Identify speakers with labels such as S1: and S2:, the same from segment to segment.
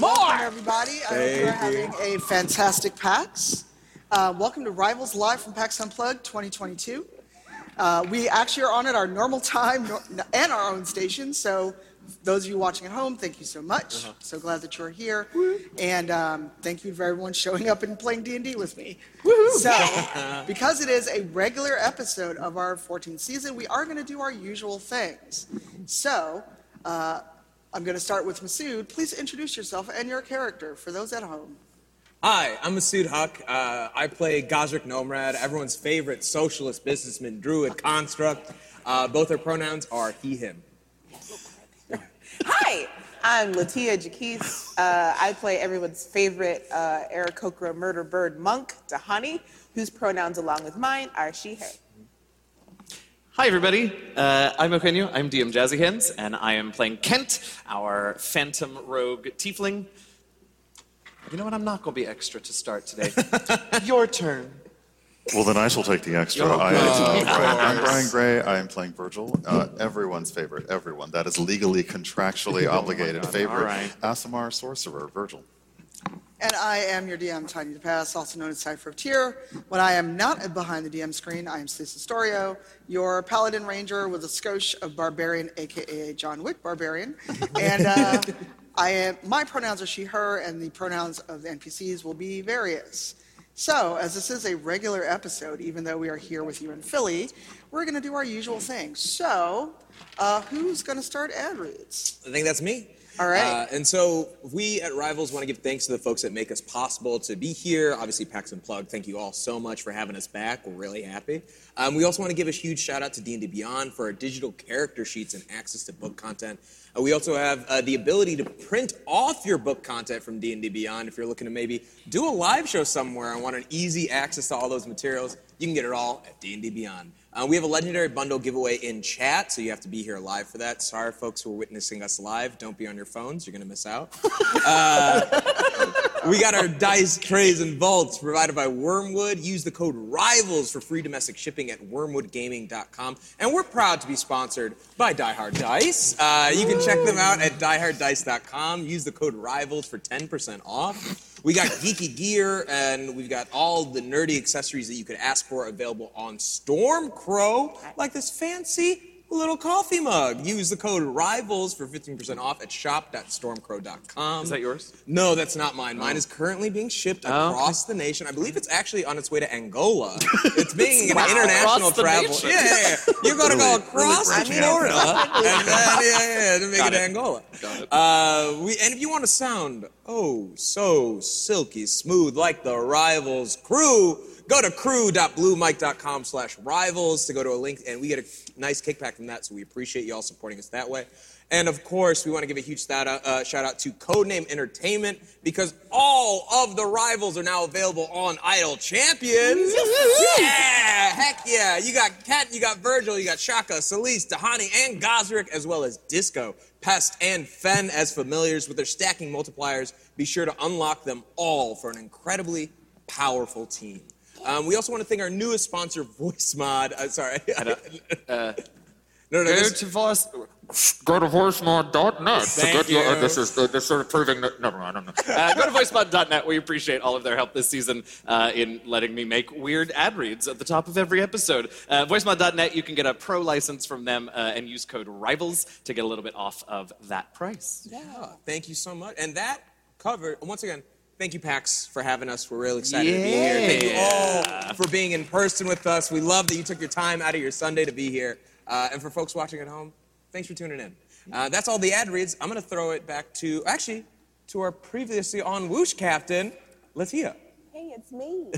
S1: Welcome, everybody. I hope you're having a fantastic PAX. Uh, welcome to Rivals Live from PAX Unplugged 2022. Uh, we actually are on at our normal time nor- and our own station, so those of you watching at home, thank you so much. So glad that you're here, and um, thank you for everyone showing up and playing D&D with me. So, because it is a regular episode of our 14th season, we are going to do our usual things. So, uh, I'm going to start with Masood. Please introduce yourself and your character for those at home.
S2: Hi, I'm Masood Huck. Uh, I play Gazrik Nomrad, everyone's favorite socialist businessman, druid construct. Uh, both their pronouns are he, him.
S3: Hi, I'm Latia Jaquise. Uh, I play everyone's favorite uh, Aarakocra murder bird monk, Dahani, whose pronouns, along with mine, are she, her.
S4: Hi, everybody. Uh, I'm Eugenio. I'm DM Jazzy Hands, and I am playing Kent, our Phantom Rogue Tiefling. You know what? I'm not going to be extra to start today. Your turn.
S5: Well, then I shall take the extra.
S4: Oh,
S5: I, am uh, Brian Gray. I am playing Virgil, uh, everyone's favorite. Everyone that is legally, contractually obligated
S4: Oh God,
S5: favorite.
S4: all right.
S5: Asimar sorcerer Virgil.
S1: And I am your DM, Tiny to Pass, also known as Cypher of Tyr. When I am not behind the DM screen, I am Stacy Storio, your Paladin Ranger with a skosh of Barbarian, aka John Wick Barbarian. And uh, I am, my pronouns are she, her, and the pronouns of the NPCs will be various. So, as this is a regular episode, even though we are here with you in Philly, we're going to do our usual thing. So, uh, who's going to start ad reads?
S2: I think that's me.
S1: All right.
S2: Uh, and so we at Rivals want to give thanks to the folks that make us possible to be here. Obviously, Pax and Plug, thank you all so much for having us back. We're really happy. Um, we also want to give a huge shout out to D&D Beyond for our digital character sheets and access to book content. Uh, we also have uh, the ability to print off your book content from D&D Beyond if you're looking to maybe do a live show somewhere and want an easy access to all those materials. You can get it all at D&D Beyond. Uh, we have a legendary bundle giveaway in chat, so you have to be here live for that. Sorry, folks who are witnessing us live. Don't be on your phones. You're going to miss out. We got our dice trays and vaults provided by Wormwood. Use the code RIVALS for free domestic shipping at wormwoodgaming.com. And we're proud to be sponsored by Die Hard Dice. Uh, you can check them out at dieharddice.com. Use the code RIVALS for 10% off. We got geeky gear and we've got all the nerdy accessories that you could ask for available on Stormcrow, like this fancy little coffee mug. Use the code RIVALS for 15% off at shop.stormcrow.com.
S4: Is that yours?
S2: No, that's not mine. Mine is currently being shipped across the nation. I believe it's actually on its way to Angola. It's being an international
S4: across the
S2: travel.
S4: nation.
S2: Yeah, yeah, yeah. You're going to go
S5: Really- really
S2: across
S5: branching out.
S2: Florida and then, yeah, yeah, yeah, to make
S4: Got
S2: it,
S4: it.
S2: Angola.
S4: Got it.
S2: Uh, we, and if you want to sound oh so silky smooth like the Rivals crew, go to crew.bluemic.com slash rivals to go to a link, and we get a nice kickback from that, so we appreciate you all supporting us that way. And of course, we want to give a huge shout out, uh, shout out to Codename Entertainment because all of the rivals are now available on Idol Champions. yeah, heck yeah! You got Kat, you got Virgil, you got Shaka, Celeste, Dahani, and Gosrick, as well as Disco, Pest, and Fen as familiars with their stacking multipliers. Be sure to unlock them all for an incredibly powerful team. Um, we also want to thank our newest sponsor, VoiceMod. Uh, sorry. no, no,
S6: Go
S2: this-
S6: to voice. Go to voicemail.net to
S2: Thank
S6: get your.
S2: you.
S6: Uh, this is uh, this is proving that. Never mind. I'm not.
S4: Uh, go to voicebot.net. We appreciate all of their help this season uh, in letting me make weird ad reads at the top of every episode. Uh, voicebot.net, you can get a pro license from them uh, and use code RIVALS to get a little bit off of that price.
S2: Yeah, Ah, thank you so much. And that covered, once again, thank you, PAX, for having us. We're really excited to be here. Thank you all for being in person with us. We love that you took your time out of your Sunday to be here. Uh, and for folks watching at home, thanks for tuning in. Uh, that's all the ad reads. I'm going to throw it back to, actually, to our previously on Woosh captain, Latia.
S3: Hey, it's me.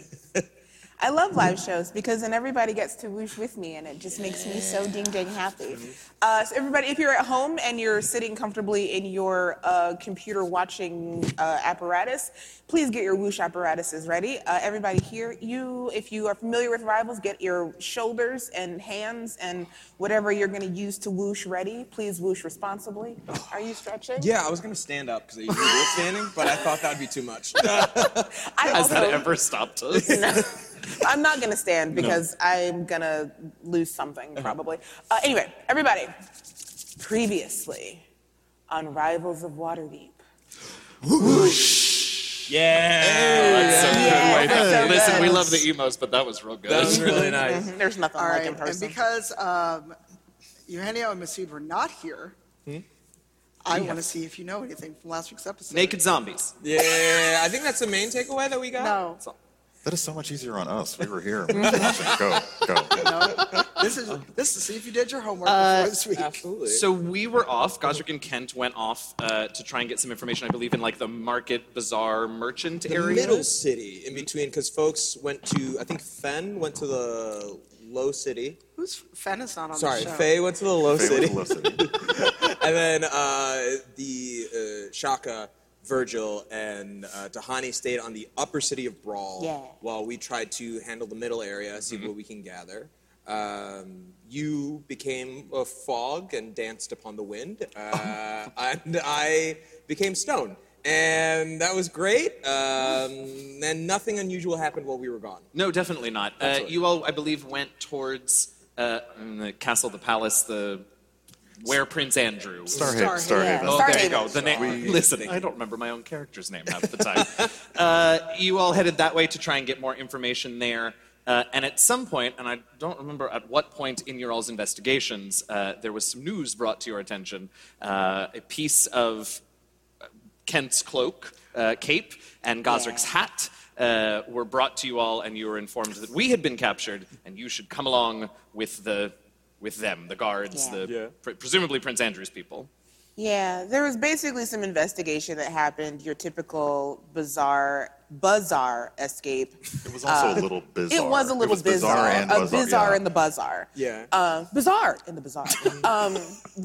S3: I love live shows because then everybody gets to whoosh with me, and it just makes me so ding dang happy. Uh, so everybody, if you're at home and you're sitting comfortably in your uh, computer watching uh, apparatus, please get your whoosh apparatuses ready. Uh, everybody here, you, if you are familiar with Rivals, get your shoulders and hands and whatever you're going to use to whoosh ready. Please whoosh responsibly.
S4: Oh.
S3: Are you stretching?
S2: Yeah, I was going to stand up because I usually do it standing, but I thought that would be too much.
S3: I
S4: Has that
S3: also-
S4: ever stopped us?
S3: I'm not gonna stand because I'm gonna lose something probably. Uh, anyway, everybody, Previously on Rivals of Waterdeep.
S2: Yeah.
S3: Yeah, that's so
S4: Listen,
S3: good.
S4: we love the emos, but that was real good.
S2: That was really nice.
S3: There's nothing
S1: All
S3: like
S1: right,
S3: in
S1: and
S3: person.
S1: because um, Eugenio and Masood were not here,
S2: Hmm?
S1: I want to see if you know anything from last week's episode.
S4: Naked zombies.
S2: Yeah, I think that's the main takeaway that we got.
S1: No,
S5: That is so much easier on us. We were here. We were watching. Go, go.
S1: no. this is this is see if you did your homework
S3: Uh,
S1: before this week.
S2: Absolutely.
S4: So we were off. Gosrick and Kent went off uh, to try and get some information, I believe, in like the market bazaar merchant
S2: the
S4: area.
S2: middle city in between, because folks went to, I think Fen went to the low city.
S1: Who's Fen is not on
S2: Sorry,
S1: the show?
S2: Faye went to the low
S5: Faye
S2: city.
S5: was listening.
S2: and then uh, the uh, Shaka, Virgil, and uh, Tahani stayed on the upper city of Brawl
S3: Yeah.
S2: while we tried to handle the middle area, see
S3: Mm-hmm.
S2: what we can gather. Um, you became a fog and danced upon the wind, uh, and I became stone. And that was great. Um, and nothing unusual happened while we were gone.
S4: No, definitely not. Uh,
S2: Absolutely.
S4: you all, I believe, went towards uh, mm, the castle, the palace, the where Prince Andrew.
S5: Starhaven. Starhaven.
S4: Oh, there you
S3: Starhaven.
S4: go. The name.
S5: We-
S4: listening. I don't remember my own character's name half the time. uh, you all headed that way to try and get more information there. Uh, and at some point, and I don't remember at what point in your all's investigations, uh, there was some news brought to your attention. Uh, a piece of Kent's cloak, uh, cape, and Gosrick's hat uh, were brought to you all, and you were informed that we had been captured, and you should come along with the with them, the guards,
S3: Yeah.
S4: the pre- presumably Prince Andrew's people.
S3: Yeah, there was basically some investigation that happened. Your typical bizarre bazaar escape.
S5: It was also a little bizarre.
S3: It was a little bizarre,
S5: bizarre. and
S3: a
S5: bizarre,
S3: bizarre
S5: yeah.
S3: in the bazaar.
S2: Yeah.
S3: uh, bizarre in the bazaar. um,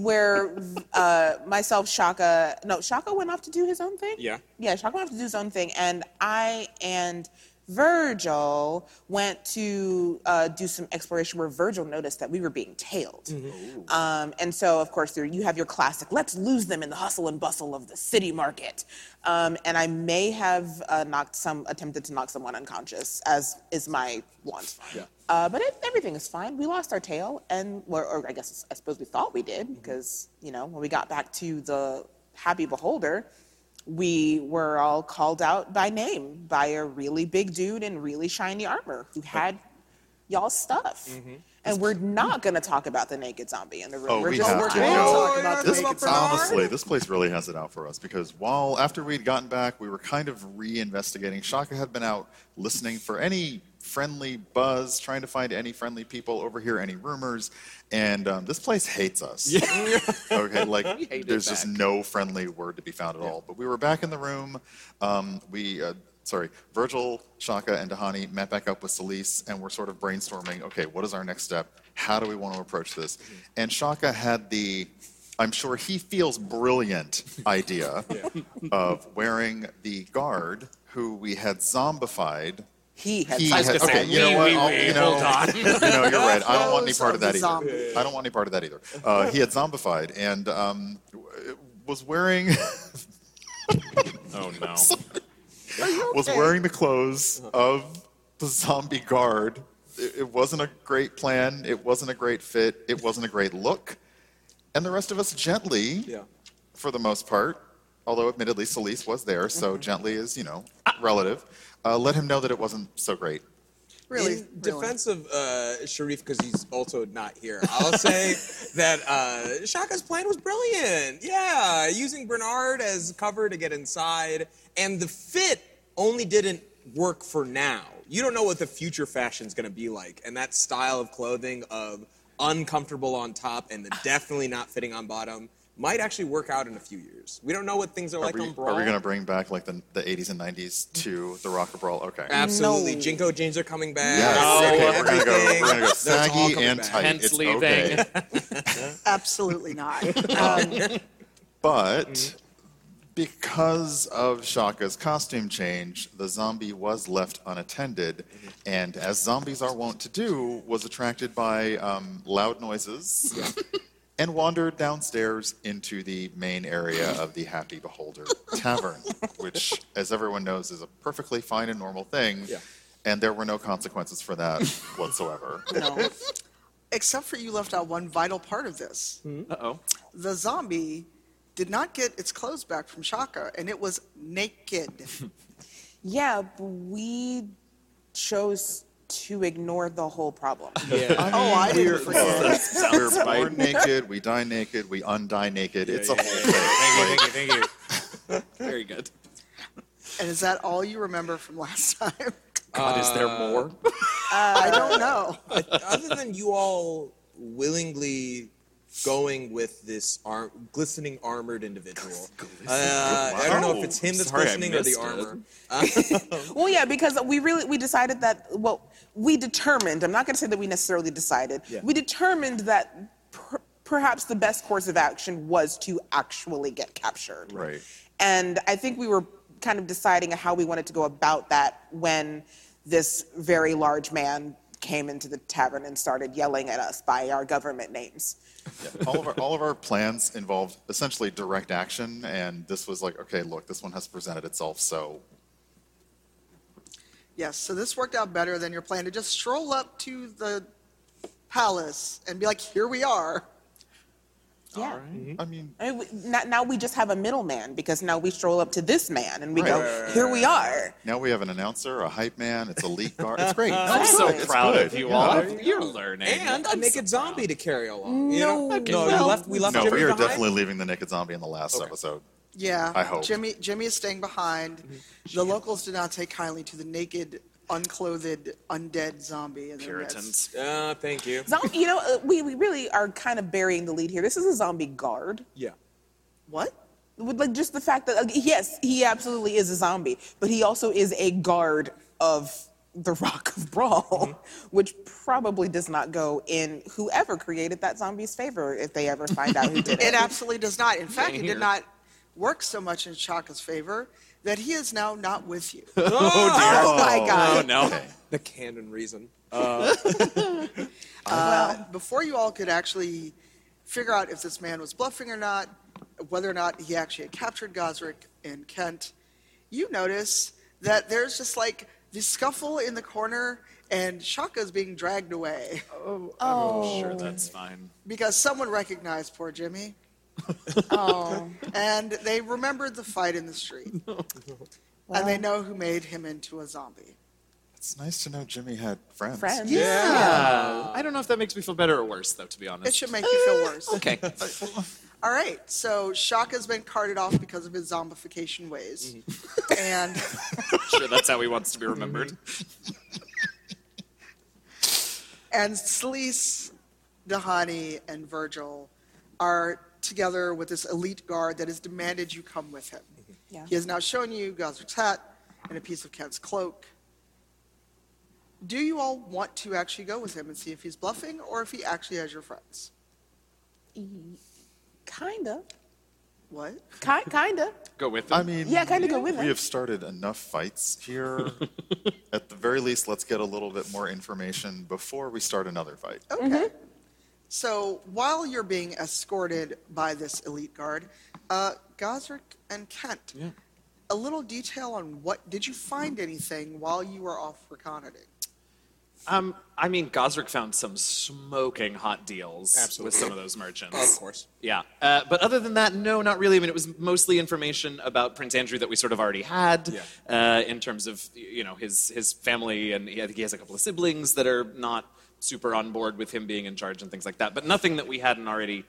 S3: where uh, myself, Shaka, no, Shaka went off to do his own thing.
S2: Yeah.
S3: yeah, Shaka went off to do his own thing, and I and Virgil went to uh, do some exploration where Virgil noticed that we were being tailed.
S2: Mm-hmm.
S3: Um, and so, of course, there, you have your classic, let's lose them in the hustle and bustle of the city market. Um, and I may have uh, knocked some, attempted to knock someone unconscious, as is my want. Uh, but it, everything is fine. We lost our tail, and or, or I guess I suppose we thought we did, because you know when we got back to the happy beholder, we were all called out by name by a really big dude in really shiny armor who had y'all stuff. And we're not gonna talk about the naked zombie in the room.
S5: Mm-hmm. Oh,
S3: we're
S5: we
S3: just
S5: have
S3: we're
S5: to.
S3: gonna
S5: Oh,
S3: talk
S2: yeah,
S3: about the
S5: this
S3: naked zombie.
S5: honestly, this place really has it out for us because while after we'd gotten back, we were kind of reinvestigating. Shaka had been out listening for any friendly buzz, trying to find any friendly people over here, any rumors, and um, this place hates us. okay, like
S4: hate it
S5: there's just
S4: back.
S5: no friendly word to be found at all. But we were back in the room. Um, we. Uh, Sorry, Virgil, Shaka, and Dahani met back up with Celise, and we're sort of brainstorming. Okay, what is our next step? How do we want to approach this? And Shaka had the I'm sure he feels brilliant idea of wearing the guard who we had zombified.
S3: He had
S5: He
S3: some-
S5: had, okay, you know
S4: we,
S5: what?
S4: we,
S5: I'll-
S4: we,
S5: you know,
S4: hold on.
S5: you know, you're right. I don't want any
S1: Those
S5: part of
S1: are
S5: that
S1: the
S5: either. I don't want any part of that either. Uh, he had zombified and um, w- was wearing
S4: Oh no.
S5: was wearing the clothes of the zombie guard. It, it wasn't a great plan. It wasn't a great fit. It wasn't a great look. And the rest of us gently
S2: Yeah.
S5: for the most part, although admittedly Solis was there, so
S2: Mm-hmm.
S5: gently is, you know, relative, uh, let him know that it wasn't so great.
S1: Really,
S2: in
S1: really.
S2: defense of uh, Sharif, because he's also not here, I'll say that uh, Shaka's plan was brilliant. Yeah, using Bernard as cover to get inside, and the fit only didn't work for now. You don't know what the future fashion's going to be like, and that style of clothing of uncomfortable on top and the definitely not fitting on bottom might actually work out in a few years. We don't know what things are,
S5: Are
S2: like
S5: we,
S2: on Brawl.
S5: are we going to bring back like the, the 80s and 90s to the Rocker Brawl? Okay.
S2: Absolutely,
S3: No.
S2: Jinko jeans are coming back.
S5: Yes. okay, we're gonna go.
S2: everything.
S5: We're gonna go
S2: That's all
S5: saggy
S2: coming
S5: and
S2: back.
S5: tight.
S4: Hence
S5: it's
S4: leaving.
S5: okay.
S1: Absolutely not. Um,
S5: But because of Shaka's costume change, the zombie was left unattended, and as zombies are wont to do, was attracted by um, loud noises and wandered downstairs into the main area of the Happy Beholder Tavern, which, as everyone knows, is a perfectly fine and normal thing.
S2: Yeah.
S5: And there were no consequences for that whatsoever.
S1: No. Except for you left out one vital part of this.
S2: Hmm.
S4: Uh oh.
S1: The zombie did not get its clothes back from Shaka, and it was naked.
S3: Yeah, but we chose to ignore the whole problem.
S1: oh, I didn't forget. that.
S5: We're born naked, we die naked, we undie naked. it's a whole thing.
S2: Thank you, thank you, thank you.
S4: Very good.
S1: And is that all you remember from last time?
S4: God, is there more?
S3: Uh,
S1: I don't know.
S2: Other than you all willingly going with this ar- glistening armored individual, uh, I don't know if it's him that's
S4: Sorry, I
S2: glistening or the
S4: missed it.
S2: armor.
S3: Well, yeah, because we really we decided that well we determined. I'm not going to say that we necessarily decided.
S2: Yeah.
S3: We determined that per, perhaps the best course of action was to actually get captured.
S5: Right.
S3: And I think we were kind of deciding how we wanted to go about that when this very large man came into the tavern and started yelling at us by our government names.
S5: all of our all of our plans involved essentially direct action, and this was like, okay, look, this one has presented itself, so
S1: Yes, so this worked out better than your plan to just stroll up to the palace and be like, here we are.
S3: Yeah.
S4: Hmm?
S5: I mean,
S3: I mean, we- now, now we just have a middleman because now we stroll up to this man and we
S5: Right.
S3: go,
S5: Right, right,
S3: here we are.
S5: now we have an announcer, a hype man, it's a lead guard. It's great. No,
S4: I'm
S5: it's
S4: so
S5: good, it's
S4: proud
S5: good.
S4: of you
S5: Yeah.
S4: all. You're learning.
S2: And a
S4: I'm
S2: naked
S4: so proud.
S2: zombie to carry along. you know?
S3: No. Okay,
S2: no,
S3: well-
S2: we left. We left.
S5: No,
S2: Jimmy
S5: we are
S2: behind.
S5: definitely leaving the naked zombie in the last episode.
S1: Yeah.
S5: I hope.
S1: Jimmy Jimmy is staying behind. The locals did not take kindly to the naked, unclothed, undead zombie in their midst.
S4: Puritans.
S2: Uh, thank you.
S3: Zombie, you know, uh, we, we really are kind of burying the lead here. This is a zombie guard.
S2: Yeah.
S1: What?
S3: With like just the fact that like, yes, he absolutely is a zombie, but he also is a guard of the Rock of Brawl, which probably does not go in whoever created that zombie's favor if they ever find out who did it.
S1: It absolutely does not. In fact,
S4: Same
S1: it
S4: here.
S1: did not work so much in Chaka's favor that he is now not with you.
S4: Oh,
S1: my God.
S4: Oh, no.
S2: The canon reason.
S1: Uh, before you all could actually figure out if this man was bluffing or not, whether or not he actually had captured Gosrick and Kent, you notice that there's just like the scuffle in the corner and Shaka's being dragged away
S2: Oh.
S4: Sure, that's fine.
S1: because someone recognized poor Jimmy.
S3: Oh,
S1: And they remembered the fight in the street. And they know who made him into a zombie.
S5: It's nice to know Jimmy had friends.
S3: friends.
S4: Yeah. I don't know if that makes me feel better or worse, though, to be honest.
S1: It should make you feel worse.
S4: Okay.
S1: All right, so Shaka's been carted off because of his zombification ways. And.
S4: sure, that's how he wants to be remembered.
S1: And Sleece, Dahani, and Virgil are together with this elite guard that has demanded you come with him.
S3: Yeah.
S1: He has now shown you Gazrik's hat and a piece of Kent's cloak. Do you all want to actually go with him and see if he's bluffing or if he actually has your friends?
S3: Kind of.
S1: What?
S3: Ki- kind of.
S4: Go with it.
S5: I mean,
S3: Yeah, kind of go with
S5: we
S3: it.
S5: have started enough fights here. At the very least, let's get a little bit more information before we start another fight.
S1: Okay.
S4: Mm-hmm.
S1: So while you're being escorted by this elite guard, uh, Gosrick and Kent, a little detail on what did you
S4: Mm-hmm.
S1: find anything while you were off reconnoitering?
S4: Um, I mean, Gosrick found some smoking hot deals with
S2: Absolutely.
S4: some of those merchants.
S2: Of course.
S4: Yeah. Uh, but other than that, no, not really. I mean, it was mostly information about Prince Andrew that we sort of already had
S2: Yeah.
S4: uh, in terms of, y- you know, his, his family. And he, I think he has a couple of siblings that are not super on board with him being in charge and things like that. But nothing that we hadn't already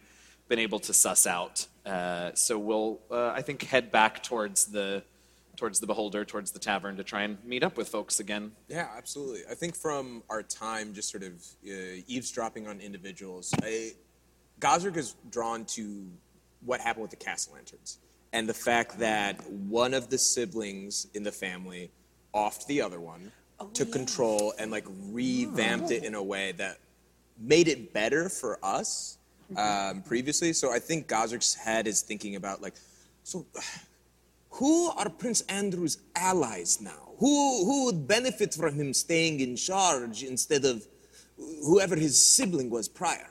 S4: been able to suss out. Uh, so we'll, uh, I think, head back towards the, towards the beholder, towards the tavern to try and meet up with folks again.
S2: Yeah, absolutely. I think from our time, just sort of uh, eavesdropping on individuals, I, Gosrick is drawn to what happened with the cast lanterns and the fact that one of the siblings in the family offed the other one, took control, and like revamped it in a way that made it better for us um, previously. So I think Gosrick's head is thinking about like, so who are Prince Andrew's allies now? Who who would benefit from him staying in charge instead of whoever his sibling was prior?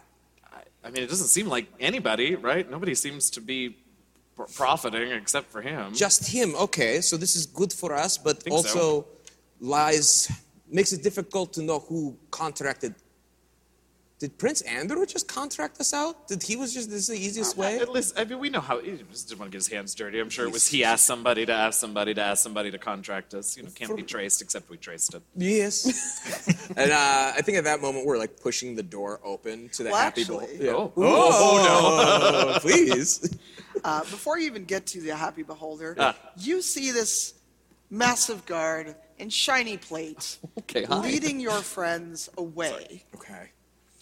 S4: I mean, it doesn't seem like anybody, right? Nobody seems to be pr- profiting except for him.
S2: Just him. Okay, so this is good for us, but
S4: think
S2: also lies makes it difficult to know who contracted Did Prince Andrew just contract us out? Did he was just this is the easiest way?
S4: At least, I mean, we know how. He just didn't want to get his hands dirty. I'm sure it was he asked somebody to ask somebody to ask somebody to contract us. You know, can't be traced except we traced it.
S2: Yes. and uh, I think at that moment we're like pushing the door open to the
S1: Well,
S2: happy bowl.
S1: actually-
S2: Yeah.
S4: Oh.
S2: oh, no! Please.
S1: Uh, before you even get to the happy beholder,
S4: Ah.
S1: you see this massive guard and shiny plate
S4: Okay, hi.
S1: leading your friends away.
S2: Okay.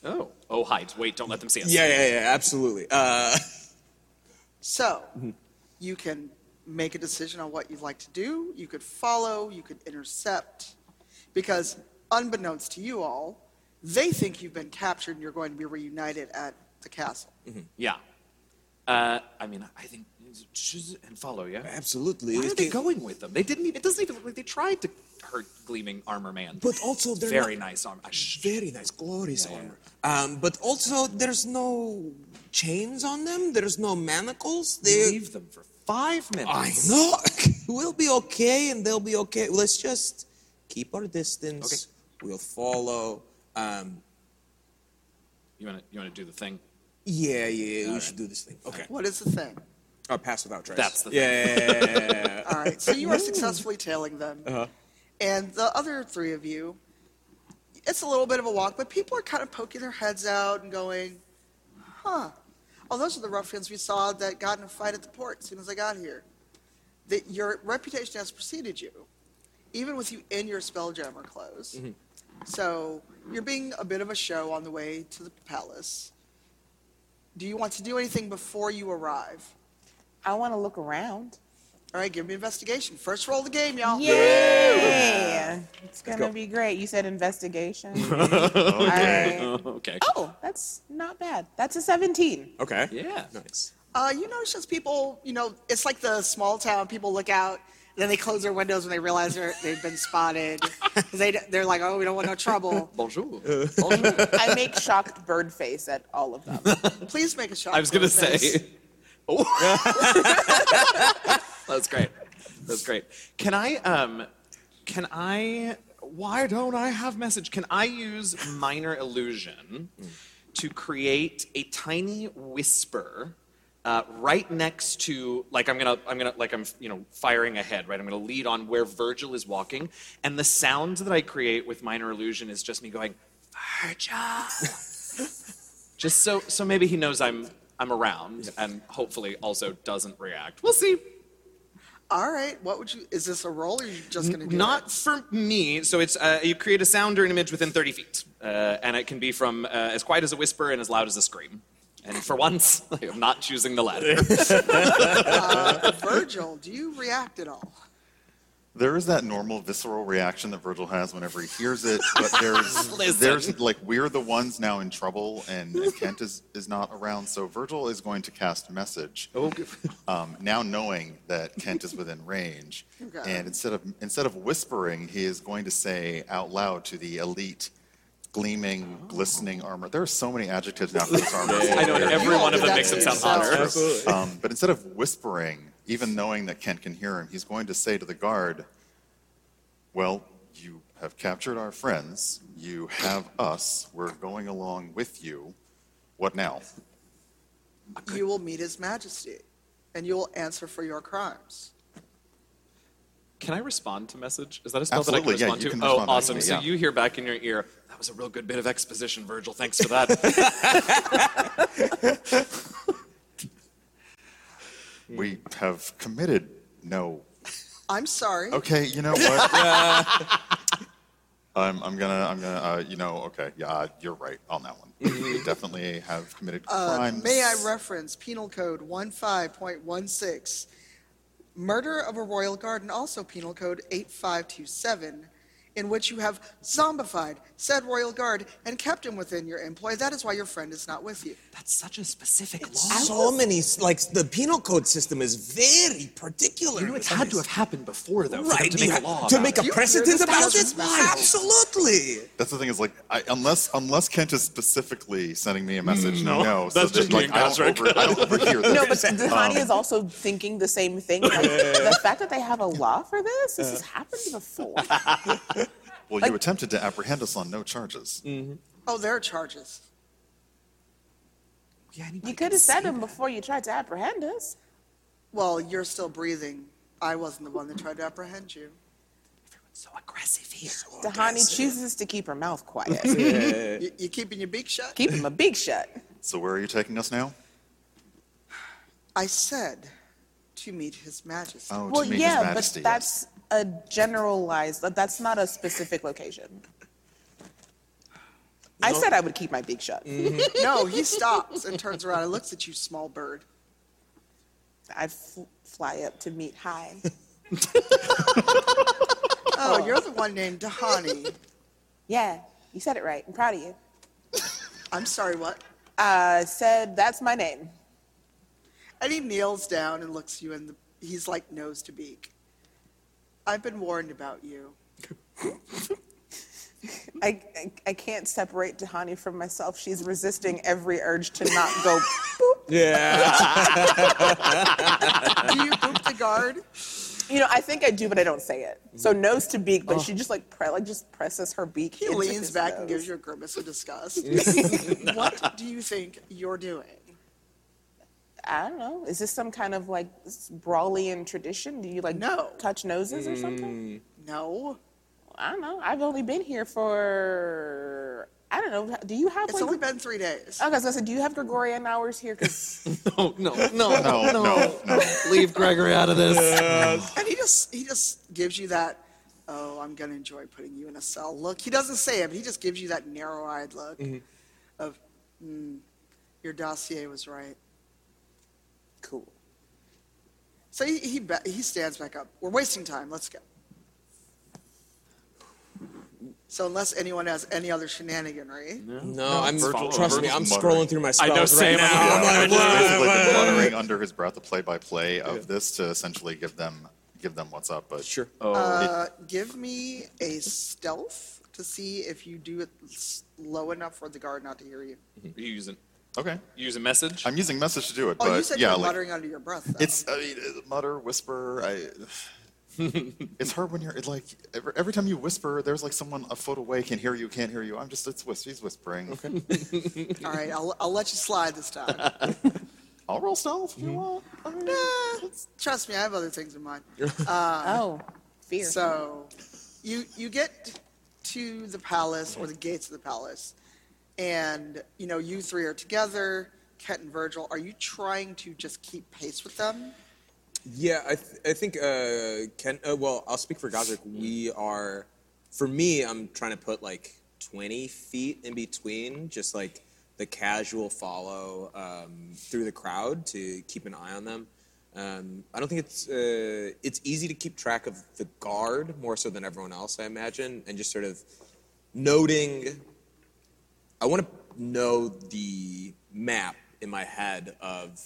S4: Oh, oh, hide. Wait, don't let them see us.
S2: Yeah, yeah, yeah. Absolutely. Uh,
S1: So you can make a decision on what you'd like to do. You could follow, you could intercept, because unbeknownst to you all, they think you've been captured and you're going to be reunited at the castle.
S4: Yeah. Uh, I mean, I think choose and follow. Yeah.
S2: absolutely.
S4: Where are
S2: This
S4: they
S2: game-
S4: going with them? They didn't. Even, it doesn't even look like they tried to hurt Gleaming Armor Man.
S2: But also they're
S4: very
S2: not-
S4: nice armor. Ah, shh.
S2: Very nice, glorious armor. Um, but also, there's no chains on them. There's no manacles. They.
S4: Leave them for five
S2: I
S4: minutes.
S2: know. we'll be okay, and they'll be okay. Let's just keep our distance. We'll follow. Um,
S4: You want to you want to do the thing?
S2: yeah, yeah, yeah. we should do this thing. Okay.
S1: What is the thing?
S2: Or pass without trace.
S4: That's the
S2: yeah, yeah, yeah, yeah, yeah, yeah.
S1: All right, so you are successfully tailing them. And the other three of you, it's a little bit of a walk, but people are kind of poking their heads out and going, huh. Oh, those are the ruffians we saw that got in a fight at the port as soon as I got here. That your reputation has preceded you, even with you in your spelljammer clothes. So you're being a bit of a show on the way to the palace. Do you want to do anything before you arrive?
S3: I want to look around.
S1: All right, give me investigation. First roll of the game, y'all.
S3: Yeah. It's going
S2: go.
S3: to be great. You said investigation. okay.
S4: Okay.
S3: Oh, that's not bad. That's a 17.
S2: Okay.
S4: Yeah.
S2: Nice.
S1: Uh, you notice just people, you know, it's like the small town. People look out, and then they close their windows when they realize they're, they've been spotted. 'Cause They, they're like, oh, we don't want no trouble.
S4: Bonjour.
S2: Uh,
S4: Bonjour.
S3: I make shocked bird face at all of them.
S1: Please make a shot.
S4: I was
S1: for
S4: gonna
S1: this.
S4: say. Oh. That's great. That's great. Can I? Um, can I? Why don't I have message? Can I use minor illusion to create a tiny whisper? Uh, right next to like i'm gonna i'm gonna like i'm you know firing ahead right i'm gonna lead on where virgil is walking and the sound that i create with minor illusion is just me going virgil just so so maybe he knows I'm I'm around and hopefully also doesn't react. We'll see.
S1: All right, what would you? Is this a roll, or are you just gonna do
S4: Not
S1: it?
S4: for me. So it's uh, you create a sound or an image within 30 feet, uh, and it can be from uh, as quiet as a whisper and as loud as a scream. And for once, I'm not choosing the latter.
S1: Uh, Virgil? Do you react at all?
S5: There is that normal visceral reaction that Virgil has whenever he hears it, but there's
S4: Listen.
S5: there's like we're the ones now in trouble, and, and Kent is, is not around, so Virgil is going to cast message. Um, now knowing that Kent is within range,
S1: Okay.
S5: and instead of instead of whispering, he is going to say out loud to the elite, gleaming, glistening armor. There are so many adjectives now for this armor.
S4: I know and every
S1: all
S4: one of
S1: did that
S4: them makes
S1: to
S4: him sound
S1: yourself.
S4: hotter.
S2: Absolutely.
S5: Um, but instead of whispering, even knowing that Kent can hear him, he's going to say to the guard, Well, you have captured our friends. You have us. We're going along with you. What now?
S1: You will meet His Majesty, and you will answer for your crimes.
S4: Can I respond to message? Is that a spell
S5: Absolutely,
S4: that
S5: yeah,
S4: I can respond
S5: you
S4: to?
S5: can
S4: oh,
S5: respond back to
S4: awesome.
S5: me,
S4: so
S5: yeah.
S4: you hear back in your ear, that was a real good bit of exposition, Virgil. Thanks for that.
S5: We have committed no.
S1: I'm sorry.
S5: Okay, you know what? I'm, I'm gonna, I'm gonna, uh, you know, okay, yeah, uh, you're right on that one. We definitely have committed crimes.
S1: Uh, May I reference Penal Code 15.16? Murder of a royal guard and also Penal Code 8527, in which you have zombified said royal guard and kept him within your employ. That is why your friend is not with you.
S4: That's such a specific law.
S2: So many, like the penal code system is very particular.
S4: You know, it's had to have happened before, though, for them
S2: right
S4: to make
S2: yeah,
S4: a law
S2: to
S4: about
S2: make
S4: it.
S2: a
S1: You hear
S2: precedent
S1: this
S2: about
S1: thousand
S2: it.
S1: miles.
S2: Absolutely.
S5: That's the thing is like I, unless unless Kent is specifically sending me a message, no,
S4: Mm. No,
S5: no
S4: that's
S5: so
S4: just
S5: then,
S4: me
S5: like
S4: and
S5: I don't,
S4: Patrick.
S5: over, I don't overhear this.
S3: No, but Dahani is also thinking the same thing. Like, the fact that they have a law for this, this has happened before.
S4: Mm.
S5: well, you attempted to apprehend us on no charges.
S1: Oh, there are charges.
S2: yeah, anybody
S3: You could
S2: can
S3: have said
S2: see
S3: them before you tried to apprehend us.
S1: Well, you're still breathing. I wasn't the one that tried to apprehend you.
S2: So aggressive here.
S3: Dahani chooses to keep her mouth quiet.
S1: you you keeping your beak shut?
S3: keep him a big shut.
S5: So where are you taking us now?
S1: I said to meet His Majesty.
S5: Oh,
S3: Well,
S5: to meet
S3: yeah,
S5: His Majesty.
S3: but
S5: yes.
S3: that's a generalized. that- That's not a specific location. I said I would keep my beak shut.
S1: Mm. No, he stops and turns around and looks at you, small bird.
S3: I'd fl- fly up to meet high.
S1: Oh, you're the one named Dahani.
S3: Yeah, you said it right. I'm proud of you.
S1: I'm sorry, what?
S3: I said that's my name.
S1: And he kneels down and looks you in the. He's like nose to beak. I've been warned about you.
S3: I, I, I can't separate Tahani from myself. She's resisting every urge to not go. boop.
S2: Yeah.
S1: Do you boop the guard?
S3: You know, I think I do, but I don't say it. So nose to beak, but she just like pre- like just presses her beak.
S1: Mm-hmm. Oh. He
S3: into
S1: leans
S3: his
S1: back
S3: nose.
S1: and gives you a grimace of disgust. what do you think you're doing?
S3: I don't know. Is this some kind of like s- Brawlian tradition? Do you like
S1: No. Mm.
S3: touch noses or something?
S1: No.
S3: I don't know. I've only been here for I don't know. Do you have
S1: It's
S3: like?
S1: only been three days.
S3: Okay, I was gonna say, do you have Gregorian hours here? Because
S4: No, no, no,
S5: no, no, no.
S4: Leave Gregory out of this.
S1: And he just he just gives you that, oh, I'm gonna enjoy putting you in a cell look. He doesn't say it, but he just gives you that narrow eyed look of mm, your dossier was right.
S3: cool.
S1: So he he, ba- he stands back up. We're wasting time. Let's go. So unless anyone has any other shenaniganry,
S2: No, I'm.
S5: Virgil-
S2: trust me, I'm
S5: Virgil's
S2: scrolling
S5: muttering.
S2: through my
S4: I
S2: spells
S4: know, same.
S2: right now.
S4: Yeah.
S2: I'm like,
S5: He's basically
S2: "What?"
S5: muttering under his breath a play-by-play of this to essentially give them give them what's up. But
S2: Sure.
S1: uh, give me a stealth to see if you do it s- low enough for the guard not to hear you.
S4: You use an,
S5: okay,
S4: you use a message.
S5: I'm using message to do it.
S1: Oh,
S5: but
S1: you said
S5: yeah,
S1: you're
S5: like,
S1: muttering under your breath. Though.
S5: It's I mean, uh, mutter, whisper. I, it's hard when you're it, like every, every time you whisper, there's like someone a foot away can hear you, can't hear you. I'm just it's whis- he's whispering. Okay.
S1: all right. I'll I'll let you slide this time.
S5: I'll roll stealth if you want. I mean,
S1: Nah, trust me, I have other things in mind.
S3: oh, fear.
S1: So, you you get to the palace or the gates of the palace, and you know you three are together. Ket and Virgil, are you trying to just keep pace with them?
S2: Yeah, I, th- I think uh, Ken. Uh, well, I'll speak for Godric. We are, for me, I'm trying to put like 20 feet in between, just like the casual follow um, through the crowd to keep an eye on them. Um, I don't think it's uh, it's easy to keep track of the guard more so than everyone else, I imagine, and just sort of noting I want to know the map in my head of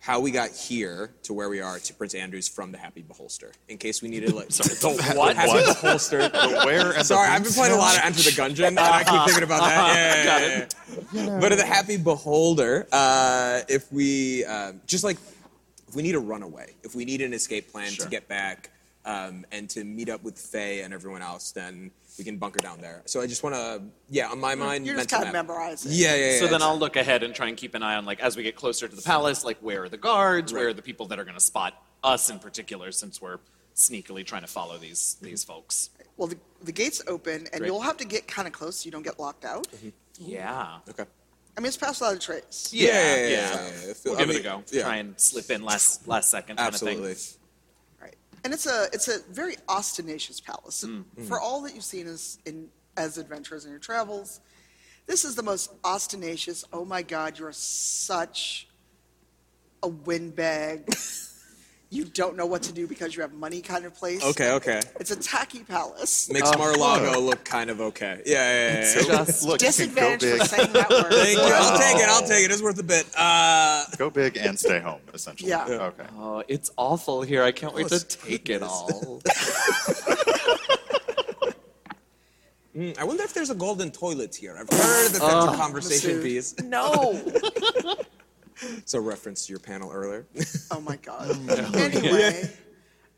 S2: how we got here to where we are to Prince Andrews from the Happy Beholster, in case we needed like sorry, the
S5: what?
S2: Happy
S5: What?
S2: Beholster.
S5: The where and the
S2: sorry, I've been
S5: whose
S2: playing a
S5: now?
S2: lot of Enter the Gungeon, and I keep thinking about that. Yeah, yeah, yeah, yeah. But in the Happy Beholder, uh, if we um, just like if we need a runaway, if we need an escape plan to get back um, and to meet up with Faye and everyone else, then we can bunker down there. So I just want to, yeah, on my mind,
S1: You're just
S2: mental
S1: kind of
S2: map.
S1: memorizing.
S2: Yeah, yeah, yeah.
S4: So then
S2: exactly.
S4: I'll look ahead and try and keep an eye on, like, as we get closer to the palace, like, where are the guards? Where are the people that are going to spot us in particular, since we're sneakily trying to follow these these folks?
S1: Well, the, the gates open, and
S4: Great.
S1: you'll have to get kind of close so you don't get locked out.
S5: Mm-hmm.
S4: Yeah.
S2: Okay.
S1: I mean, it's past without a trace.
S4: Yeah,
S2: Yeah, yeah,
S4: yeah.
S2: yeah, yeah. I feel-
S4: We'll
S2: I
S4: give it a
S2: mean,
S4: go.
S2: yeah.
S4: Try and slip in last last second kind
S2: Absolutely.
S4: of thing.
S1: Right. And it's a it's a very ostentatious palace.
S2: Mm,
S1: For all that you've seen as in as adventurers in your travels, this is the most ostentatious. Oh my God, you're such a windbag. you don't know what to do because you have money kind of place.
S2: Okay, okay.
S1: It's a tacky palace.
S2: Makes
S4: Uh,
S2: Mar-a-Lago look kind of okay. Yeah, yeah, yeah. yeah.
S5: Just look, you can go
S1: Disadvantage
S5: big,
S1: for saying that word.
S2: Thank you. I'll
S5: Wow.
S2: take it. I'll take it. It's worth a bit. Uh,
S5: go big and stay home. Essentially.
S1: Yeah. Yeah.
S5: Okay.
S4: Oh, it's awful here. I can't wait to
S2: Let's
S4: take it all.
S2: mm, I wonder if there's a golden toilet here. I've heard
S4: Uh,
S2: that that's a conversation
S1: Masood.
S2: piece.
S3: no.
S2: It's a reference to your panel earlier.
S1: Oh my god. anyway,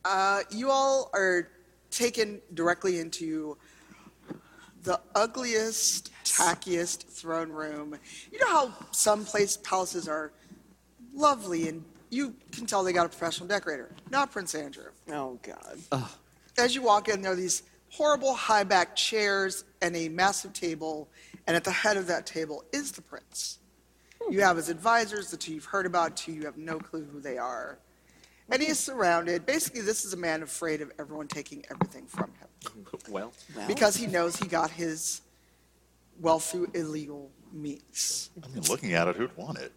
S1: uh, you all are taken directly into the ugliest, tackiest throne room. You know how some place palaces are lovely and you can tell they got a professional decorator. Not Prince Andrew.
S3: Oh God.
S1: As you walk in, there are these horrible high back chairs and a massive table, and at the head of that table is the prince. You have his advisors, the two you've heard about, two you have no clue who they are. And he is surrounded. Basically, this is a man afraid of everyone taking everything from him
S4: Well,
S1: because he knows he got his wealth through illegal means.
S5: I mean, looking at it, who'd want it?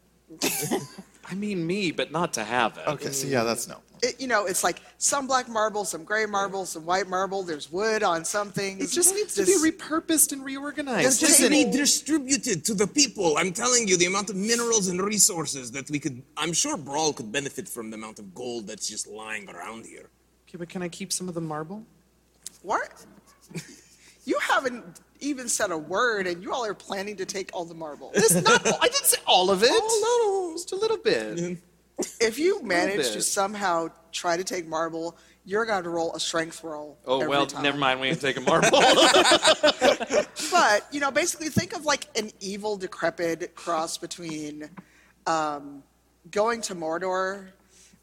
S4: I mean me, but not to have it.
S5: Okay, so yeah, that's no.
S1: It, you know, it's like some black marble, some gray marble, some white marble. There's wood on some things.
S4: It just needs
S1: This-
S4: to be repurposed and reorganized.
S1: This
S2: Just
S1: table-
S2: redistributed to the people. I'm telling you, the amount of minerals and resources that we could. I'm sure Brawl could benefit from the amount of gold that's just lying around here.
S4: Okay, but can I keep some of the marble?
S1: What? You haven't even said a word, and you all are planning to take all the marble.
S4: This not. all- I didn't say all of it. Oh, no, just a little bit.
S1: If you manage to
S4: bit.
S1: somehow try to take marble, you're going to roll a strength roll.
S4: Oh
S1: every
S4: well,
S1: time.
S4: never mind. We ain't taking marble.
S1: But you know, basically, think of like an evil, decrepit cross between um, going to Mordor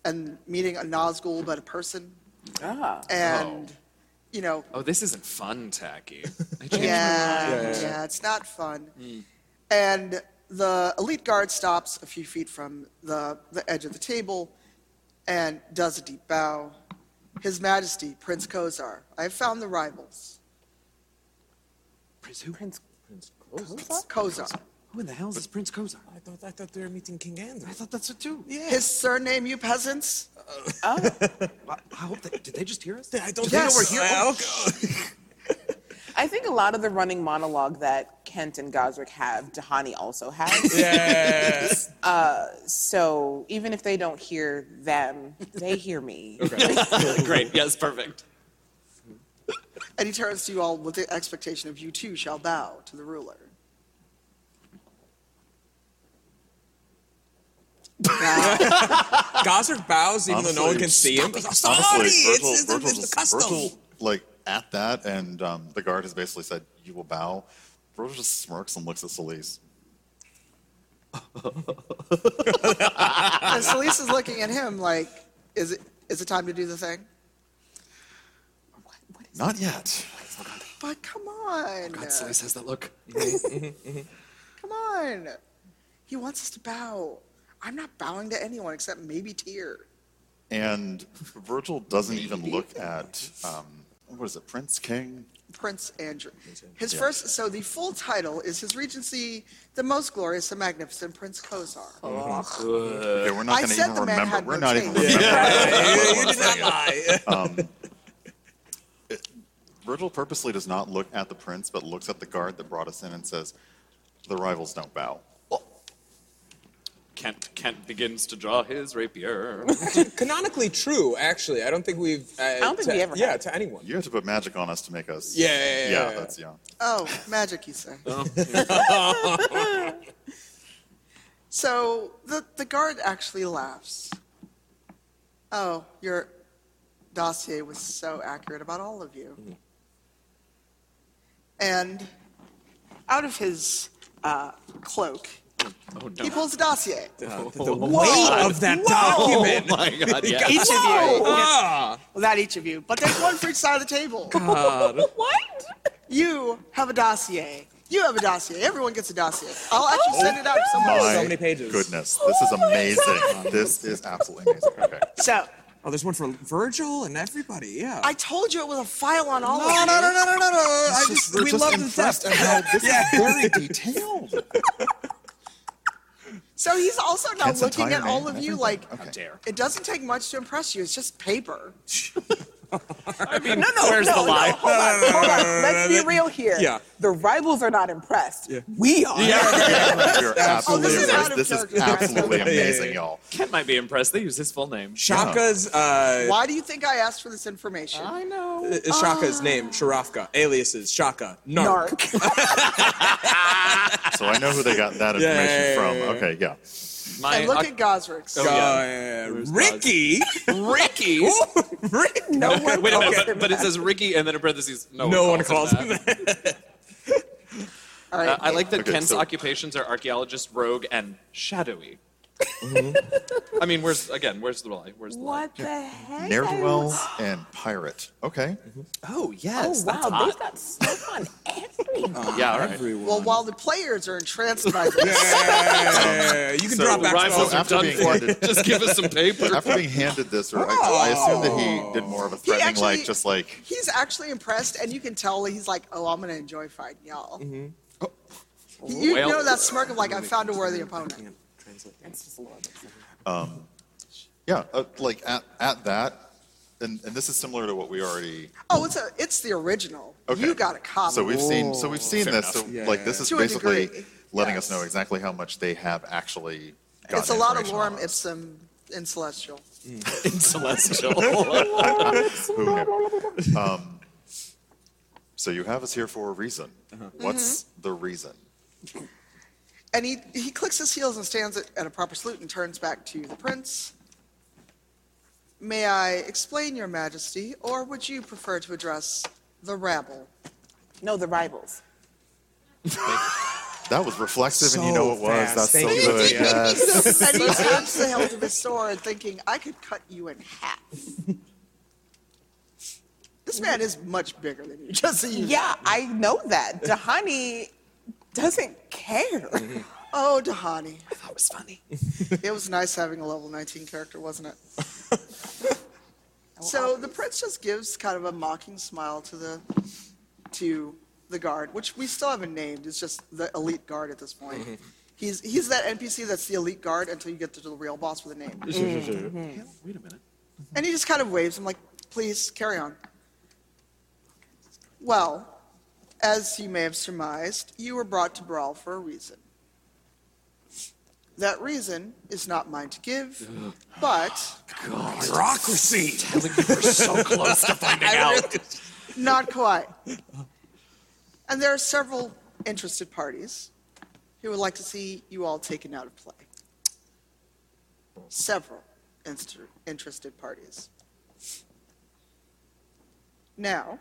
S1: and meeting a Nazgul, but a person,
S3: Ah.
S1: and you know,
S4: oh, this isn't fun, tacky. I changed
S1: yeah, yeah, it's not fun.
S3: Mm.
S1: And the elite guard stops a few feet from the, the edge of the table and does a deep bow. His Majesty, Prince Kozar, I have found the rivals.
S4: Prince who?
S3: Prince.
S1: Kozar.
S4: Who in the hell is this Prince Kozar?
S2: I thought I thought they were meeting King Andrew.
S4: I thought that's it too. Yeah.
S1: His surname, you peasants?
S4: I I hope they, did they just hear us?
S2: I don't
S1: Yes.
S2: think they were here.
S1: Uh,
S4: Oh,
S3: I think a lot of the running monologue that Kent and Gosrick have, Dahani also has. Uh,
S2: Yes.
S3: So even if they don't hear them, they hear me.
S4: Great. Yes. Perfect.
S1: And he turns to you all with the expectation of you too shall bow to the ruler.
S2: Gosrick bows even though no one can see him.
S5: Honestly,
S2: Sorry, it's,
S5: Virgil-
S2: it's, the-
S5: Virgil's-
S2: it's the custom.
S5: Virgil, like at that, and um, the guard has basically said, "You will bow." Virgil just smirks and looks at Solis.
S1: And Celise is looking at him like, is it, is it time to do the thing?
S5: Not yet.
S1: But come on.
S4: Oh, God, Solis has that look.
S1: Come on. He wants us to bow. I'm not bowing to anyone except maybe Tyr.
S5: And Virgil doesn't even look at um, what is it, Prince King?
S1: Prince Andrew. His
S5: Yeah.
S1: first, so the full title is His Regency, the Most Glorious and Magnificent Prince Kozar.
S5: Okay, we're not
S1: I
S5: going to
S1: said
S5: even
S1: the man
S5: remember.
S1: had
S5: We're
S1: no
S5: not even
S1: taste.
S5: remembering.
S2: Uh, Yeah,
S5: what
S2: you
S5: we're
S2: did not
S5: saying.
S2: lie.
S5: Virgil purposely does not look at the prince, but looks at the guard that brought us in and says, "The rivals don't bow."
S4: Kent Kent begins to draw his rapier. Oh
S2: Canonically true, actually. I don't think we've. Uh, I
S3: don't think we ever
S2: Yeah,
S3: have.
S2: to anyone.
S5: You have to put magic on us to make us.
S2: Yeah, yeah, yeah, yeah.
S5: that's yeah.
S1: Oh, magic, you say. Oh. so the, the guard actually laughs. Oh, your dossier was so accurate about all of you. And out of his uh, cloak, he pulls a dossier.
S2: Weight of that document.
S4: my God. Yes.
S1: Each of you.
S2: Ah,
S1: Well, not each of you, but there's one for each side of the table.
S2: Uh,
S3: What?
S1: You have a dossier. You have a dossier. Everyone gets a dossier. I'll actually send it out to someone.
S5: My
S2: So many pages.
S5: Goodness, this is amazing. This is absolutely amazing. Okay.
S1: So
S2: oh, there's one for Virgil and everybody. Yeah.
S1: I told you it was a file on all
S2: no,
S1: of you.
S2: no, no, no, no, no, no. I
S5: Just-
S2: just,
S5: we're
S2: we
S5: just
S2: love the
S5: impressed
S2: test.
S5: at how this
S2: yeah.
S5: is very detailed.
S1: So he's also now
S5: That's
S1: looking
S5: entire
S1: at all
S5: name,
S1: of you
S5: everything.
S1: like
S5: Okay. How
S4: dare.
S1: it doesn't take much to impress you. It's just paper.
S4: I mean, no, no, where's
S3: no,
S4: the
S3: no,
S4: lie?
S3: hold on, hold on. Let's
S1: Uh,
S3: be real here.
S2: Yeah.
S3: The rivals are not impressed. We are.
S5: You're absolutely
S1: this is
S5: right.
S1: out of
S5: This is
S1: character.
S5: absolutely
S2: Yeah, yeah, yeah.
S5: amazing, y'all.
S4: Kent might be impressed. They use his full name.
S2: Shaka's uh,
S1: Why do you think I asked for this information?
S4: know.
S2: uh, Shaka's name, Sharafka, aliases Shaka, Nark.
S3: Narc.
S5: So I know who they got that
S2: Yeah, yeah,
S5: information
S2: yeah,
S5: from.
S2: yeah, yeah.
S5: Okay, yeah.
S4: My
S1: and look at Gosricks.
S2: Uh, Ricky?
S4: Ricky.
S2: Ricky?
S3: No one
S4: Wait a
S3: calls
S4: minute,
S3: him
S4: but, but it
S3: that.
S4: says Ricky and then in parentheses, no,
S2: No
S4: one
S2: one calls
S4: him
S2: him
S4: that.
S2: that.
S1: All right.
S4: Uh, I like that
S5: Okay,
S4: Kent's
S5: so-
S4: occupations are archaeologist, rogue, and shadowy. I mean, where's again? Where's the lie? Where's the lie?
S3: What the heck? Oh,
S5: Ne'er do
S3: I-
S5: wells and pirate. Okay.
S4: Oh
S3: Oh,
S4: yes, that's
S3: wow.
S4: hot.
S3: They've got stuff on everyone.
S4: yeah, all right.
S2: Everyone.
S1: Well, while the players are entranced by this,
S2: yeah, you can
S5: So
S2: drop
S5: the
S2: back.
S5: rivals
S2: to-
S5: are- after being handed-
S4: Just give us some paper.
S5: After being handed this, or I, I assume that he did more of a threatening,
S1: actually-
S5: like just like
S1: he's actually impressed, and you can tell he's like, "Oh, I'm gonna enjoy fighting y'all."
S5: Mm-hmm.
S1: You
S4: Well-
S1: know that smirk of like, "I found a worthy opponent."
S5: yeah, uh, like at, at that, and, and this is similar to what we already.
S1: Oh, it's a, it's the original.
S5: Okay.
S1: You got a copy.
S5: So we've seen, so we've seen this. So
S2: enough.
S5: like
S2: Yeah.
S5: this is
S1: To a
S5: basically
S1: degree,
S5: letting
S1: yes.
S5: us know exactly how much they have actually. gotten
S1: it's a lot of
S5: information on
S1: lorem
S5: us.
S1: ipsum in celestial.
S4: In celestial.
S5: Who knew? Um, so you have us here for a reason.
S2: Uh-huh.
S5: What's
S1: Mm-hmm.
S5: the reason?
S1: And he, he clicks his heels and stands at, at a proper salute and turns back to the prince. May I explain, Your Majesty, or would you prefer to address the rabble?
S3: No, the rivals.
S5: That was reflexive, and you know it
S2: So
S5: was.
S2: fast.
S5: That's
S2: Thank
S5: so
S2: you,
S5: good.
S2: Lydia.
S5: Yes.
S1: and he taps the hilt of his sword, thinking, I could cut you in half. This man is much bigger than you, just so you know.
S3: Yeah, I know that. Dahani doesn't care.
S1: Oh, Dahani.
S4: that was funny.
S1: It was nice having a level 19 character, wasn't it? so the prince just gives kind of a mocking smile to the to the guard, which we still haven't named. It's just the elite guard at this point.
S4: Mm-hmm.
S1: He's he's that NPC that's the elite guard until you get to the real boss with a name. Mm-hmm.
S4: Wait a minute.
S1: And he just kind of waves. I'm like, please carry on. Well, as you may have surmised, you were brought to Brawl for a reason. That reason is not mine to give, but
S2: bureaucracy.
S1: not quite. And there are several interested parties who would like to see you all taken out of play. Several inst- interested parties. Now,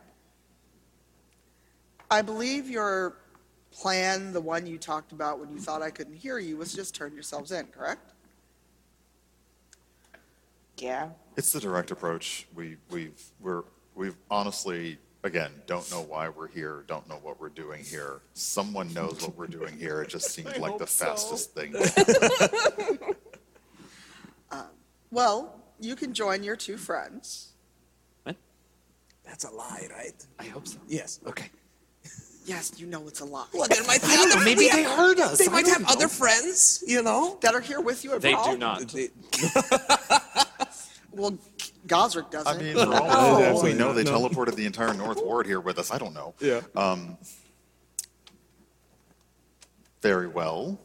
S1: I believe your plan, the one you talked about when you thought I couldn't hear you, was just turn yourselves in, correct?
S3: Yeah.
S5: It's the direct approach. We we we're we've honestly again don't know why we're here. Don't know what we're doing here. Someone knows what we're doing here. It just seemed like the fastest thing.
S1: Well, you can join your two friends.
S2: That's a lie, right?
S4: I hope so.
S2: Yes.
S4: Okay.
S1: Yes, you know it's a lie.
S2: Well, there might be other.
S4: Maybe
S2: yeah,
S4: they heard us.
S2: They
S4: I
S2: might
S4: don't
S2: have
S4: know.
S2: other friends. You know.
S1: That are here with you at
S4: They
S1: Brawl?
S4: do not.
S2: They-
S1: Well, Gosrick doesn't.
S5: I mean, for
S2: Oh.
S5: all we know, we
S2: Absolutely
S5: know
S2: not,
S5: they
S2: no.
S5: teleported the entire North Ward here with us. I don't know.
S2: Yeah.
S5: Um, very well.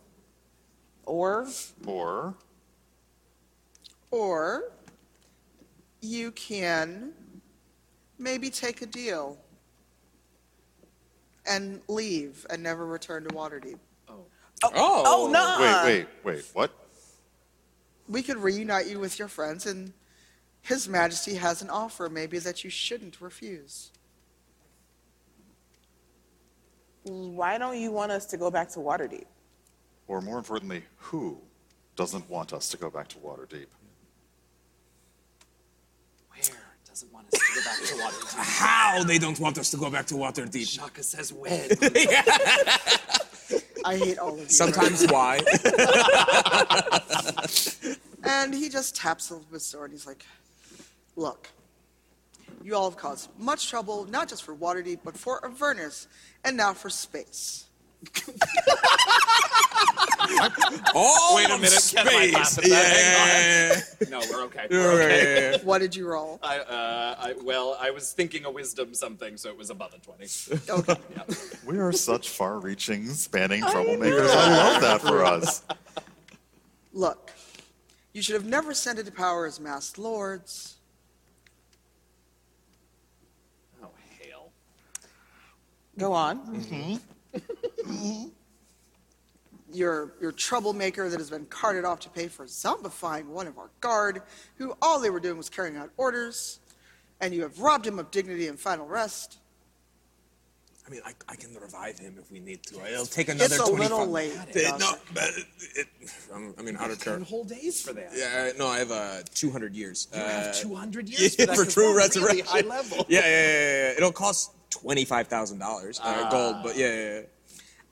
S3: Or
S5: Or
S1: or you can maybe take a deal and leave and never return to Waterdeep.
S2: Oh.
S3: oh no.
S5: wait, wait, wait. What?
S1: We could reunite you with your friends, and His Majesty has an offer maybe that you shouldn't refuse.
S3: Why don't you want us to go back to Waterdeep?
S5: Or more importantly, who doesn't want us to go back to Waterdeep?
S4: Where doesn't want us to go back to water?
S2: How they don't want us to go back to Waterdeep.
S4: Shaka says when.
S1: I hate all of you.
S2: Sometimes why?
S1: And he just taps him with his sword. He's like, Look, you all have caused much trouble, not just for Waterdeep, but for Avernus, and now for space.
S2: Oh,
S4: Wait a minute,
S2: Space.
S4: Ken might laugh at that.
S2: Yeah.
S4: Hang No, we're okay. We're
S2: Yeah,
S4: okay.
S2: yeah, yeah.
S1: What did you roll?
S4: I, uh, I, well, I was thinking a wisdom something, so it was above a 20.
S1: Okay.
S5: We are such far reaching, spanning troublemakers. I love that for us.
S1: Look, you should have never ascended to power as masked lords.
S4: Oh, hail.
S3: Go on.
S1: Your your troublemaker that has been carted off to pay for zombifying one of our guard, who all they were doing was carrying out orders, and you have robbed him of dignity and final rest.
S2: I mean, I, I can revive him if we need to. It'll take another.
S1: It's a
S2: 25
S1: little late.
S2: Uh,
S1: Doc.
S2: no, but it, it, I'm, I'm in outer care.
S7: whole days for that.
S2: Yeah, no, I have uh, 200 years.
S7: You
S2: Uh,
S7: have 200 years for, that,
S2: for
S7: 'cause
S2: true
S7: we're really
S2: resurrection.
S7: high level.
S2: yeah, yeah, yeah, yeah, yeah. It'll cost twenty five thousand dollars
S4: Ah.
S2: uh, gold, but yeah, yeah, yeah.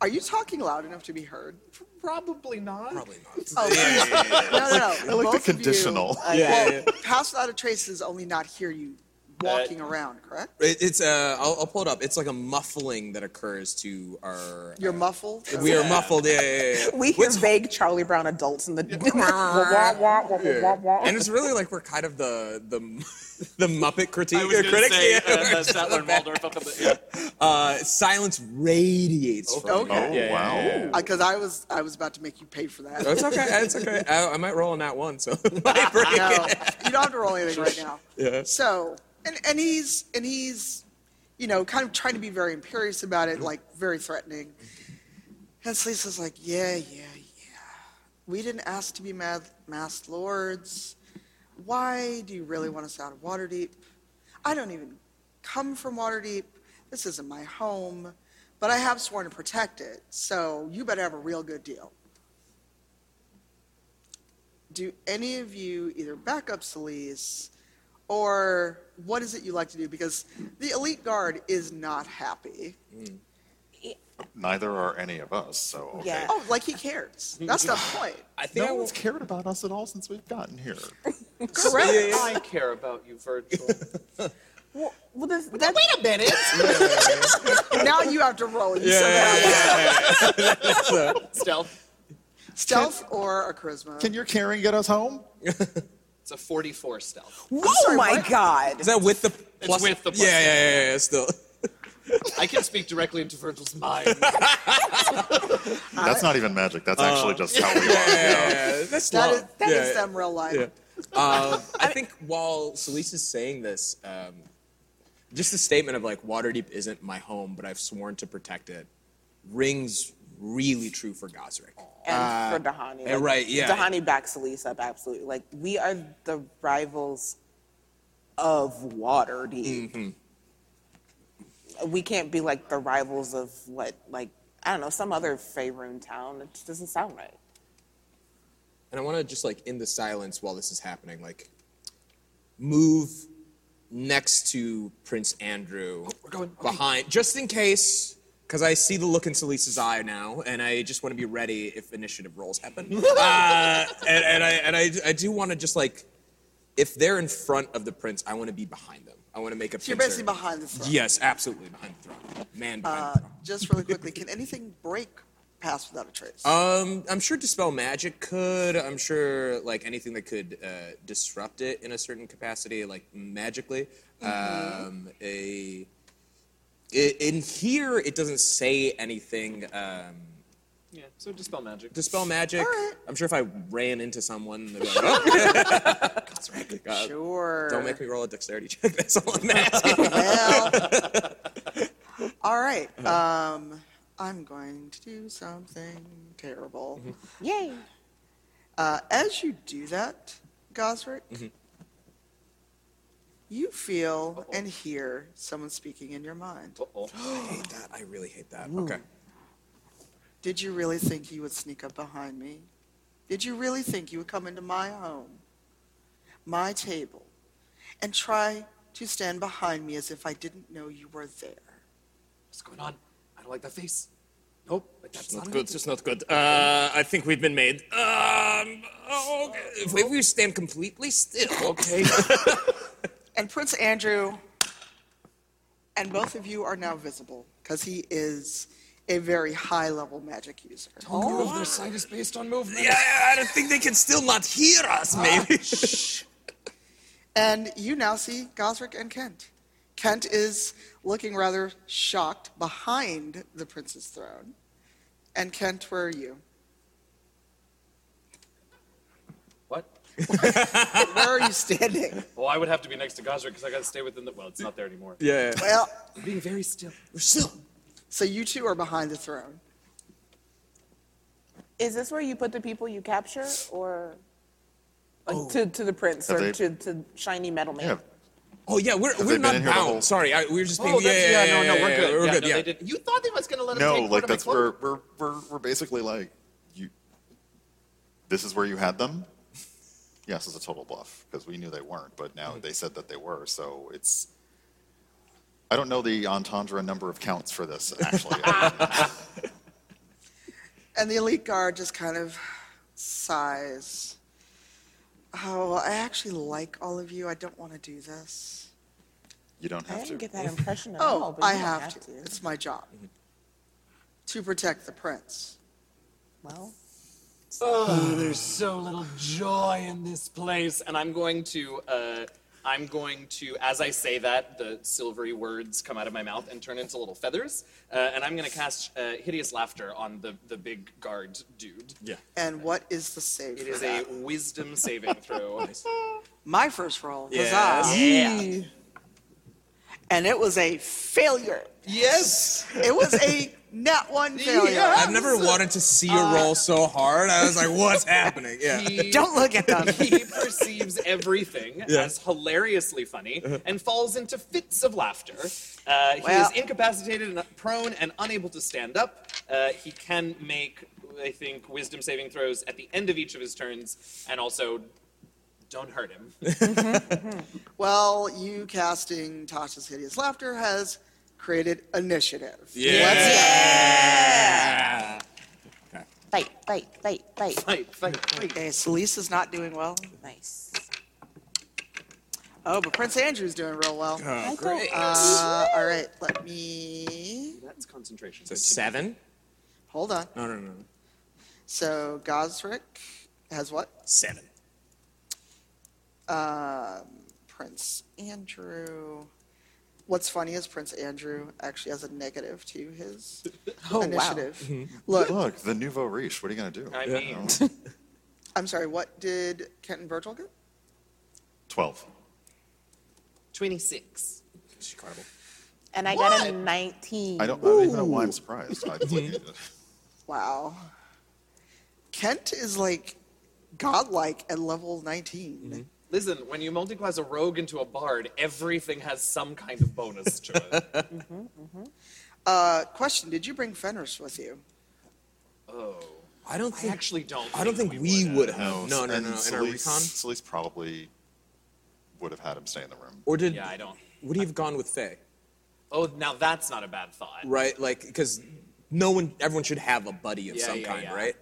S1: Are you talking loud enough to be heard?
S7: Probably not.
S2: probably not.
S1: Oh, no, no, no.
S5: I like the
S1: Both of you- uh,
S5: conditional.
S2: Yeah, yeah,
S1: well, pass without a trace is only not hear you walking around, correct?
S2: It, it's uh, I'll, I'll pull it up. It's like a muffling that occurs to our.
S1: You're
S2: uh,
S1: muffled.
S2: We are muffled. Yeah, yeah, yeah, yeah.
S3: We hear vague Charlie Brown adults in the. wah, wah, wah, wah, wah, wah.
S2: And it's really like we're kind of the the the Muppet critique
S4: I was gonna
S2: critics.
S4: say,
S2: yeah,
S4: uh,
S2: we're
S4: the Statler and Waldorf up in the- yeah.
S2: Uh, silence radiates from
S1: Okay.
S2: you.
S5: Oh, wow.
S1: Because I was, I was about to make you pay for that.
S2: Oh, It's okay. It's okay. I, I might roll on that one, so it might break
S1: No,
S2: it.
S1: you don't have to roll anything right now.
S2: Yeah.
S1: So, and, and he's and he's, you know, kind of trying to be very imperious about it, like very threatening. And Slisa's like, yeah, yeah, yeah. We didn't ask to be mad, masked lords. Why do you really want us out of Waterdeep? I don't even come from Waterdeep. This isn't my home, but I have sworn to protect it. So you better have a real good deal. do any of you either back up Solis or what is it you like to do? Because the elite guard is not happy.
S5: Neither are any of us, so okay.
S3: Yeah.
S1: Oh, like he cares. That's the point.
S2: I think
S5: No
S2: I will-
S5: one's cared about us at all since we've gotten here.
S1: Correct.
S4: I care about you, Virgil.
S3: Well, well, this, that,
S7: Wait a minute.
S1: Now you have to roll. You
S2: Yeah,
S1: said
S2: yeah,
S1: that.
S2: yeah, yeah, yeah.
S4: Stealth.
S1: Stealth or a charisma?
S5: Can your caring get us home?
S4: It's a 44 stealth.
S3: whoa, oh my God.
S2: Is that with the plus?
S4: with the plus.
S2: Yeah, yeah, yeah, yeah, yeah. Still.
S4: I can speak directly into Virgil's mind.
S5: That's not even magic.
S2: Uh,
S5: That's actually just how we are.
S2: Yeah, that's
S1: That
S2: love.
S1: is, that is
S2: yeah, yeah.
S1: them real life.
S2: Yeah. Um, I think while Solis is saying this, um, just the statement of like Waterdeep isn't my home, but I've sworn to protect it, rings really true for Gosrick.
S3: and
S5: Uh,
S3: for Dahani.
S2: eh, right, yeah.
S3: Dahani backs Elise up, absolutely. Like, we are the rivals of Waterdeep.
S5: Mm-hmm.
S3: We can't be like the rivals of what, like, I don't know, some other Faerun town. It just doesn't sound right.
S2: And I want to just like in the silence while this is happening, like move next to Prince Andrew
S1: Oh,
S2: we're going, behind, just in case. Because I see the look in Solis's eye now, and I just want to be ready if initiative rolls happen. uh, and, and I and I, I do want to just like, if they're in front of the prince, I want to be behind them. I want to make a.
S1: So you're
S2: pincer.
S1: basically behind the throne. Uh,
S2: Yes, absolutely behind the throne. Man behind the throne.
S1: Just really quickly, can anything break pass without a trace?
S2: Um, I'm sure dispel magic could. I'm sure like anything that could uh, disrupt it in a certain capacity, like magically. Um, a i- in here it doesn't say anything. Um,
S4: yeah, so dispel magic.
S2: dispel magic.
S1: Alright.
S2: I'm sure if I ran into someone, they'd be like, oh. God's right, God.
S1: sure.
S2: Uh, Don't make me roll a dexterity check. That's all I'm asking.
S1: Well, all right. Um, I'm going to do something terrible.
S2: Mm-hmm.
S3: Yay.
S1: Uh, as you do that, Gosrick, you feel and hear someone speaking in your mind.
S2: I hate that. I really hate that. Okay.
S1: Did you really think you would sneak up behind me? Did you really think you would come into my home, my table, and try to stand behind me as if I didn't know you were there?
S7: What's going on? I don't like that face. Nope. Like, that's not,
S2: Good, just not good. Uh, I think we've been made. Um, oh, okay. If we- we stand completely still, okay.
S1: And Prince Andrew, and both of you are now visible because he is a very high level magic user.
S7: Oh, their sight is based on movement.
S2: yeah, I don't think they can still not hear us,
S5: Ah.
S2: maybe.
S1: And you now see Gosrick and Kent. Kent is looking rather shocked behind the prince's throne. And Kent, where are you?
S4: What?
S1: Where are you standing?
S4: Well, I would have to be next to Gosrick because I got to stay within the. Well, it's not there anymore.
S2: Yeah.
S1: well,
S7: Being very still.
S2: We're still.
S1: so you two are behind the throne.
S3: Is this where you put the people you capture, or like, to, to the prince,
S5: Oh. Have
S3: or
S5: they-
S3: to, to shiny metal man?
S5: Yeah.
S2: Oh yeah, we're
S5: they
S2: we're
S5: been in
S2: not
S5: here the whole-
S2: bound. Sorry, I, we are just being.
S4: Oh,
S2: yeah,
S4: that's,
S2: yeah,
S4: yeah, no, no,
S2: yeah,
S4: we're
S2: yeah,
S4: good.
S2: We're
S4: yeah,
S2: good.
S4: no,
S2: yeah.
S4: they did- You thought they was gonna let him
S5: No,
S4: take part
S5: like
S4: of my
S5: that's
S4: clothing.
S5: where we're, we're we're basically like you. This is where you had them. Yes, it's a total bluff because we knew they weren't, but
S2: Mm.
S5: now they said that they were. So it's. I don't know the entendre number of counts for this actually.
S1: And the elite guard just kind of sighs. Oh, I actually like all of you. I don't want to do this.
S5: you don't
S3: I
S5: have
S3: didn't
S5: to.
S3: get that impression at all.
S1: Oh,
S3: but
S1: I
S3: you don't
S1: have to. It's my job
S4: Mm-hmm.
S1: to protect the prince.
S3: Well,
S7: There's so little joy in
S4: this place, and I'm going to, uh, I'm going to, as I say that, the silvery words come out of my mouth and turn into little feathers, uh, and I'm going to cast uh, hideous laughter on the the big guard dude.
S2: Yeah.
S1: And what is the save?
S4: It is a wisdom saving throw.
S1: my first roll.
S2: Yes.
S1: Huzzah.
S4: Ah, yeah.
S1: And it was a failure.
S2: Yes.
S1: It was a net one failure.
S2: I've never
S4: Ah.
S2: wanted to see a roll so hard. I was like, what's happening? Yeah.
S4: He-
S1: Don't look at them.
S4: He perceives everything
S2: Yeah. Uh-huh.
S4: as hilariously funny and falls into fits of laughter. Uh, he
S1: Well-
S4: is incapacitated and prone and unable to stand up. Uh, he can make, I think, wisdom saving throws at the end of each of his turns, and also don't hurt him.
S1: Well, you casting Tasha's Hideous Laughter has created initiative.
S3: fight, fight, fight, fight.
S4: Fight, fight, fight.
S1: Okay, eh, Celise is not doing well.
S3: Nice.
S1: Oh, but Prince Andrew's doing real well.
S2: Oh, great.
S1: Uh, all right, let me
S4: That's concentration.
S2: So seven?
S1: hold on.
S2: No, no, no. no.
S1: So Gosrick has what?
S2: Seven.
S1: Prince Andrew. What's funny is Prince Andrew actually has a negative to his initiative. Look,
S5: Look, the nouveau riche. What are you gonna do?
S4: I
S5: You
S4: mean-
S5: know?
S1: I'm sorry. What did Kenton Virgil get?
S5: twelve.
S4: 26.
S2: She's incredible.
S3: And I got a 19.
S5: I don't, I don't even know why I'm surprised.
S2: Mm-hmm.
S5: I, like,
S1: Wow. Kent is like godlike at level 19.
S4: Listen, when you multiply a rogue into a bard, everything has some kind of bonus to it.
S1: Uh, question Did you bring Fenris with you?
S2: I don't
S4: I
S2: think.
S4: actually don't.
S2: I don't think we would have.
S5: no,
S2: No, no,
S5: and
S2: no. In our
S5: Solis-
S2: recon,
S5: Solis probably would have had him stay in the room.
S2: or did
S4: Yeah, I don't.
S2: would he have gone with Faye?
S4: Oh, now that's not a bad thought.
S2: Right, like because no one, everyone should have a buddy of
S4: Yeah,
S2: some
S4: yeah,
S2: kind,
S4: yeah.
S2: right?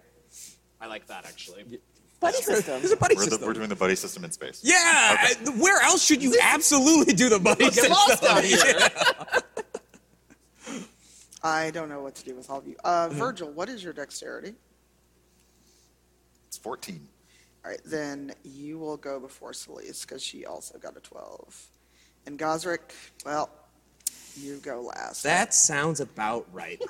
S4: I like that actually.
S3: Buddy system.
S2: There's a buddy
S5: We're, the,
S2: system.
S5: we're doing the buddy system in space.
S2: yeah, I- th- where else should you absolutely do the buddy
S4: Get
S2: system?
S4: lost out here.
S1: I don't know what to do with all of you. Uh, Virgil, what is your dexterity?
S5: It's 14.
S1: All right, then you will go before Celise because she also got a 12. And Gosrick, well, you go last.
S2: That sounds about right.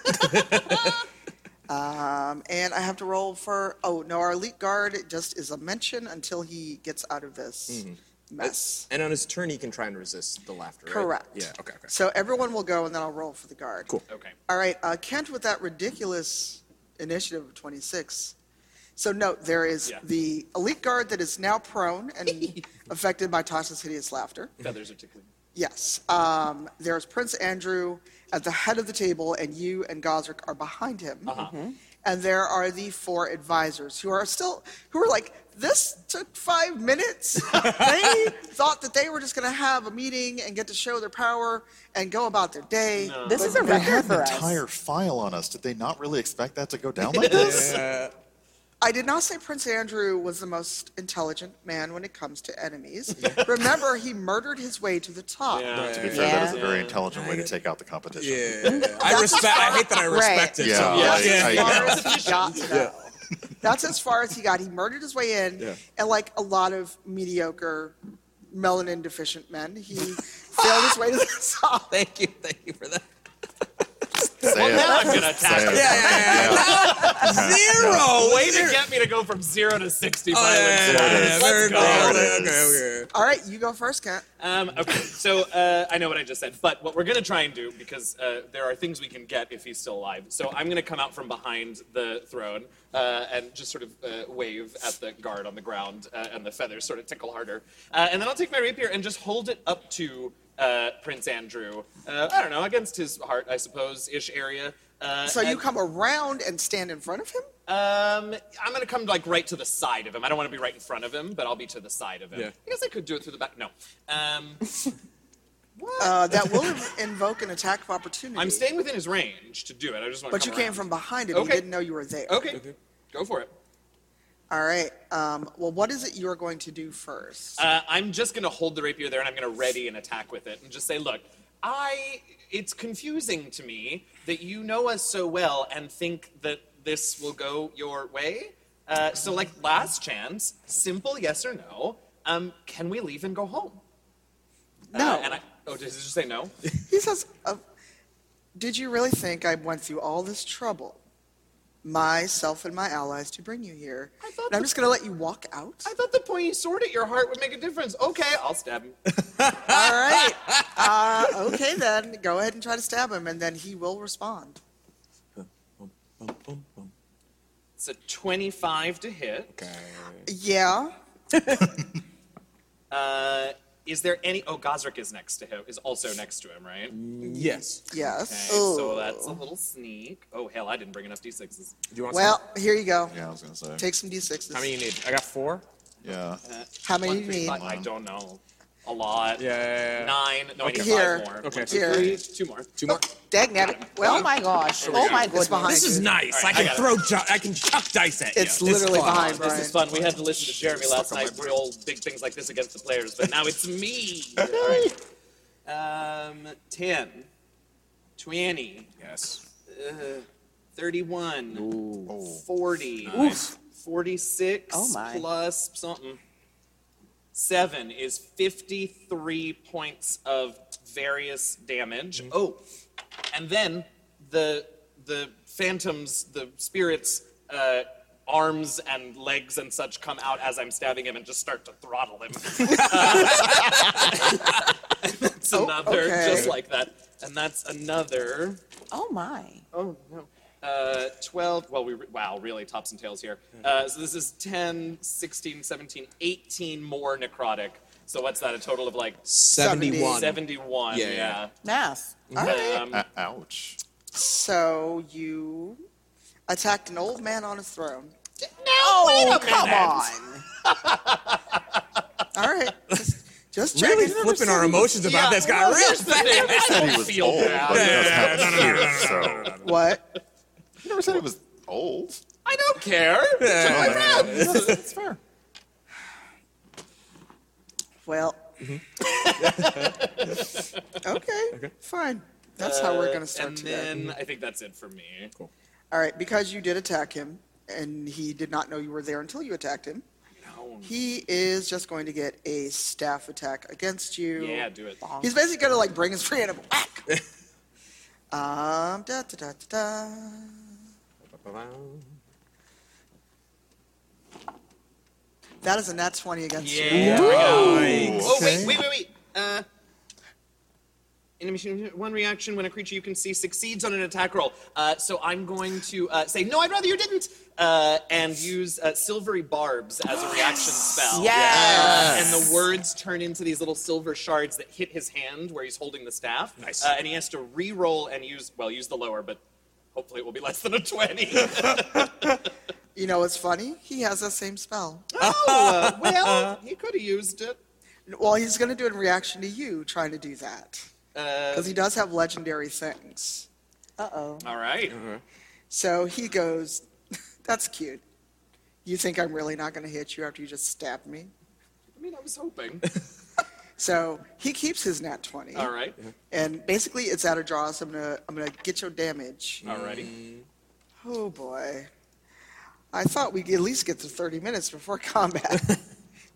S1: Um, and I have to roll for. Oh, no, our elite guard just is a mention until he gets out of this mess.
S2: and on his turn, he can try and resist the laughter. right?
S1: Correct.
S2: Yeah. Okay. Okay.
S1: So everyone will go, and then I'll roll for the guard.
S2: Cool.
S4: okay.
S1: All right, uh, Kent with that ridiculous initiative of 26. So note there is
S4: Yeah.
S1: the elite guard that is now prone and affected by Tasha's hideous laughter.
S4: Feathers are tickling.
S1: Yes. Um, there's Prince Andrew at the head of the table, and you and Gosrick are behind him. And there are the four advisors who are still who are like, this took five minutes. they thought that they were just going to have a meeting and get to show their power and go about their day.
S3: This is a
S5: They had
S3: record
S5: an
S3: for
S5: entire
S3: us.
S5: file on us. Did they not really expect that to go down like this?
S1: I did not say Prince Andrew was the most intelligent man when it comes to enemies. Remember, he murdered his way to the top.
S5: To be fair, that is a
S3: Yeah.
S5: very intelligent way to take out the competition.
S2: Yeah. I respect. I hate that I respect it.
S5: Yeah,
S2: so much.
S5: like,
S2: yeah.
S5: I-
S1: That's as far as he got. though. That's as far as he got. He murdered his way in,
S2: Yeah.
S1: and like a lot of mediocre, melanin deficient men, he failed his way to the top.
S2: Thank you. Thank you for that.
S5: Say it.
S4: now I'm gonna
S5: Just
S4: attack
S5: say
S4: you.
S5: it.
S2: Yeah, yeah, Zero.
S4: Way to get me to go from zero to 60
S2: Oh,
S4: by
S2: yeah,
S4: like
S2: yeah, yeah,
S4: five.
S2: yeah. Very
S4: Let's
S2: cool.
S4: go.
S2: Okay,
S5: It is.
S2: okay, okay.
S1: All right, you go first, Kat.
S4: Um, okay, so uh, I know what I just said, but what we're gonna try and do because uh, there are things we can get if he's still alive. So I'm gonna come out from behind the throne uh, and just sort of uh, wave at the guard on the ground, uh, and the feathers sort of tickle harder. Uh, and then I'll take my rapier and just hold it up to uh, Prince Andrew. Uh, I don't know, against his heart, I suppose, ish area. Uh,
S1: So you
S4: and-
S1: come around and stand in front of him?
S4: um, I'm gonna come like right to the side of him. I don't want to be right in front of him, but I'll be to the side of him.
S2: Yeah.
S4: I guess I could do it through the back. No. Um,
S1: Uh, that will inv- invoke an attack of opportunity.
S4: I'm staying within his range to do it. I just want.
S1: But
S4: to
S1: you
S4: come
S1: came
S4: around.
S1: from behind him. You
S4: Okay.
S1: didn't know you were there.
S4: Okay. Go for it.
S1: All right. Um, well, what is it you're going to do first?
S4: Uh, I'm just gonna hold the rapier there, and I'm gonna ready and attack with it, and just say, "Look, I. It's confusing to me that you know us so well and think that this will go your way. Uh, so, like last chance, simple yes or no. Um, can we leave and go home?
S1: No.
S4: Uh, and I, oh, did he just say no?
S1: He says, uh, Did you really think I went through all this trouble, myself and my allies, to bring you here?
S4: I thought
S1: And I'm
S4: the-
S1: just going to let you walk out?
S4: I thought the pointy sword at your heart would make a difference. Okay, I'll stab him.
S1: All right. Uh, okay, then. Go ahead and try to stab him, and then he will respond.
S4: It's a 25 to hit.
S1: Yeah.
S4: Uh, is there any? Oh, Gosrick is next to him. Is also next to him, right? Okay,
S2: Yes.
S1: Yes.
S4: so
S1: Ooh.
S4: that's a little sneak. Oh hell, I didn't bring enough d6s.
S2: Do you want
S1: Well, here you go.
S5: Yeah, I was gonna say.
S1: Take some d6s.
S2: some? How many you need? I got four.
S5: Yeah.
S1: How many
S4: One,
S1: do you
S4: three,
S1: need?
S4: five- I don't know. A lot.
S2: Yeah, yeah, yeah.
S4: Nine. No, I need
S1: Here.
S4: five more.
S2: Okay.
S4: One, two,
S1: Here.
S4: three, two more.
S1: Oh,
S2: Two more.
S1: Dag nabbit. Well,
S3: Oh my gosh.
S4: we
S3: Oh
S4: go.
S3: my
S4: It's
S3: goodness.
S1: behind
S2: This is nice.
S4: All right,
S2: I
S4: I
S2: can
S4: got
S2: throw. Ju- I can chuck dice at you.
S1: It's
S2: This is
S1: literally
S2: fun.
S1: behind,
S4: This
S1: Brian.
S4: is fun. We had to listen to Jeremy last night roll big things like this against the players, but now it's me. All right. Um, 10, 20,
S2: Yes.
S4: 31,
S5: Oh.
S4: 40, 46
S3: Oh my.
S4: plus something. 7 is 53 points of various damage.
S3: Mm-hmm.
S4: Oh, and then the the phantoms, the spirits, uh, arms and legs and such come out as I'm stabbing him and just start to throttle him. that's
S3: Oh,
S4: another,
S1: okay.
S4: just like that. And that's another.
S3: Oh my.
S4: Oh no. Uh, 12, well, we, re- wow, really tops and tails here. Uh, so this is 10, 16, 17, 18 more necrotic. So what's that, a total of like
S2: 71.
S4: 71?
S2: Yeah, yeah.
S3: Math.
S1: All right.
S4: Um,
S5: O- Ouch.
S1: So you attacked an old man on a throne.
S3: Oh, come on.
S1: All right. Just, just check
S2: Really flipping our emotions about this guy.
S4: well,
S2: Real
S4: here's the
S2: fast.
S4: thing. I
S5: Said
S4: don't
S5: he was
S4: feel
S5: old, but
S4: bad.
S5: he doesn't have beard, so.
S1: What?
S5: You never said he was old.
S4: I don't care.
S5: That's fair.
S1: Well. okay, Fine. That's how we're going to start
S4: and
S1: today.
S4: then I think that's it for me.
S1: All right. Because you did attack him, and he did not know you were there until you attacked him.
S4: No.
S1: He is just going to get a staff attack against you.
S4: Yeah, do it.
S1: He's basically gonna like bring his free animal back. um, da, da, da, da, da. That is a nat 20 against you.
S4: Yeah. bring it on. Oh, wait,
S5: Okay.
S4: wait, wait, wait. Uh, animation, one reaction when a creature you can see succeeds on an attack roll. Uh, so I'm going to uh, say, no, I'd rather you didn't, uh, and use uh, silvery barbs as a reaction spell. Uh,
S3: Yes.
S4: And the words turn into these little silver shards that hit his hand where he's holding the staff.
S2: Nice.
S4: Uh, and he has to re-roll and use, well, use the lower, but hopefully it will be less than a 20.
S1: You know what's funny? He has that same spell.
S4: oh, well, he could have used it.
S1: Well, he's gonna do it in reaction to you trying to do that.
S4: Uh,
S1: Because he does have legendary things.
S3: Uh oh.
S4: All right.
S1: So he goes, That's cute. You think I'm really not gonna hit you after you just stabbed me?
S4: I mean, I was hoping.
S1: So he keeps his nat 20.
S4: All right.
S1: And basically, it's out of draw, so I'm gonna I'm gonna get your damage.
S4: All righty.
S1: Oh boy, I thought we'd at least get to 30 minutes before combat.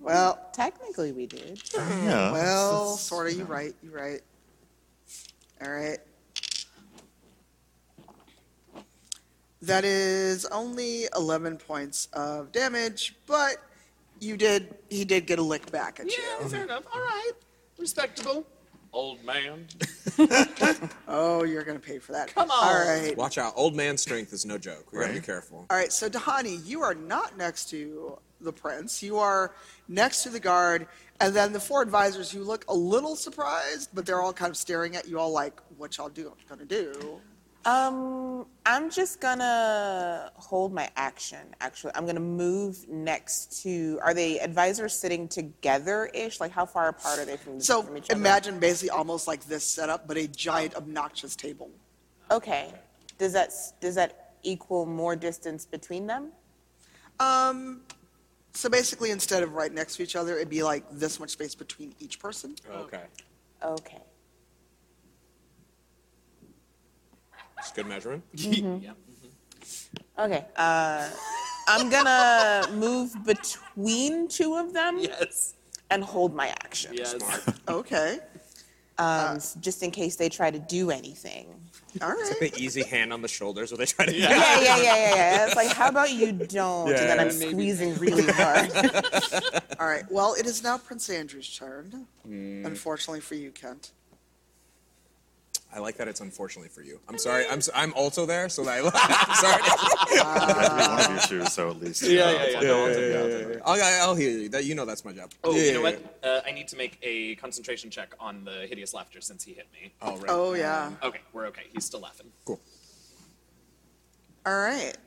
S1: well,
S3: Technically, we did.
S5: Yeah.
S1: well, sorta. You right. You right. All right. That is only 11 points of damage, but you did, he did get a lick back at you.
S7: Yeah, fair enough. All right. Respectable.
S4: Old man.
S1: Oh, you're going to pay for that.
S7: Come on.
S1: All right.
S2: Watch out. Old man strength is no joke. We gotta be
S5: Right.
S2: careful.
S1: All right, so Dahani, you are not next to the prince. You are next to the guard, and then the four advisors who look a little surprised, but they're all kind of staring at you, all like, "What y'all do? Gonna do?"
S3: Um, I'm just gonna hold my action. Actually, I'm gonna move next to. Are the advisors sitting together-ish? Like, how far apart are they from,
S1: So
S3: from each other?
S1: imagine basically almost like this setup, but a giant obnoxious table.
S3: Okay. Does that s- does that equal more distance between them?
S1: So basically, instead of right next to each other, it'd be like this much space between each person.
S4: Oh,
S2: Okay.
S3: Okay.
S2: It's good measurement.
S3: Okay. Uh, I'm gonna move between two of them
S7: Yes.
S3: and hold my action.
S7: Yes.
S1: Okay,
S3: Um, s- just in case they try to do anything.
S1: all right.
S2: The easy hand on the shoulders where they try to.
S3: Yeah, yeah, yeah, yeah, yeah. It's like, how about you don't? and then I'm
S7: maybe.
S3: squeezing really hard.
S1: All right. Well, it is now Prince Andrew's turn.
S3: Hmm.
S1: Unfortunately for you, Kent.
S2: I like that it's unfortunately for you. I'm sorry. I'm, s- I'm also there, so that I, am sorry.
S5: It had
S1: Uh,
S5: to be one of you two, so at least.
S7: Yeah,
S5: uh,
S7: yeah,
S5: it's
S7: yeah.
S5: like, oh, I'll take it out.
S2: I'll, I'll hear you. That, you know that's my job.
S4: Oh,
S2: Yeah,
S4: you know
S2: yeah, yeah.
S4: what? Uh, I need to make a concentration check on the hideous laughter since he hit me.
S2: Oh, right.
S1: Oh yeah.
S4: Okay, we're okay. He's still laughing.
S2: Cool.
S1: All right.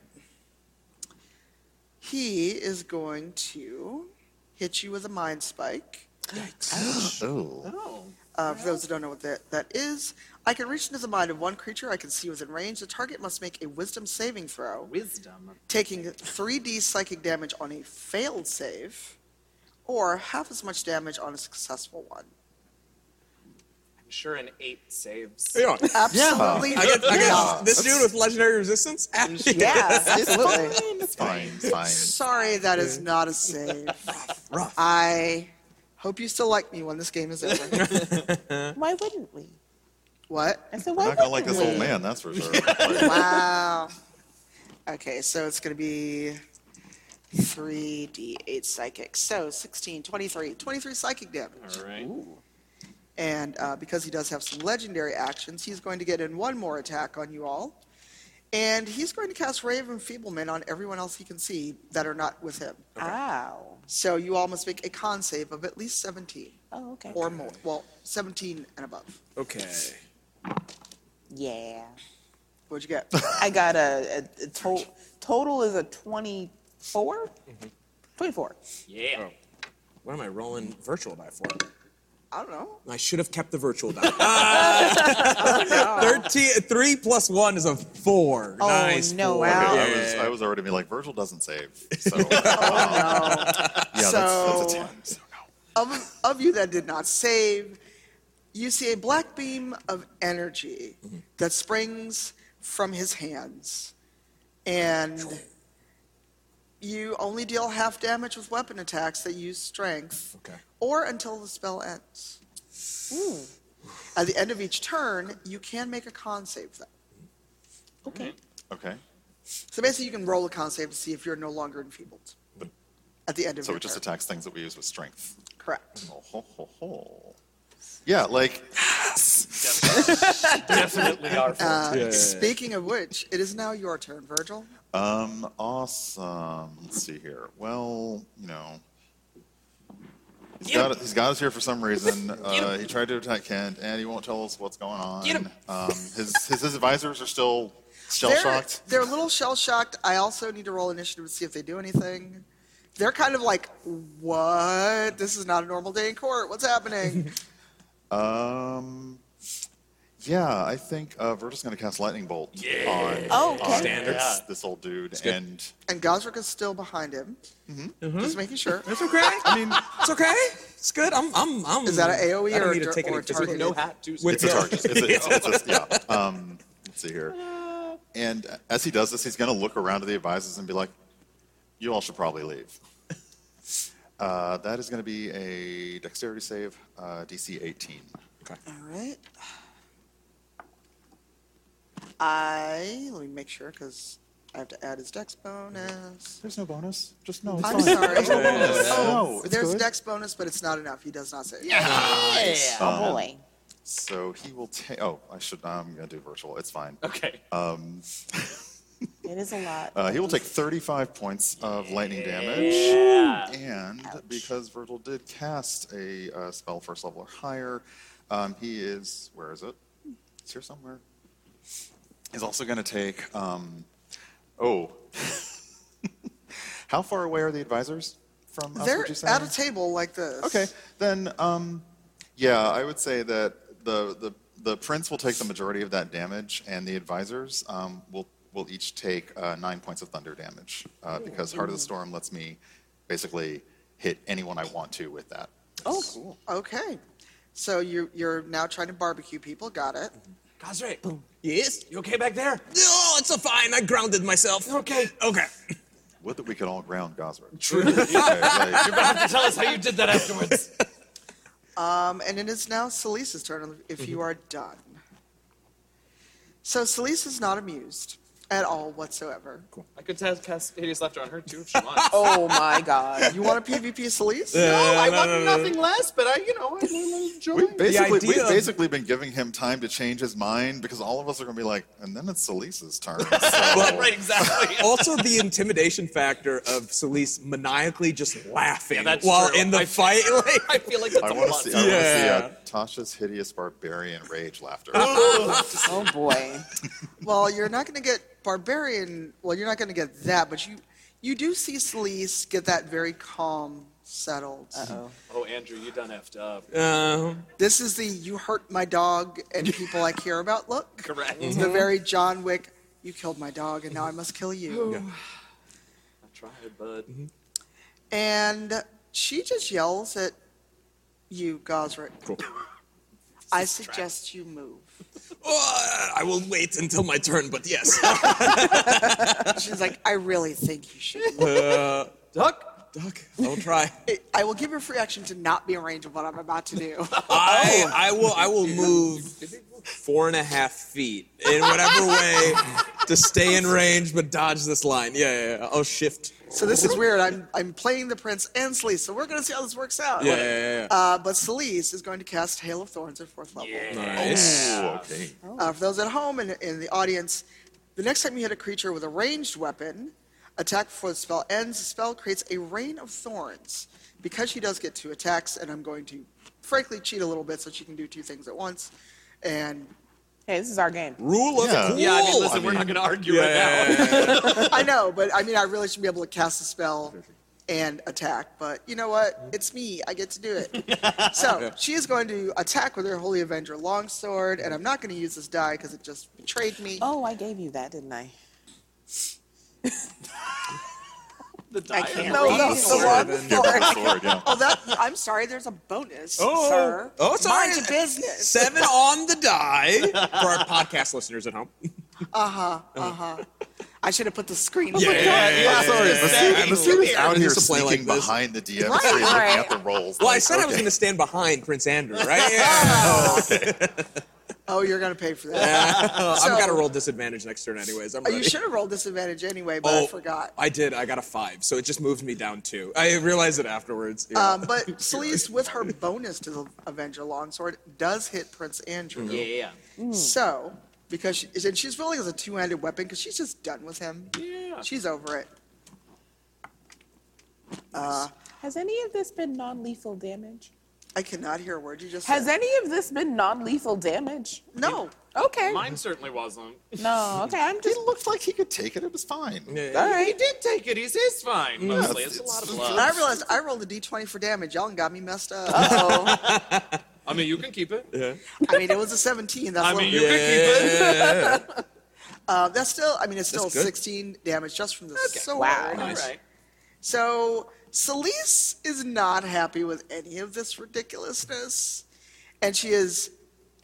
S1: He is going to hit you with a mind spike.
S5: Oh.
S1: Uh, for those who don't know what that, that is, I can reach into the mind of one creature I can see within range. The target must make a wisdom saving throw,
S4: Wisdom.
S1: taking 3d psychic damage on a failed save, or half as much damage on a successful one.
S4: I'm sure an eight saves.
S2: Yeah.
S1: Absolutely.
S2: I get, I get
S1: not.
S2: this dude with legendary resistance.
S3: yeah, absolutely.
S5: It's fine, it's fine.
S1: Sorry, that is not a save.
S2: Rough.
S1: I hope you still like me when this game is over.
S3: Why wouldn't we?
S1: what?
S3: I said,
S5: I'm
S3: why
S5: not
S3: wouldn't
S5: gonna like this
S3: we?
S5: old man, that's for sure.
S1: Wow. Okay, so it's going to be 3d8 psychic. So 16, 23, 23 psychic damage.
S4: All right.
S1: And uh, because he does have some legendary actions, he's going to get in one more attack on you all. And he's going to cast Ray of Enfeeblement on everyone else he can see that are not with him.
S3: Ow.
S1: So you all must make a con save of at least 17
S3: Oh, okay.
S1: or more. Well, 17 and above.
S2: Okay.
S3: yeah.
S1: What'd you get?
S3: I got a, a, a to- total is a 24? 24.
S4: Yeah.
S2: What am I rolling virtual die for?
S1: I don't know.
S2: I should have kept the virtual die. Ah! 13, 3 plus 1 is a 4.
S3: Oh,
S2: nice.
S3: no,
S2: four.
S3: wow.
S5: I was, I was already gonna be like, Virgil doesn't save. So, uh, yeah, that's, that's a
S1: Oh, So-
S5: 10. So,
S1: of, of you that did not save, you see a black beam of energy
S5: Mm-hmm.
S1: that springs from his hands. And you only deal half damage with weapon attacks that use strength
S2: Okay.
S1: or until the spell ends.
S3: Hmm,
S1: At the end of each turn, you can make a con save though.
S3: Okay.
S5: no. Okay.
S1: So basically, you can roll a con save to see if you're no longer enfeebled. At the end of
S5: So
S1: your
S5: it just
S1: turn.
S5: attacks things that we use with strength.
S1: Correct.
S5: Oh, ho, ho, ho. Yeah, like,
S4: Definitely our fault.
S2: Uh,
S1: Speaking of which, it is now your turn, Virgil.
S5: um, awesome. Let's see here. Well, you know, he's got, he's got us here for some reason. Uh, he tried to attack Kent, and he won't tell us what's going on. Um, his, his, his advisors are still shell
S1: They're-
S5: shocked.
S1: They're a little shell shocked. I also need to roll initiative to see if they do anything. They're kind of like, what? This is not a normal day in court. What's happening?
S5: Um, yeah, I think uh, Virgil's gonna cast lightning bolt on,
S3: Oh, okay.
S5: on
S2: Standard.
S5: this, this old dude, and
S1: and Gosrick is still behind him.
S5: Mm-hmm.
S1: Just making sure.
S2: It's okay. I mean, it's okay. It's good. I'm. I'm. I'm
S1: Is that an AOE
S2: I don't
S1: or a
S2: need to
S1: dir-
S2: take
S1: or
S2: any
S1: a
S2: physical-
S1: targeted?
S7: No hat, too.
S2: With E.
S5: it's a
S2: Yeah.
S5: target. It's a, it's, it's a, yeah. Um, let's see here. And as he does this, he's gonna look around to the advisors and be like, "You all should probably leave." Uh, that is gonna be a dexterity save, uh, DC 18.
S1: All right. I let me make sure because I have to add his dex bonus.
S5: There's no bonus. Just no. It's
S1: I'm
S5: fine.
S1: sorry.
S5: There's no bonus.
S1: Oh,
S5: No, it's
S1: There's
S5: good.
S1: dex bonus, but it's not enough. He does not save.
S3: Oh boy.
S5: So he will take. Oh, I should. I'm gonna do virtual. It's fine.
S4: Okay.
S3: It is a lot.
S5: Uh, he will take 35 points of lightning damage. And because Virgil did cast a uh, spell first level or higher, um, he is. Where is it? It's here somewhere. He's also going to take. Um, oh. How far away are the advisors from us?
S1: They're
S5: would you say?
S1: at a table like this.
S5: Okay, then, um, yeah, I would say that the, the, the prince will take the majority of that damage, and the advisors um, will, will each take uh, nine points of thunder damage uh, because Heart of the Storm lets me basically hit anyone I want to with that.
S1: Oh, cool. Okay. So you're, you're now trying to barbecue people. Got
S3: Mm-hmm.
S1: it.
S2: Cosray,
S7: Yes? You okay back there?
S2: oh, it's a fine. I grounded myself.
S7: Okay.
S2: Okay.
S5: Would that we could all ground Gosrick. True. like,
S4: Tell us how you did that afterwards.
S1: Um, and it is now Selise's turn if you
S3: Mm-hmm.
S1: are done. So Selise is not amused at all whatsoever.
S4: I could ta- cast Hideous Laughter on her too if she wants.
S3: Oh my god.
S1: You want to PvP Selise?
S2: Yeah.
S4: No, I
S2: no,
S4: want
S2: no, no, no.
S4: nothing less, but I, you know, I I enjoy.
S5: we've basically,
S2: idea
S5: we've
S2: of-
S5: basically been giving him time to change his mind because all of us are going to be like, and then it's Selise's turn. so-
S4: right, exactly.
S2: also, the intimidation factor of Celise maniacally just laughing
S4: that's
S2: while
S4: true.
S2: in the
S4: I-
S2: fight. Like,
S4: I feel like that's
S5: I
S4: a
S5: want to
S4: lot.
S5: see, I wanna see uh,
S2: Yeah.
S5: Tasha's hideous barbarian rage laughter.
S3: Oh boy.
S1: Well, you're not going to get barbarian. Well, you're not going to get that, but you you do see Celise get that very calm, settled.
S3: Uh-huh.
S4: Oh, Andrew, you done effed up.
S2: Um,
S1: This is the "you hurt my dog and people I care about" look.
S4: Correct.
S1: It's the very John Wick. You killed my dog, and now I must kill you. Mm-hmm.
S4: I tried, but
S1: And she just yells at you, Gosrick. I suggest you move.
S2: oh, I will wait until my turn, but yes.
S1: She's like, I really think you should move.
S4: Duck.
S2: Duck, I will try.
S1: I will give you a free action to not be arranged with what I'm about to do.
S2: I,
S5: Oh.
S2: I will I will move four and a half feet in whatever way to stay in range but dodge this line. Yeah, yeah, yeah. I'll shift.
S1: So this is weird. I'm I'm playing the prince and Selise, so we're gonna see how this works out.
S2: Yeah, yeah, yeah, yeah.
S1: Uh, but Selise is going to cast Hail of Thorns at fourth level.
S2: Nice.
S5: Ooh, okay.
S1: Uh, for those at home and in the audience, the next time you hit a creature with a ranged weapon, attack before the spell ends. The spell creates a rain of thorns. Because she does get two attacks, and I'm going to frankly cheat a little bit so she can do two things at once. And
S3: Hey, this is our game.
S2: Rule of
S5: Yeah.
S2: cool.
S4: Yeah, I mean, listen,
S5: I
S4: we're
S5: mean-
S4: not going to argue
S2: Yeah,
S4: right now.
S2: yeah, yeah, yeah.
S1: I know, but I mean, I really should be able to cast a spell and attack. But you know what? It's me. I get to do it. so she is going to attack with her Holy Avenger longsword, and I'm not going to use this die because it just betrayed me.
S3: Oh, I gave you that, didn't I?
S4: The dire-
S3: can't
S1: no,
S3: read.
S1: no, the long
S5: Give him
S1: sword.
S5: the sword, yeah.
S1: Oh, that I'm sorry. There's a bonus,
S2: Oh.
S1: sir.
S2: Oh, sorry.
S1: Mind your business.
S2: Seven on the die for our podcast listeners at home.
S1: Uh-huh, I should have put the screen.
S2: Yeah, yeah, yeah, yeah, yeah,
S5: Sorry,
S2: yeah,
S5: the
S2: yeah,
S5: suit-
S2: yeah.
S5: the suit is out
S2: Everything
S5: here
S2: used to play
S5: sneaking
S2: like this.
S5: behind the DM
S1: Right,
S5: screen, looking
S3: right.
S5: at the rolls.
S2: Well, I
S5: like,
S2: said I was
S5: okay.
S2: going to stand behind Prince Andrew, right? Yeah.
S1: Oh, you're gonna pay for that.
S2: I've got to roll disadvantage next turn, anyways. I'm
S1: Oh,
S2: ready.
S1: you should have rolled disadvantage anyway, but
S2: Oh.
S1: I forgot.
S2: I did. I got a five, so it just moved me down two. I realized it afterwards. yeah.
S1: Um, but Celise, with her bonus to the Avenger longsword, does hit Prince Andrew.
S4: Yeah, yeah, yeah.
S3: Mm.
S1: So, because she, and she's feeling as a two-handed weapon because she's just done with him.
S4: Yeah.
S1: She's over it. Uh,
S3: Has any of this been non-lethal damage?
S1: I cannot hear a word you just
S3: Has
S1: said.
S3: any of this been non-lethal damage?
S1: no.
S3: Okay.
S4: Mine certainly wasn't.
S3: No. Okay. I'm
S5: He
S3: just.
S5: looked like he could take it. It was fine.
S4: All right. He did take it. He's, he's fine, mostly. It's, a lot of
S1: And
S4: blood.
S1: I realized I rolled a d20 for damage. Y'all got me messed up.
S3: Oh.
S4: I mean, you can keep it.
S1: I mean, it was a 17. That's
S4: I
S1: a
S4: mean,
S1: little
S4: you can keep it.
S1: Uh, that's still, I mean, it's still
S2: That's good.
S1: 16 damage just from the sword.
S3: Wow.
S4: All right.
S1: So, Celise is not happy with any of this ridiculousness, and she has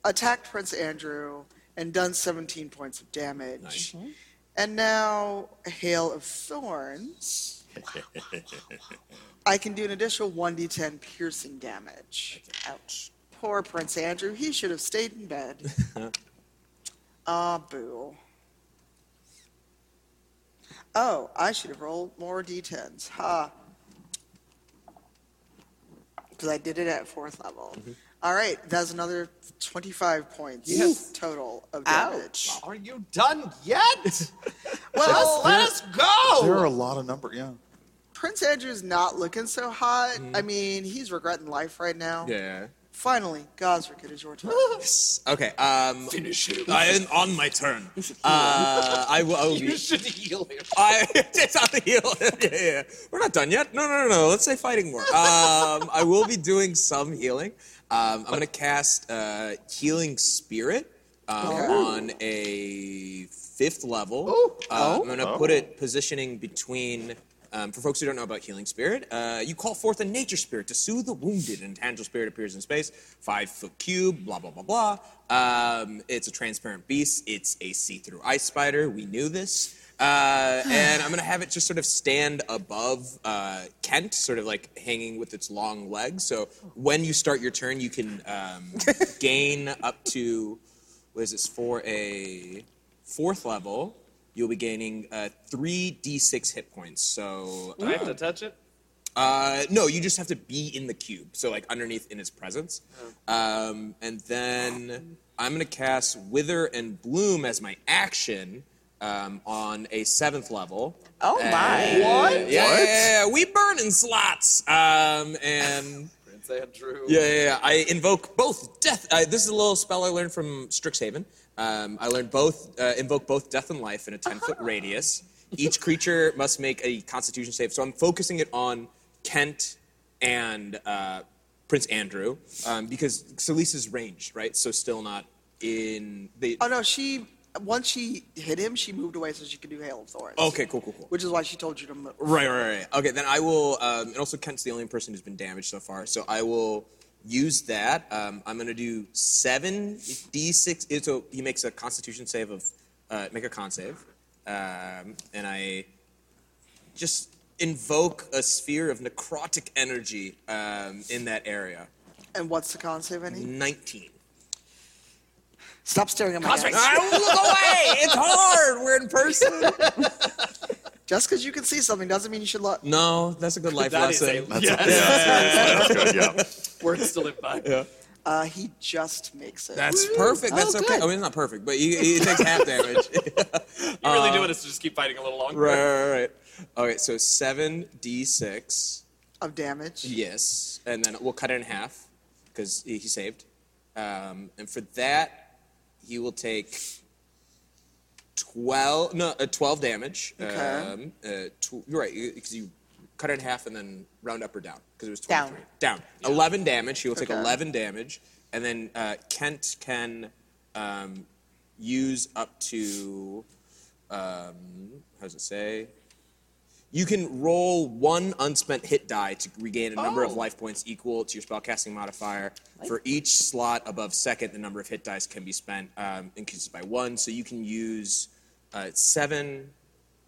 S1: attacked Prince Andrew and done 17 points of damage. And now, Hail of Thorns. I can do an additional 1d10 piercing damage.
S3: Ouch.
S1: Poor Prince Andrew. He should have stayed in bed. Ah, boo. Oh, I should have rolled more d10s. Ha. Because I did it at fourth level. All right, that's another 25 points total of damage.
S4: Are you done yet?
S1: Well,
S4: Let us
S5: There
S4: go.
S5: are a lot of number. Yeah.
S1: Prince Andrew's not looking so hot. I mean, he's regretting life right now.
S2: Mm-hmm. Yeah.
S1: Finally, Gosrick, it is your turn.
S2: Yes. Okay. Um,
S7: Finish him.
S2: I am on my turn. Uh, I will. I will
S7: You
S2: be,
S7: should heal him.
S2: I, it's on the heel. yeah, yeah, yeah. We're not done yet. No, no, no, no. Let's say fighting more. Um, I will be doing some healing. Um, I'm going to cast uh, Healing Spirit um, on a fifth level. Uh, I'm going to put it positioning between. Um, for folks who don't know about healing spirit, uh, you call forth a nature spirit to soothe the wounded. An intangible spirit appears in space, five foot cube, blah blah blah blah. Um, it's a transparent beast. It's a see-through ice spider. We knew this. Uh, and I'm gonna have it just sort of stand above uh, Kent, sort of like hanging with its long legs. So when you start your turn, you can um, gain up to what is this for a fourth level? You'll be gaining uh, three d6 hit points. So
S4: Do I have to touch it?
S2: uh, no, you just have to be in the cube, so like underneath in his presence.
S4: Oh.
S2: Um, and then I'm gonna cast Wither and Bloom as my action um, on a seventh level.
S3: Oh my!
S2: Yeah, yeah, yeah, yeah. we burning slots. Um, and
S4: Prince Andrew.
S2: yeah, yeah, yeah. I invoke both death. Uh, this is a little spell I learned from Strixhaven. Um, I learned both uh, invoke both death and life in a ten foot radius. Each creature must make a Constitution save. So I'm focusing it on Kent and uh, Prince Andrew um, because Celise is ranged, right? So still not in the.
S1: Oh, no, she, once she hit him, she moved away so she could do Hail of Thorns.
S2: Okay, cool, cool, cool.
S1: Which is why she told you to move.
S2: Right, right, right. Okay, then I will. Um, and also, Kent's the only person who's been damaged so far, so I will use that. Um, I'm gonna do seven d6. it- So he makes a Constitution save of, uh, make a con save, um, and I just invoke a sphere of necrotic energy um, in that area.
S1: And what's the con save,
S2: Mm-hmm.
S1: any?
S2: Nineteen.
S1: Stop staring at my desk.
S2: I will look away. It's hard. We're in person.
S1: Just because you can see something doesn't mean you should look.
S2: No, that's a good life
S7: That is
S2: lesson.
S7: a
S5: That's
S7: yes.
S5: That's good. Yeah.
S7: words to live by.
S1: Uh, he just makes it.
S2: That's perfect. That's okay. I mean, it's not perfect, but you, you- it takes half damage.
S7: You're really
S5: Uh,
S7: doing this to just keep fighting a little longer.
S2: right, right, right. Okay, so seven d six.
S1: of damage.
S2: Yes, and then we'll cut it in half because he he saved. Um, and for that, he will take twelve. No, uh, twelve damage.
S1: Okay.
S2: Um, uh, tw- you're right because you cut it in half and then round up or down because it was
S3: Down.
S2: 23. Down. Eleven damage. He will take
S1: Okay.
S2: eleven damage, and then uh, Kent can um, use up to. Um, how does it say? You can roll one unspent hit die to regain a number of
S3: Oh.
S2: life points equal to your spellcasting modifier. For each slot above second, the number of hit dice can be spent um, increases by one. So you can use uh, seven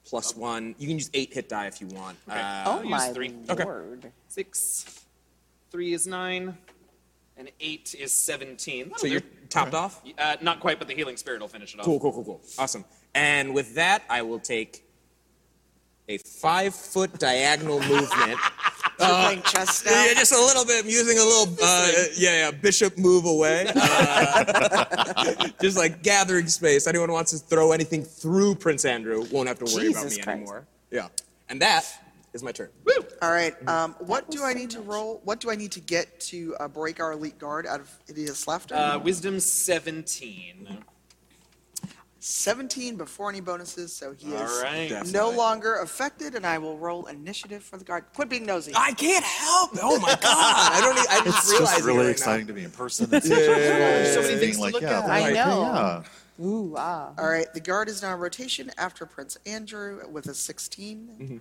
S2: plus one. You can use eight hit die if you want. Uh,
S3: Oh
S7: use
S3: my
S7: three.
S2: Okay.
S3: lord!
S7: Six. Three is nine. And eight is 17.
S2: so you're topped off.
S7: Uh, not quite, but the healing spirit will finish it off.
S2: Cool, cool, cool, cool. Awesome. And with that, I will take a five foot diagonal movement.
S1: You're playing chess now.
S2: Yeah, just a little bit. I'm using a little, uh, yeah, yeah, bishop move away. Uh, just like gathering space. Anyone who wants to throw anything through Prince Andrew won't have to worry about me
S3: Jesus Christ.
S2: anymore. Yeah. And that is my turn.
S1: All right. Um, what do I need to roll? What do I need to get to uh, break our elite guard out of Idiot's Laughter?
S7: Uh, wisdom 17.
S1: 17 before any bonuses, so he is
S7: All right.
S1: no
S2: Definitely.
S1: longer affected, and I will roll initiative for the guard. Quit being nosy.
S2: I can't help. it. Oh my God. I don't. e- I didn't
S5: It's
S2: realize
S5: just
S2: it
S5: really
S2: right
S5: exciting to be in person. It's
S7: There's so many
S5: being
S7: things to
S5: like,
S7: look
S5: yeah,
S7: at.
S5: they're
S3: I
S5: like,
S3: know.
S5: Yeah.
S3: Ooh ah!
S1: All right. The guard is now in rotation after Prince Andrew with a 16.
S7: Mm-hmm.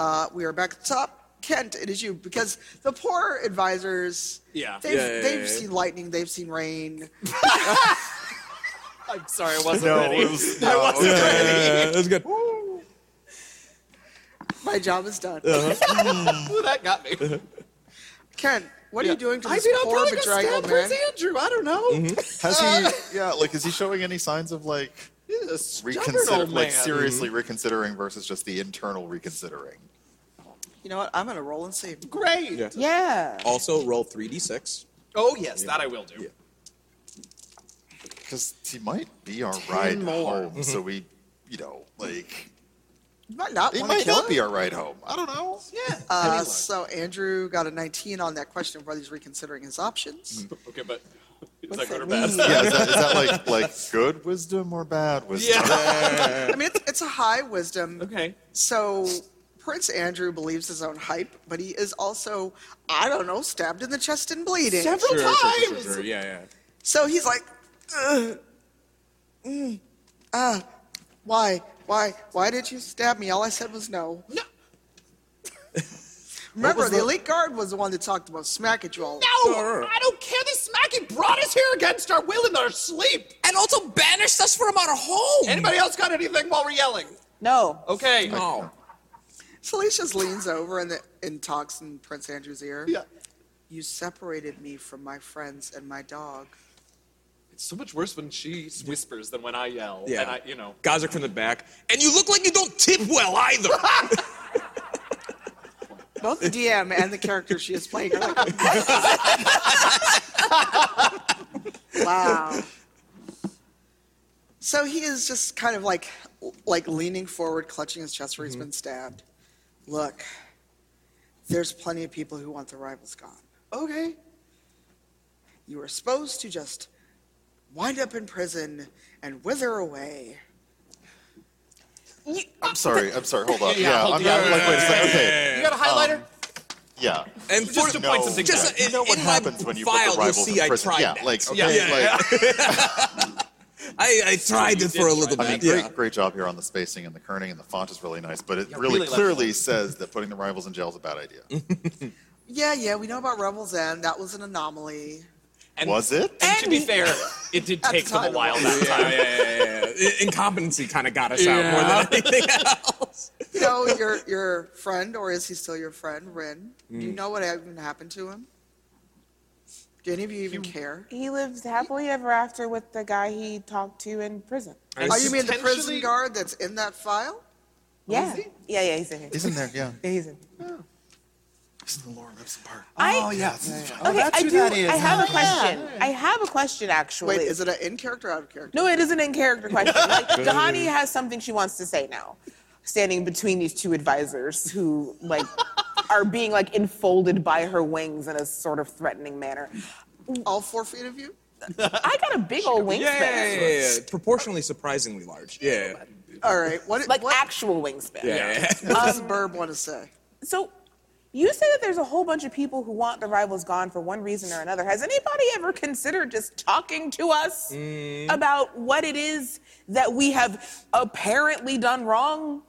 S1: Uh, we are back at the top. Kent, it is you because the poor advisors.
S7: Yeah.
S1: They've,
S2: Yeah, yeah, yeah,
S1: they've
S2: yeah.
S1: seen lightning. They've seen rain.
S7: I'm sorry, I wasn't
S5: No,
S7: ready.
S5: it was, no, it was-
S2: now. Yeah, that's good.
S1: My job is done.
S7: Ooh, that got me.
S1: Kent, what are you doing to
S7: I
S1: this
S7: mean, I'm
S1: poor
S7: probably gonna
S1: bedraggled
S7: stab
S1: man?
S7: Prince Andrew. I don't know.
S5: Has he? Yeah, like, is he showing any signs of like
S7: He's a stubborn
S5: reconsider,
S7: old
S5: like
S7: man.
S5: seriously reconsidering versus just the internal reconsidering.
S1: You know what? I'm gonna roll and see.
S7: Great.
S2: Yeah.
S3: Yeah.
S2: Also, roll 3d6.
S7: Oh yes, that I will do.
S5: Because he might be our ride
S7: more.
S5: home, so we, you know, like
S1: You might not
S5: he
S1: want to
S5: might
S1: kill
S5: not
S1: him.
S5: be our ride home. I don't know.
S7: Yeah. I mean,
S1: Uh,
S7: like-
S1: so Andrew got a 19 on that question of whether he's reconsidering his options.
S7: okay, but is
S1: What's
S7: that good
S1: that
S7: or bad?
S1: mean?
S5: Yeah, is that, is that like like good wisdom or bad wisdom?
S1: I mean, it's, it's a high wisdom.
S4: Okay.
S1: So Prince Andrew believes his own hype, but he is also, I don't know, stabbed in the chest and bleeding.
S7: Several
S2: Sure, sure,
S7: times.
S2: sure, sure, sure. Yeah, yeah.
S1: So he's like, "Ugh. mm, ah, why, why, why did you stab me? All I said was no.
S7: No.
S1: Remember, the, elite guard was the one that talked about smack at you all.
S7: No,
S2: Sure.
S7: I don't care. This smacking brought us here against our will in our sleep.
S2: And also banished us from our home.
S7: Anybody else got anything while we're yelling?
S3: No.
S7: Okay.
S2: No.
S1: Felicia leans over and, the, and talks in Prince Andrew's ear.
S7: Yeah.
S1: You separated me from my friends and my dog.
S7: It's so much worse when she whispers than when I yell.
S2: Yeah.
S7: And I, you know.
S2: Gazak from the back. And you look like you don't tip well either.
S1: Both the DM and the character she is playing are like, wow. So he is just kind of like, like leaning forward, clutching his chest where he's been stabbed. Look, there's plenty of people who want the rivals gone.
S7: Okay.
S1: You were supposed to just wind up in prison and wither away.
S5: I'm sorry. I'm sorry. Hold on.
S7: Yeah, yeah,
S5: Yeah,
S7: hold-
S5: I'm
S7: yeah,
S5: not, like, wait a second. Okay.
S7: You got a highlighter?
S5: Yeah.
S2: and
S7: Just
S2: for-
S7: to point
S5: No.
S7: something
S2: Just
S7: out.
S2: uh, in,
S5: know what
S2: in
S5: happens
S2: my
S5: when you put
S2: file,
S5: the rivals
S2: you'll see
S5: in
S2: I
S5: prison.
S2: tried
S5: yeah,
S2: that.
S5: like
S2: Yeah.
S5: okay, like
S2: I, I tried
S7: You
S2: it
S7: did
S2: for a
S7: try
S2: little
S7: that.
S5: I mean,
S2: bit.
S5: great,
S2: yeah.
S5: great job here on the spacing and the kerning and the font is really nice, but it really,
S7: really love
S5: clearly says that putting the rivals in jail is a bad idea.
S1: Yeah, yeah, we know about Rebel's End. That was an anomaly.
S7: And,
S5: Was it?
S4: Eh.
S7: And to be fair, it did
S1: At the
S7: take them a
S1: time,
S7: while.
S1: it
S7: That time.
S2: Yeah, yeah, yeah, yeah, yeah. Incompetency kind of got us out more than anything else.
S1: So your your friend, or is he still your friend, Rin? Do you know what even happened to him? Do any of you even care?
S3: He lives happily ever after with the guy he talked to in prison.
S1: Oh, you mean the prison
S7: potentially-
S1: guard that's in that file?
S3: Yeah. Yeah, yeah, he's in here.
S5: Isn't there? Yeah.
S3: Yeah, he's in.
S5: Isn't the Laura Lipson part?
S3: I-
S5: oh yeah. this is fine.
S3: Okay, I do. I have a question. I have a question, actually.
S1: Wait, is it an in character or out of character?
S3: No, it is an in-character question. Like, Dahani has something she wants to say now, standing between these two advisors who, like, are being like enfolded by her wings in a sort of threatening manner.
S1: All four feet of you?
S3: I got a big old wingspan.
S2: Yeah, yeah, yeah, yeah, yeah. Proportionally surprisingly large. Yeah.
S1: All right. What
S3: Like
S1: what,
S3: actual wingspan.
S2: Yeah. yeah. yeah.
S1: what does Burb want to say?
S3: So you say that there's a whole bunch of people who want the rivals gone for one reason or another. Has anybody ever considered just talking to us about what it is that we have apparently done wrong?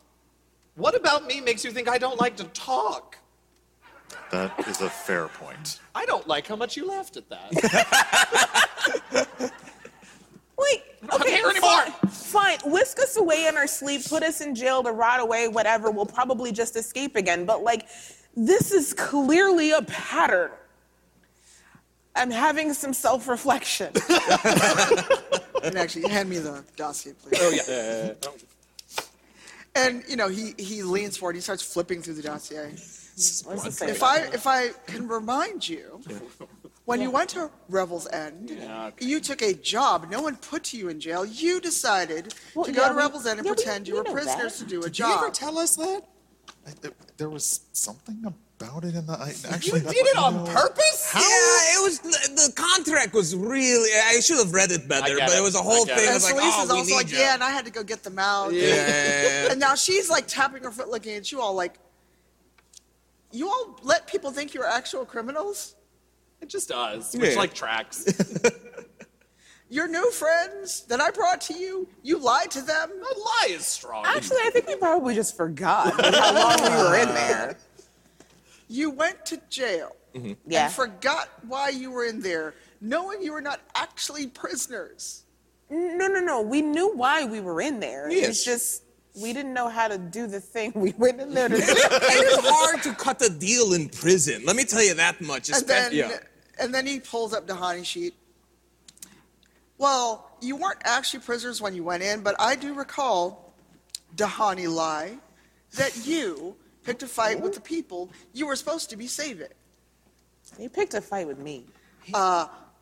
S7: What about me makes you think I don't like to talk?
S5: That is a fair point.
S7: I don't like how much you laughed at that.
S3: Like,
S7: not
S3: okay,
S7: here
S3: fi-
S7: anymore.
S3: Fine, whisk us away in our sleep, put us in jail to rot away, whatever. We'll probably just escape again. But like, this is clearly a pattern. I'm having some self-reflection.
S1: And actually, hand me the dossier, please.
S7: oh yeah.
S1: And you know, he he leans forward. He starts flipping through the dossier.
S3: What's this say?
S1: If I if I can remind you, when you went to Revel's End, you took a job. No one put you in jail. You decided
S3: Well,
S1: to go
S3: yeah,
S1: to
S3: we-
S1: Revel's End and
S3: yeah, we-
S1: pretend you
S3: we
S1: were
S3: know
S1: prisoners
S3: that.
S1: to do a
S5: Did you ever
S1: job.
S5: tell us that? I, it, there was something about it in the. I, actually,
S7: You did it on purpose?
S2: Yeah, it was the contract was really. I should have read it better,
S7: get
S2: but it
S7: it.
S2: was a
S7: I
S2: whole
S7: get
S2: thing.
S7: it.
S1: and
S2: It was like,
S1: Felice
S2: oh,
S1: is
S2: we
S1: also
S2: need
S1: like,
S2: you.
S1: yeah, and I had to go get them out.
S2: Yeah, yeah, yeah.
S1: And now she's like tapping her foot, looking at you all like, you all let people think you were actual criminals.
S7: It just does, which
S2: Yeah.
S7: like tracks.
S1: Your new friends that I brought to you, you lied to them.
S7: A lie is strong.
S3: Actually, I think we probably just forgot how long we were in there.
S1: You went to jail.
S3: Yeah.
S1: and forgot why you were in there, knowing you were not actually prisoners.
S3: no, no, no. We knew why we were in there.
S2: Yes.
S3: It's just we didn't know how to do the thing we went in there to do.
S2: it is hard to cut a deal in prison. Let me tell you that much.
S1: And then,
S2: espe- yeah.
S1: and then he pulls up the honey sheet. Well, you weren't actually prisoners when you went in, but I do recall, Dahani Lai, that you picked a fight with the people you were supposed to be saving.
S3: You picked a fight with me.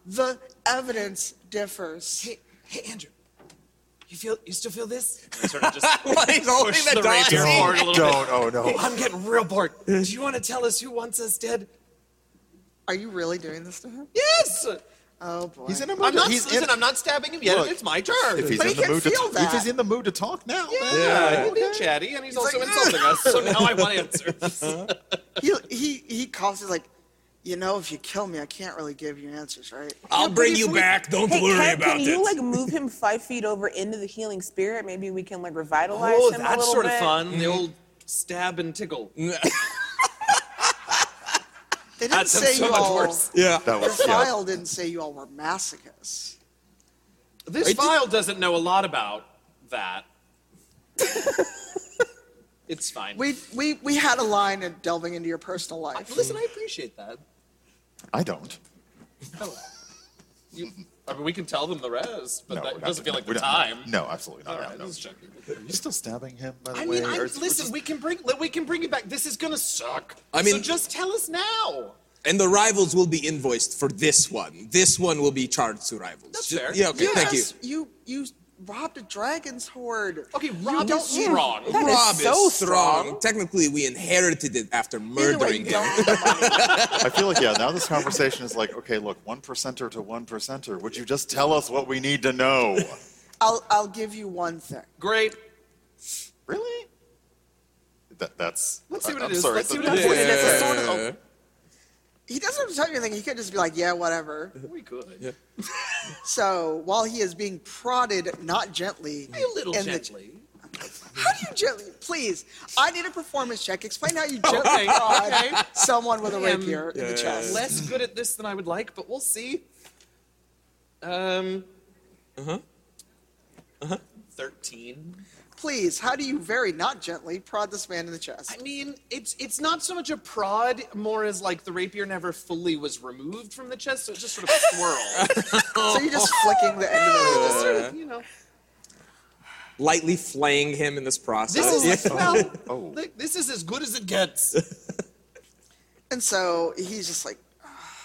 S1: The evidence differs.
S8: Hey, hey, Andrew. You feel? You still feel this?
S4: I sort of just
S2: Well, he's holding
S4: push
S2: the
S4: the
S2: dog.
S4: razor forward a little bit.
S5: Don't. Oh no.
S8: I'm getting real bored. Do you want to tell us who wants us dead?
S1: Are you really doing this to him?
S4: Yes!
S1: Oh boy.
S5: He's in a mood.
S4: I'm not,
S5: he's
S4: listen,
S5: in,
S4: I'm not stabbing him yet.
S5: Look,
S4: it's my turn.
S5: if he's
S1: But
S5: in
S1: he
S5: the
S1: can
S5: mood to
S1: feel
S5: talk, if
S1: that.
S5: he's in the mood to talk now, then-
S4: yeah, he's being chatty, and he's, also insulting us, so now I want answers.
S1: he he he calls. He's like, you know, if you kill me, I can't really give you answers, right?
S2: I'll
S3: Yeah,
S2: bring
S3: please,
S2: you
S3: please.
S2: back. Don't
S3: Hey,
S2: worry
S3: can,
S2: about
S3: can
S2: it.
S3: you like move him five feet over into the healing spirit? Maybe we can like revitalize
S7: Oh,
S3: him a
S7: that's
S3: little
S7: sort
S3: bit.
S7: of fun. The
S5: Mm-hmm.
S7: old stab and tickle.
S1: They didn't
S7: That sounds
S1: say
S7: so
S1: you
S7: much
S1: all.
S7: worse.
S2: yeah.
S5: that
S1: Your
S5: was yeah.
S1: file didn't say you all were masochists.
S4: This file doesn't know a lot about that. it's fine.
S1: We we we had a line of delving into your personal life.
S4: Listen, I appreciate that. Oh.
S5: I don't.
S4: You, I mean, we can tell them the rest, but
S5: No,
S4: that
S5: we're
S4: it
S5: not-
S4: doesn't feel like
S5: we're
S4: the
S5: not-
S4: time.
S5: No, absolutely
S4: All
S5: not.
S4: right,
S5: no, no.
S4: just checking.
S5: Are you still stabbing him, by the
S7: I
S5: way?
S7: mean, I,
S5: or is-
S7: listen, we can bring we can bring it back. This is gonna suck.
S2: I mean-
S7: so just tell us now.
S2: And the rivals will be invoiced for this one. This one will be charged to rivals.
S4: That's
S2: Ju-
S4: fair.
S2: Yeah, okay, thank you.
S1: Yes, you you robbed a dragon's horde.
S7: Okay,
S1: you
S7: Rob
S1: don't
S7: is strong.
S1: need-
S3: That is
S2: Rob
S3: so
S2: is strong.
S3: strong.
S2: Technically, we inherited it after
S1: Either way,
S2: murdering
S1: you
S2: him.
S1: don't-
S5: I feel like, yeah, now this conversation is like, okay, look, one percenter to one percenter. Would you just tell us what we need to know?
S1: I'll I'll give you one thing.
S7: Great.
S5: really? That, that's.
S7: Let's see what
S5: I,
S7: it
S5: am
S7: is.
S5: Sorry,
S7: Let's see what
S5: that's-
S7: it is. It's a sort of- oh,
S1: He doesn't have to tell you anything. He could just be like, yeah, whatever.
S7: we could.
S1: So while he is being prodded, not gently,
S7: A little
S1: in the-
S7: gently.
S1: How do you gently? Please, I need a performance check. Explain how you gently
S7: Okay,
S1: prod
S7: okay.
S1: someone with a
S7: I am-
S1: rapier in the chest.
S7: Less good at this than I would like, but we'll see. Um. Uh huh. Uh huh. Thirteen.
S1: Please, how do you very not gently prod this man in the chest?
S7: I mean, it's it's not so much a prod, more as like the rapier never fully was removed from the chest, so it's just sort of swirl.
S1: so you're just flicking the end of the
S7: just sort of, you know.
S2: Lightly flaying him in this process.
S7: This is
S2: Oh. Yeah.
S7: like, well, like, this is as good as it gets.
S1: And so he's just like, "Ah,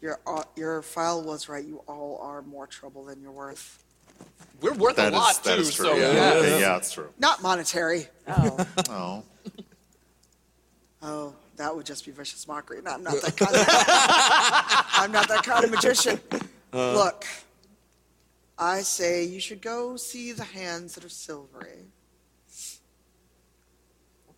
S1: your uh, your file was right. You all are more trouble than you're worth.
S7: We're worth
S5: That
S7: a lot
S5: is, that
S7: too.
S5: is true.
S7: so
S5: yeah,
S7: yeah.
S5: okay, yeah, it's true.
S1: Not monetary.
S3: Oh.
S5: Oh.
S1: Oh, that would just be vicious mockery. No, I'm not that kind of. I'm not that kind of magician. Look, I say you should go see the hands that are silvery.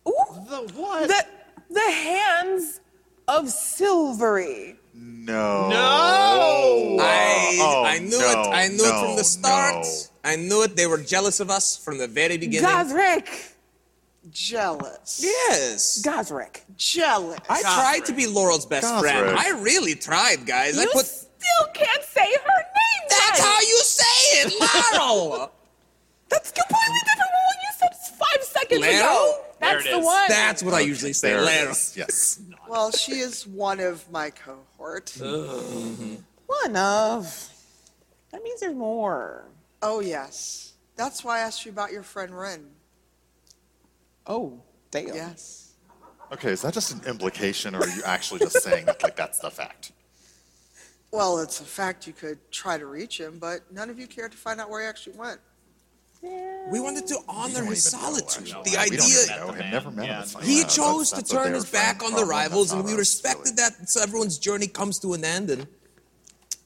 S3: Ooh,
S7: The what?
S3: the the hands of silvery.
S5: No.
S7: no.
S2: I,
S5: Oh,
S2: I knew
S5: no,
S2: it. I knew it from
S5: no,
S2: the start.
S5: no.
S2: I knew it. They were jealous of us from the very beginning.
S3: Gazrick.
S1: Jealous.
S2: Yes.
S3: Gazrick.
S1: Jealous.
S2: I tried to be Laurel's best
S5: God's
S2: friend.
S5: right.
S2: I really tried, guys. I
S3: You
S2: put.
S3: still can't say her name.
S2: That's
S3: right.
S2: how you say it, Laurel.
S3: That's completely different from what you said five seconds
S2: Lero?
S3: ago.
S4: There
S3: That's
S4: it
S3: the
S4: is.
S3: one.
S2: That's what I usually say,
S5: There it
S2: Laurel.
S5: is. Yes.
S1: Well, she is one of my cohort.
S3: one of. That means there's more.
S1: Oh yes, that's why I asked you about your friend Ren.
S3: Oh, damn.
S1: Yes.
S5: Okay, is that just an implication, or are you actually just saying that like that's the fact?
S1: Well, it's a fact you could try to reach him, but none of you cared to find out where he actually went.
S2: We wanted to honor
S5: don't
S2: his
S5: even know,
S2: solitude. the
S5: actually. We don't even
S2: idea.
S5: know him, never met him. It's fine.
S2: He
S5: Yeah, that's-
S2: chose
S5: that's
S2: to
S5: what
S2: turn
S5: they
S2: his
S5: were
S2: back
S5: from.
S2: on the
S5: Problem,
S2: rivals,
S5: that's
S2: and we
S5: not us,
S2: respected
S5: really.
S2: that. So everyone's journey comes to an end, and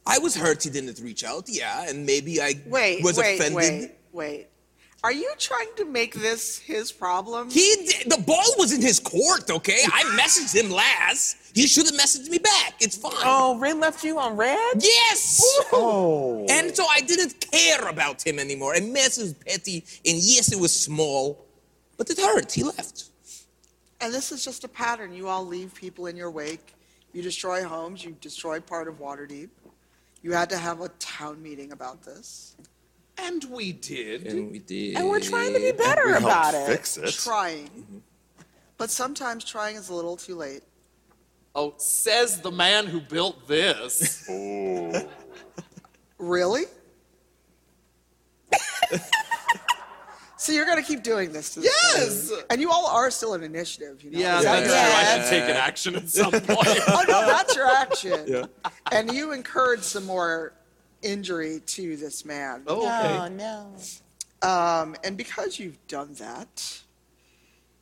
S2: I was hurt he didn't reach out. Yeah, and maybe I
S1: Wait,
S2: was
S1: wait,
S2: offended.
S1: wait, wait. Are you trying to make this his problem?
S2: He did, the ball was in his court. Okay, I messaged him last. He should have messaged me back. It's fine.
S3: Oh, Rin left you on red?
S2: Yes. Oh. And so I didn't care about him anymore. And yes, it was petty, and yes, it was small, but it hurt. He left.
S1: and this is just a pattern. You all leave people in your wake. You destroy homes. You destroy part of Waterdeep. You had to have a town meeting about this.
S7: And we did.
S2: And we did.
S3: And we're trying to be better
S5: We
S3: about
S5: helped
S3: it.
S5: fix it.
S1: Trying. But sometimes trying is a little too late.
S7: Oh, says the man who built this.
S5: Oh,
S1: Really? so you're going to keep doing this to this
S7: Yes!
S1: lady. And you all are still an initiative, you know?
S7: Yeah,
S1: Is that
S7: that's
S1: your-
S7: true.
S3: Yeah.
S7: I should take an action at some point.
S1: Oh, no, that's your action. And you incurred some more injury to this man.
S7: oh,
S3: Oh no.
S1: Um, and because you've done that,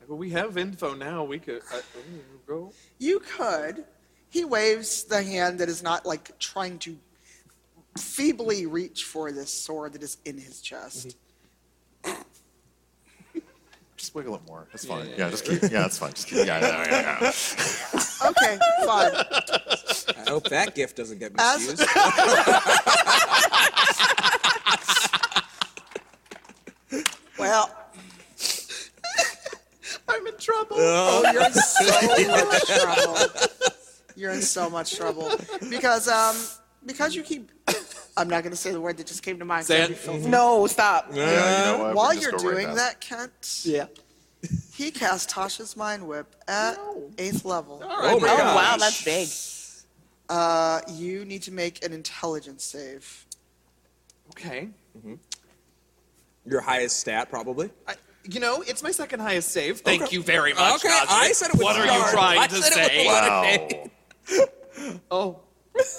S7: Well, we have info now. We could I, go.
S1: you could. He waves the hand that is not like trying to feebly reach for this sword that is in his chest.
S7: Mm-hmm.
S5: Just wiggle it more. That's fine. Yeah, just keep. Yeah, that's fine. Just keep. Yeah, yeah, yeah. yeah.
S1: Okay, fine.
S2: I hope that gift doesn't get
S1: As-
S2: misused.
S1: Well,
S7: I'm in trouble.
S1: oh, you're in so much trouble. You're in so much trouble because um because you keep. I'm not going to say the word that just came to mind.
S7: Say
S1: That'd
S7: it.
S1: be filthy.
S3: No, stop.
S5: Yeah, you know what? We
S1: While
S5: can just
S1: you're
S5: go right
S1: doing
S5: past
S1: that, Kent,
S7: Yeah.
S1: he casts Tasha's Mind Whip at eighth level.
S2: oh my
S3: Oh
S2: god.
S3: wow, that's big.
S1: Uh, you need to make an intelligence save.
S7: Okay.
S2: Your highest stat, probably.
S7: I, you know, it's my second highest save. Thank you very much.
S2: Okay, I
S7: Godric.
S2: said it was
S7: What are you
S2: hard.
S7: trying
S2: I
S7: to
S2: said it was
S7: say?
S2: hard.
S5: Wow.
S7: Oh,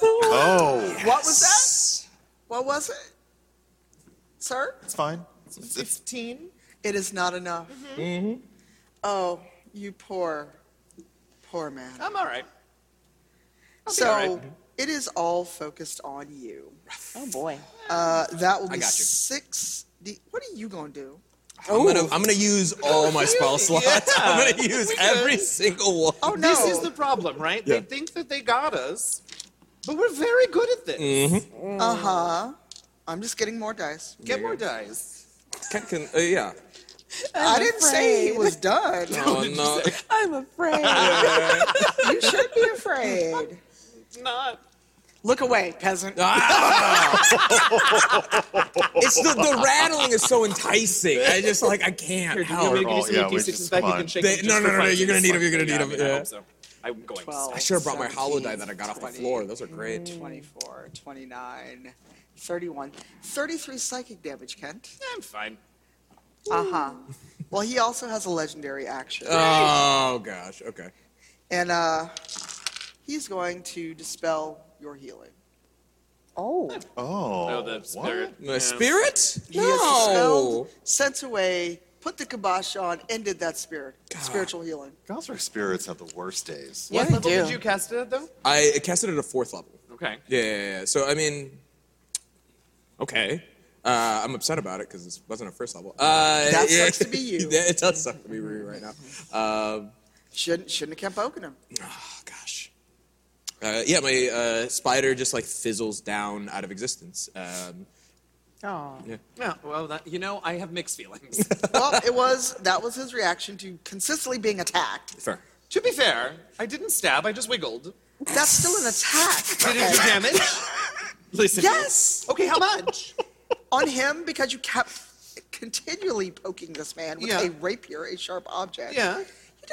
S5: Oh,
S1: What was that? What was it, sir?
S5: it's fine. It's, it's,
S7: fifteen.
S1: It is not enough.
S2: Mm-hmm.
S1: Oh, you poor, poor man.
S7: I'm all right.
S1: so
S7: all right.
S1: it is all focused on you.
S3: Oh boy.
S1: Uh, that will be
S2: got you.
S1: six. D- what are you gonna do?
S2: I'm gonna,
S1: Oh.
S2: I'm gonna use all my spell slots. I'm gonna use every single one.
S1: Oh no!
S7: This is the problem, right? They think that they got us, but we're very good at this.
S2: Mm-hmm.
S1: uh huh. I'm just getting more dice.
S7: Get more dice.
S2: Can, can, uh, yeah.
S1: I'm I did not say he was done.
S2: Oh no.
S3: I'm afraid.
S1: you should be afraid.
S7: It's not.
S1: Look away, peasant.
S2: Ah! It's the, the rattling is so enticing. I just like I can't
S7: I'm
S2: help.
S7: gonna give you some
S5: yeah, we
S7: D6s
S5: just-
S7: back.
S5: come
S7: You
S5: on.
S7: can shake
S2: They-
S7: them
S2: no,
S7: just
S2: no,
S7: for
S2: no, no,
S7: fun.
S2: you're gonna need 'em, you're gonna
S7: Yeah,
S2: need
S7: I
S2: 'em,
S7: mean, I
S2: yeah.
S7: hope so. I'm going.
S1: Twelve.
S2: I should have brought my hollow die that I got off my floor. Those are great.
S1: 24, 29, 31, 33 psychic damage, Kent.
S7: I'm fine.
S1: Uh huh. Well, he also has a legendary action.
S2: Oh gosh. Okay.
S1: and uh, he's going to dispel your healing.
S3: oh.
S5: oh,
S7: Oh, the
S5: what?
S7: spirit.
S2: My spirit?
S1: He has
S2: No.
S1: dispelled, sent away, put the kibosh on, ended that spirit. Spiritual healing.
S5: Gossamer spirits have the worst days.
S3: Yeah,
S7: What
S3: they
S7: level
S3: do.
S7: did you cast it at, though?
S2: I cast it at a fourth level.
S7: Okay.
S2: Yeah, yeah, yeah. So I mean, okay. Uh, I'm upset about it because it wasn't a first level. Uh,
S1: That
S2: yeah.
S1: sucks to be you.
S2: Yeah, it does suck to be me right now. Um,
S1: Shouldn't shouldn't have kept poking him.
S2: oh gosh. Uh, yeah, my uh, spider just like fizzles down out of existence. Um,
S3: Oh.
S7: Yeah. Well, that, you know, I have mixed feelings.
S1: Well, it was that was his reaction to consistently being attacked.
S2: fair.
S7: to be fair, I didn't stab. I just wiggled.
S1: That's still an attack.
S7: Did it do damage? Listen.
S1: Yes,
S7: Okay, how much?
S1: on him because you kept continually poking this man with
S7: Yeah.
S1: a rapier, a sharp object.
S7: yeah.
S1: You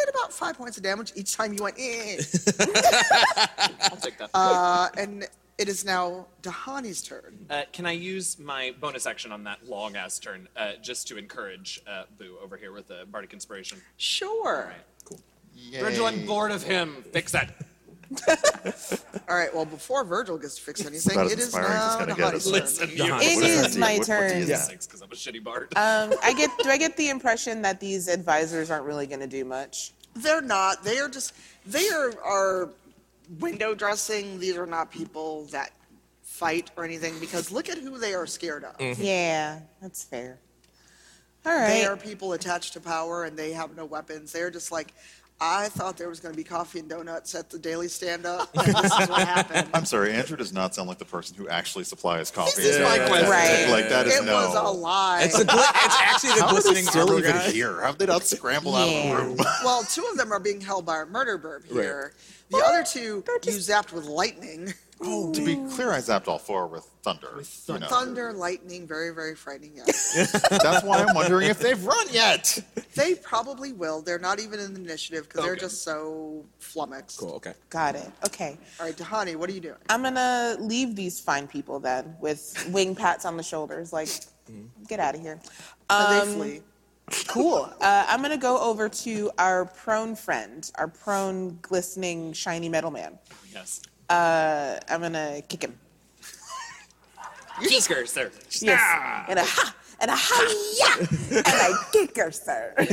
S1: did about five points of damage each time you went in.
S7: I'll take that.
S1: uh, and it is now Dahani's turn.
S4: Uh, can I use my bonus action on that long ass turn uh, just to encourage uh, Boo over here with the bardic inspiration?
S1: Sure.
S7: Virgil, I'm bored of him. Fix that.
S1: All right. Well, before Virgil gets to fix anything,
S5: about as
S1: it is
S5: inspiring as
S1: now
S5: it's gonna get,
S1: Dahani's
S5: isn't it?
S1: turn.
S2: Johan,
S3: It
S2: what does that
S3: is
S2: do?
S3: my
S5: What- what do you
S3: turn.
S5: do?
S4: because I'm a shitty bard.
S3: Um, I get. Do I get the impression that these advisors aren't really going to do much?
S1: They're not. They are just. They are are window dressing. These are not people that fight or anything because look at who they are scared of.
S5: Mm.
S2: Mm-hmm.
S3: Yeah, that's fair. All
S1: They
S3: right.
S1: are people attached to power and they have no weapons. They're just like, I thought there was going to be coffee and donuts at the daily stand up. This is what happened.
S5: I'm sorry, Andrew does not sound like the person who actually supplies coffee.
S1: is my question.
S3: Right.
S5: Like that is
S1: It
S5: no.
S1: was a lie.
S2: It's, a gl- it's actually the
S5: How are they
S2: glistening
S5: still
S2: armor
S5: even
S2: guy.
S5: here? How did they not scramble out of
S3: Yeah.
S5: the room?
S1: well, two of them are being held by our murder burb here. The other two you zapped with lightning.
S5: To be clear, I zapped all four with thunder. you
S2: Oh.
S5: know.
S1: Thunder, lightning, very, very frightening. Yes.
S5: That's why I'm wondering if they've run yet.
S1: they probably will. They're not even in the initiative because they're
S2: Okay.
S1: just so flummoxed.
S2: Cool. Okay.
S3: Got it. Okay.
S1: All right, Dahani, what are you doing?
S3: I'm gonna leave these fine people then with wing pats on the shoulders, like,
S2: Mm-hmm.
S3: get out of here.
S1: Uh,
S3: Um,
S1: they flee.
S3: Cool. Uh, I'm gonna go over to our prone friend, our prone glistening shiny metal man.
S4: Yes.
S3: Uh, I'm gonna kick him.
S4: Geekers, sir.
S3: Yes. And a ha and a ha yeah and I kick her, sir. uh,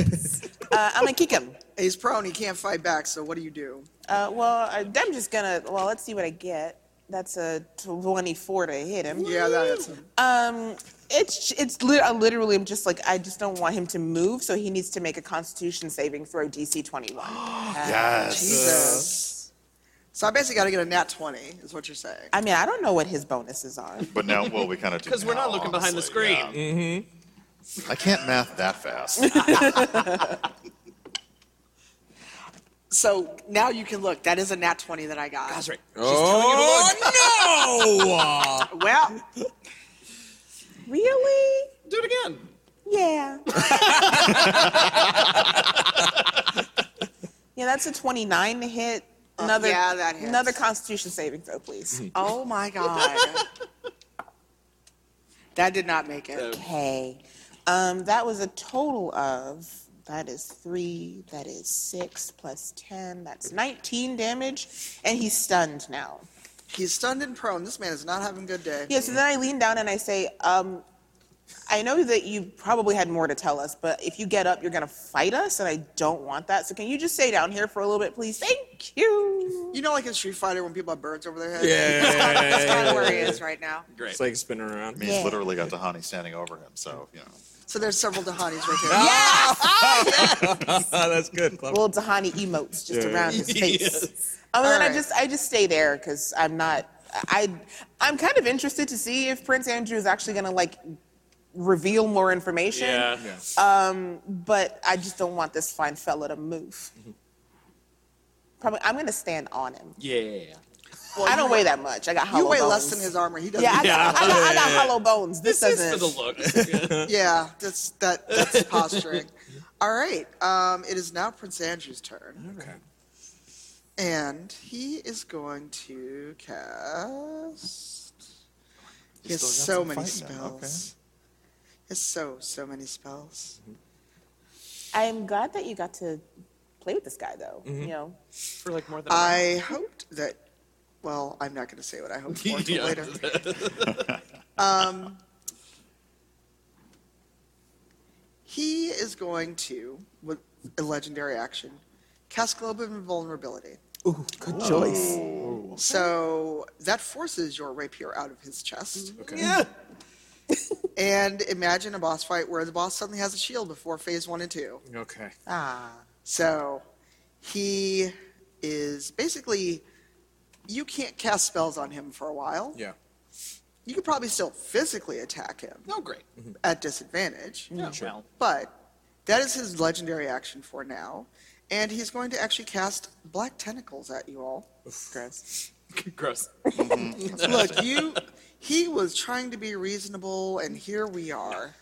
S3: I'm gonna kick him.
S1: He's prone. He can't fight back. So what do you do?
S3: Uh, well, I, I'm just gonna. Well, let's see what I get. That's a 24 to hit him.
S1: Yeah, that hits him.
S3: It's it's lit- I literally I'm just like I just don't want him to move, so he needs to make a Constitution saving throw DC 21. Ah,
S5: Yes.
S2: Uh.
S1: Jesus. So I basically got to get a nat 20, is what you're saying.
S3: I mean, I don't know what his bonuses are.
S5: But now, well, we kind of do.
S7: 'Cause we're
S5: now,
S7: not looking behind the
S5: honestly, yeah. I can't math that fast.
S1: So now you can look. That is a nat 20 that I got. That's right.
S2: Oh no!
S1: Well,
S3: Really?
S7: Do it again.
S3: Yeah. yeah, that's a 29 to hit. Another
S1: Uh, yeah, that hits.
S3: another Constitution saving throw, please.
S1: oh my God. that did not make it.
S3: Okay. Um, that was a total of that is three, that is six plus ten, that's nineteen damage, and he's stunned now.
S1: He's stunned and prone. This man is not having a good day.
S3: Yeah, so then I lean down and I say, um, I know that you probably had more to tell us, but if you get up, you're gonna fight us, and I don't want that. So can you just stay down here for a little bit, please? Thank you.
S1: You know, like in Street Fighter when people have birds over their heads?
S2: Yeah.
S1: That's kind of where he is right now.
S2: It's like spinning around.
S5: I mean,
S3: Yeah.
S5: he's literally got Tahani standing over him, so you know.
S1: So there's several Dahanis right there.
S2: That's good. Clever.
S3: Little Tahani emotes just
S2: Yeah.
S3: around his face. Um, and then I
S1: Alright.
S3: just I just stay there because I'm not I I'm kind of interested to see if Prince Andrew is actually gonna like reveal more information. But I just don't want this fine fella to move. Probably I'm gonna stand on him.
S4: Yeah.
S3: I don't weigh that much. I got hollow
S1: You weigh
S3: bones.
S1: less than his armor. He doesn't.
S3: Yeah, I got, I got, I got hollow bones. This, doesn't.
S1: Yeah, that's that. That's posturing. All right. Um, it is now Prince Andrew's turn,
S2: Okay.
S1: and he is going to cast. He has
S5: still got
S1: so
S5: some
S1: many
S5: fight in him, okay.
S1: spells. He has so so many spells.
S3: I'm glad that you got to play with this guy though.
S2: Mm-hmm.
S3: You know.
S4: For like more than a round.
S1: I hoped that. Well, I'm not going to say what I hoped for until later. um, he is going to, with a legendary action, cast Globe of Invulnerability.
S3: Good choice.
S1: So that forces your rapier out of his chest.
S2: Okay.
S1: And imagine a boss fight where the boss suddenly has a shield before phase one and two.
S2: Okay.
S3: Ah.
S1: So he is basically, you can't cast spells on him for a while.
S2: Yeah.
S1: You could probably still physically attack him
S7: No, Oh, great.
S1: at disadvantage,
S4: Well,
S1: but that is his legendary action for now. And he's going to actually cast black tentacles at you all.
S3: Gross.
S4: gross.
S1: Look, you. He was trying to be reasonable, and here we are.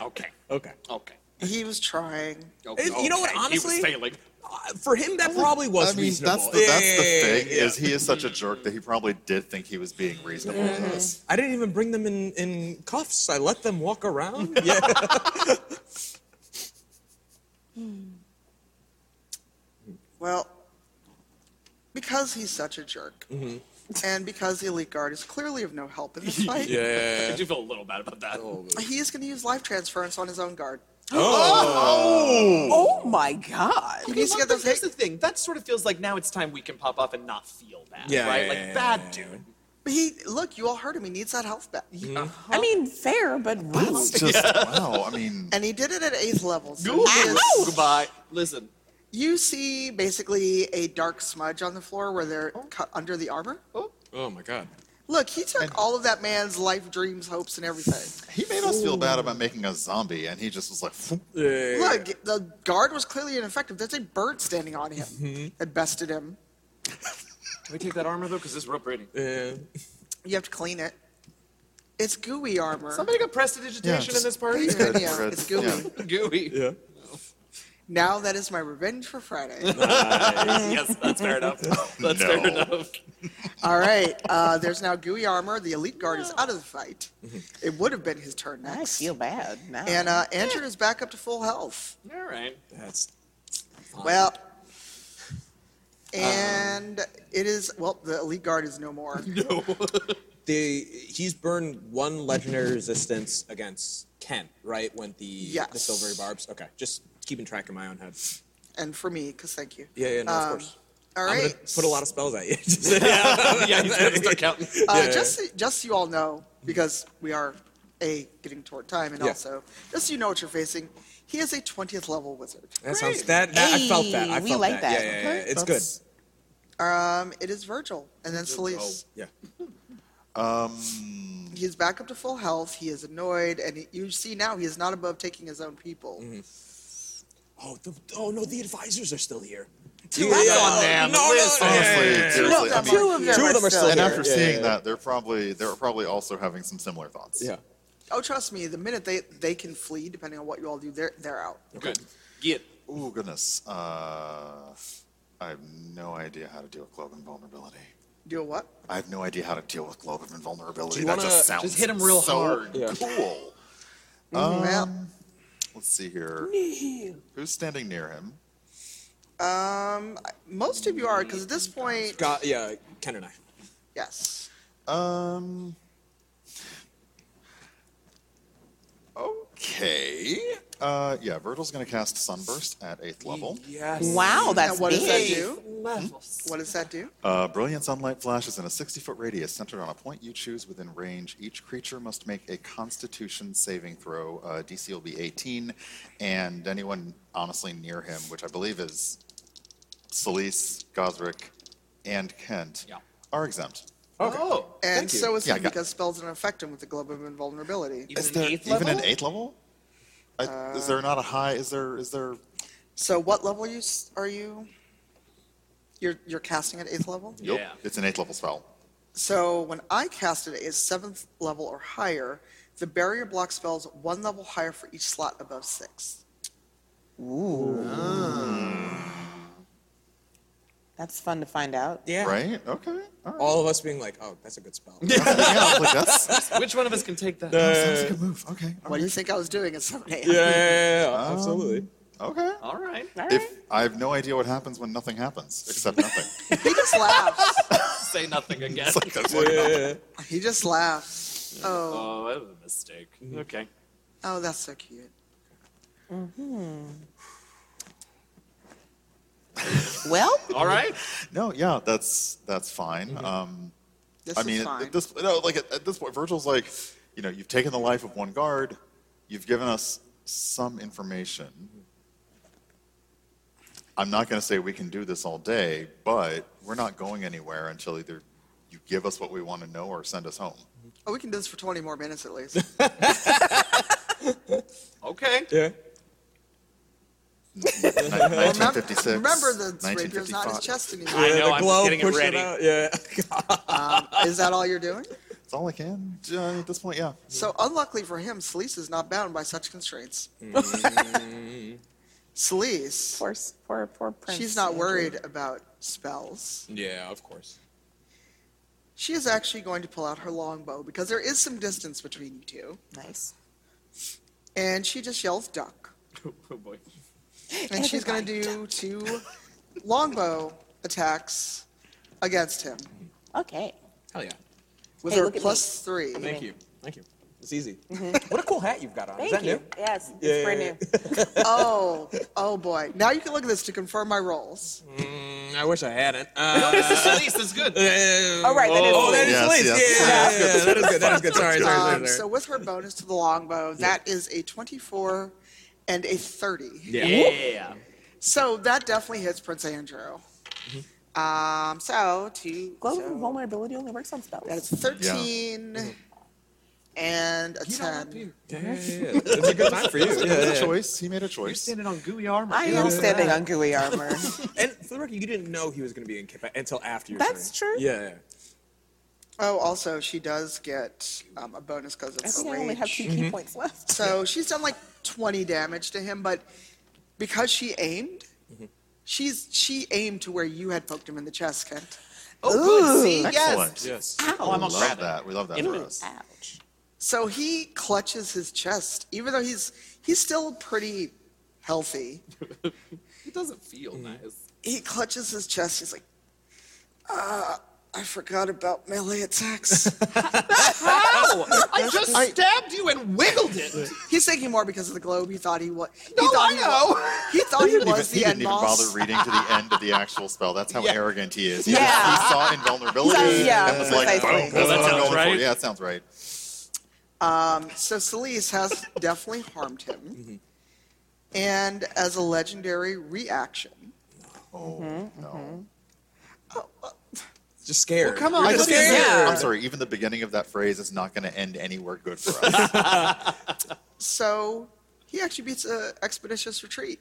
S6: Okay.
S2: Okay.
S6: Okay.
S1: He was trying.
S6: okay.
S2: you know what, honestly-
S6: he was failing.
S2: Uh, For him, that probably was
S5: I mean,
S2: reasonable.
S5: that's the,
S2: Yeah,
S5: that's the
S2: yeah, yeah,
S5: thing
S2: yeah, yeah.
S5: is he is such a jerk that he probably did think he was being reasonable. with us.
S2: I didn't even bring them in in cuffs. I let them walk around. yeah.
S1: Well, because he's such a jerk, and because the elite guard is clearly of no help in this fight,
S2: Yeah.
S6: I do feel a little bad about that.
S1: he is going to use life transference on his own guard.
S3: Oh my god.
S1: He
S7: Okay,
S1: needs to
S7: well,
S1: get those
S7: here's
S1: hit.
S7: the thing. That sort of feels like now it's time we can pop off and not feel bad.
S2: Yeah,
S7: Right?
S2: yeah,
S7: like,
S2: yeah,
S7: bad
S2: yeah,
S7: dude.
S1: He look, you all heard him. He needs that health back,
S3: I mean, fair, but rude.
S5: It's just wow. I mean,
S1: and he did it at eighth level. So he is-
S4: Ah,
S7: Goodbye. Listen,
S1: you see basically a dark smudge on the floor where they're cut under the armor.
S2: Oh my god.
S1: Look, he took all of that man's life, dreams, hopes, and everything.
S5: He made us feel bad about making a zombie, and he just was like, "Phoom."
S1: Look, the guard was clearly ineffective. That's a bird standing on him that bested him.
S4: Can we take that armor though? Because this is real pretty.
S2: Yeah.
S1: You have to clean it. It's gooey armor.
S7: Somebody got prestidigitation
S5: Yeah, just-
S7: in this party.
S1: Yeah,
S5: Good
S1: yeah,
S5: for it.
S1: it's gooey.
S5: Yeah.
S7: Gooey.
S2: yeah.
S1: Now that is my revenge for Friday.
S4: yes, that's fair enough. That's
S5: No.
S4: fair enough.
S1: All right. Uh, there's now gooey armor. The elite guard is out of the fight.
S2: Mm-hmm.
S1: It would have been his turn
S3: I
S1: next.
S3: feel bad now.
S1: And uh, Andrew is back up to full health.
S4: All right.
S2: That's
S1: Well, and it is well. The elite guard is no more.
S2: the he's burned one legendary resistance against Kent, right? When the the
S1: Yes.
S2: silvery barbs. Okay, just keeping track in my own head.
S1: and for me, because thank you.
S2: Yeah, yeah, no, of
S1: Um,
S2: course.
S1: All
S2: I'm
S1: right.
S2: gonna put a lot of spells at you.
S4: Yeah, he's gonna start counting.
S1: Uh, Just, so- just so you all know, because we are a getting toward time, and
S2: Yeah.
S1: also just so you know what you're facing, he is a 20th level wizard.
S2: that sounds that, that I felt that. I
S3: Hey, we
S2: felt that.
S3: like that.
S2: Yeah, yeah,
S3: Okay.
S2: yeah. It's
S5: That's-
S1: Um, it is Virgil, and then
S2: good.
S1: Celise.
S2: Oh, yeah.
S5: Um,
S2: oh.
S1: He's back up to full health. He is annoyed, and he- you see now he is not above taking his own people.
S2: Mm-hmm. Oh, the, oh no, the advisors are still here.
S1: Two
S2: yeah,
S1: of
S2: yeah.
S1: them.
S2: No, no, no,
S5: Honestly,
S2: yeah, yeah, yeah.
S5: seriously,
S1: No,
S5: I
S1: no,
S5: mean,
S3: two of them,
S2: Two
S3: are,
S2: of them are
S3: still.
S2: still
S5: and
S2: here.
S5: after
S2: Oh, Yeah,
S5: seeing
S2: yeah,
S5: that, they're probably they're probably also having some similar thoughts.
S2: Yeah.
S1: Oh, trust me, the minute they, they can flee, depending on what you all do, they're they're out.
S7: Good. Get.
S5: Oh goodness. Uh, I have no idea how to deal with globe invulnerability.
S1: Do a what?
S5: I have no idea how to deal with globe invulnerability.
S7: you
S5: That
S7: wanna
S5: just sounds
S7: just hit 'em real
S5: so
S7: hard?
S2: Yeah.
S5: Cool.
S1: well,
S5: Let's see here. Who's standing near him?
S1: most of you are, because at this point,
S2: Got yeah, Ken and I.
S1: yes.
S5: Um. Okay. Uh, yeah, Virgil's gonna cast Sunburst at eighth level.
S7: Yes.
S3: Wow, that's
S1: and what does that
S3: big.
S1: do?
S7: Levels.
S1: What does that do?
S5: Uh, brilliant sunlight flashes in a 60 foot radius centered on a point you choose within range. Each creature must make a constitution saving throw. Uh, DC will be 18, and anyone honestly near him, which I believe is Celise, Gosrick, and Kent,
S7: Yeah.
S5: are exempt.
S7: Oh.
S1: And so is
S5: Yeah,
S1: he
S5: I got-
S1: because spells don't affect him with the globe of invulnerability.
S7: Even
S5: is
S7: an
S5: there
S7: eighth
S5: even
S7: level?
S5: an eighth level? I, is there not a high? Is there? Is there?
S1: So what level you s- are you? You're you're casting at eighth level.
S5: Nope.
S7: Yeah.
S5: It's an eighth level spell.
S1: So when I cast it at seventh level or higher, the barrier block spells one level higher for each slot above sixth.
S3: That's fun to find out.
S2: Yeah.
S5: Right? Okay. All right.
S2: All of us being like, oh, that's a good spell.
S5: yeah, I was like, that's, that
S4: Which one of us can take that?
S5: sounds
S7: Uh,
S5: like a move. Okay. all
S1: What do you
S5: right.
S1: think I was doing at seven a.m.?
S2: Yeah, yeah, yeah, yeah, absolutely.
S5: Okay.
S4: All right.
S3: All right.
S5: If I have no idea what happens when nothing happens, except nothing.
S1: He just laughs.
S4: Say nothing again.
S5: it's like that's like
S2: Yeah.
S1: he just laughs. Oh,
S4: oh, that was a mistake. Okay.
S1: oh, that's so cute.
S3: Well,
S4: All right.
S5: no, yeah, that's that's fine.
S7: Mm-hmm.
S5: Um,
S1: This
S5: I
S1: is
S5: mean, at-
S1: fine.
S5: at this no, like at, at this point, Virgil's like, you know, you've taken the life of one guard, you've given us some information. I'm not going to say we can do this all day, but we're not going anywhere until either you give us what we want to know or send us home.
S1: oh, we can do this for twenty more minutes at least.
S7: Okay.
S2: Yeah.
S5: 1956.
S1: Remember, the rapier's not his
S5: 1955.
S1: chest anymore. Um,
S6: I
S2: Yeah,
S6: know,
S2: the
S6: I'm just
S2: glove
S6: getting it
S2: pushed
S6: ready.
S2: out. Yeah.
S1: Is that all you're doing?
S5: It's all I can do at this point. Yeah.
S1: So unluckily for him, Celise is not bound by such constraints. Celise,
S3: poor, s- poor, poor Prince.
S1: she's not
S3: Andrew.
S1: worried about spells.
S2: Yeah, of course.
S1: She is actually going to pull out her longbow because there is some distance between you two,
S3: Nice.
S1: and she just yells "duck,"
S7: Oh boy.
S1: and she's going to do two longbow attacks against him
S3: Okay.
S2: Hell yeah.
S1: with
S3: Hey,
S1: her
S3: look at
S1: plus three.
S2: Thank you. Thank you. It's easy. What a cool hat you've got on.
S3: Thank
S2: Is that
S3: you.
S2: new?
S3: Yes, it's
S2: Yeah.
S3: brand new.
S1: Oh, oh boy! Now you can look at this to confirm my rolls.
S2: Mm, I wish I hadn't. Uh,
S7: Celeste is good.
S3: All right, that is
S2: oh, that is
S5: Yes,
S2: Elise.
S5: yes.
S2: Yeah, yeah, yeah, yeah, that is good. That is good. Sorry, sorry, sorry.
S1: Um,
S2: sorry.
S1: so with her bonus to the longbow, that is a twenty-four and a thirty.
S2: yeah.
S7: Yeah.
S1: So that definitely hits Prince Andrew. Um, so two.
S3: Glow
S1: so
S3: of vulnerability only works on spells.
S1: That is thirteen and a
S4: Get on up
S1: ten.
S4: here.
S2: It's a good time for you. Yeah,
S5: He made
S2: yeah.
S5: a choice. He made a
S4: You're
S5: choice.
S4: standing on gooey armor.
S3: I am standing on gooey armor.
S2: And for the record, you didn't know he was going to be in Kipa until after your
S3: That's
S2: turn.
S3: true.
S2: Yeah, yeah.
S1: Oh, also she does get um, a bonus because
S3: I
S1: it's
S3: think
S1: her
S3: I only
S1: rage.
S3: have two key points left.
S1: so she's done like twenty damage to him, but because she aimed, she's she aimed to where you had poked him in the chest, Kent.
S4: Oh, good. See,
S5: Excellent.
S2: Yes.
S3: Ow.
S5: We love that. We love that for us.
S3: Ouch.
S1: So he clutches his chest, even though he's he's still pretty healthy.
S4: It doesn't feel nice.
S1: He clutches his chest. He's like, uh, I forgot about melee attacks.
S4: Ow! I just stabbed you and wiggled it.
S1: he's thinking more because of the globe. He thought he was. He
S4: No,
S1: thought
S4: I
S1: he
S4: know.
S1: wa- he thought he
S5: He didn't
S1: was
S5: even, he
S1: the
S5: didn't even bother
S1: Endmoss.
S5: reading to the end of the actual spell. That's how arrogant he is. He,
S3: Yeah.
S5: just- he saw invulnerability
S3: Yeah,
S5: and was like,
S3: precisely.
S5: "Boom,
S9: Well,
S5: that's
S9: that
S5: what I'm
S9: sounds
S5: going for."
S9: right.
S5: Yeah, that sounds right.
S1: So Celise has definitely harmed him,
S4: Mm-hmm.
S1: and as a legendary reaction,
S5: Oh, no.
S2: Just scared.
S4: Come on,
S5: I
S4: I
S5: thought
S4: just
S5: he was-
S3: scared.
S5: I'm sorry, even the beginning of that phrase is not going to end anywhere good for us.
S1: so he actually beats a expeditious retreat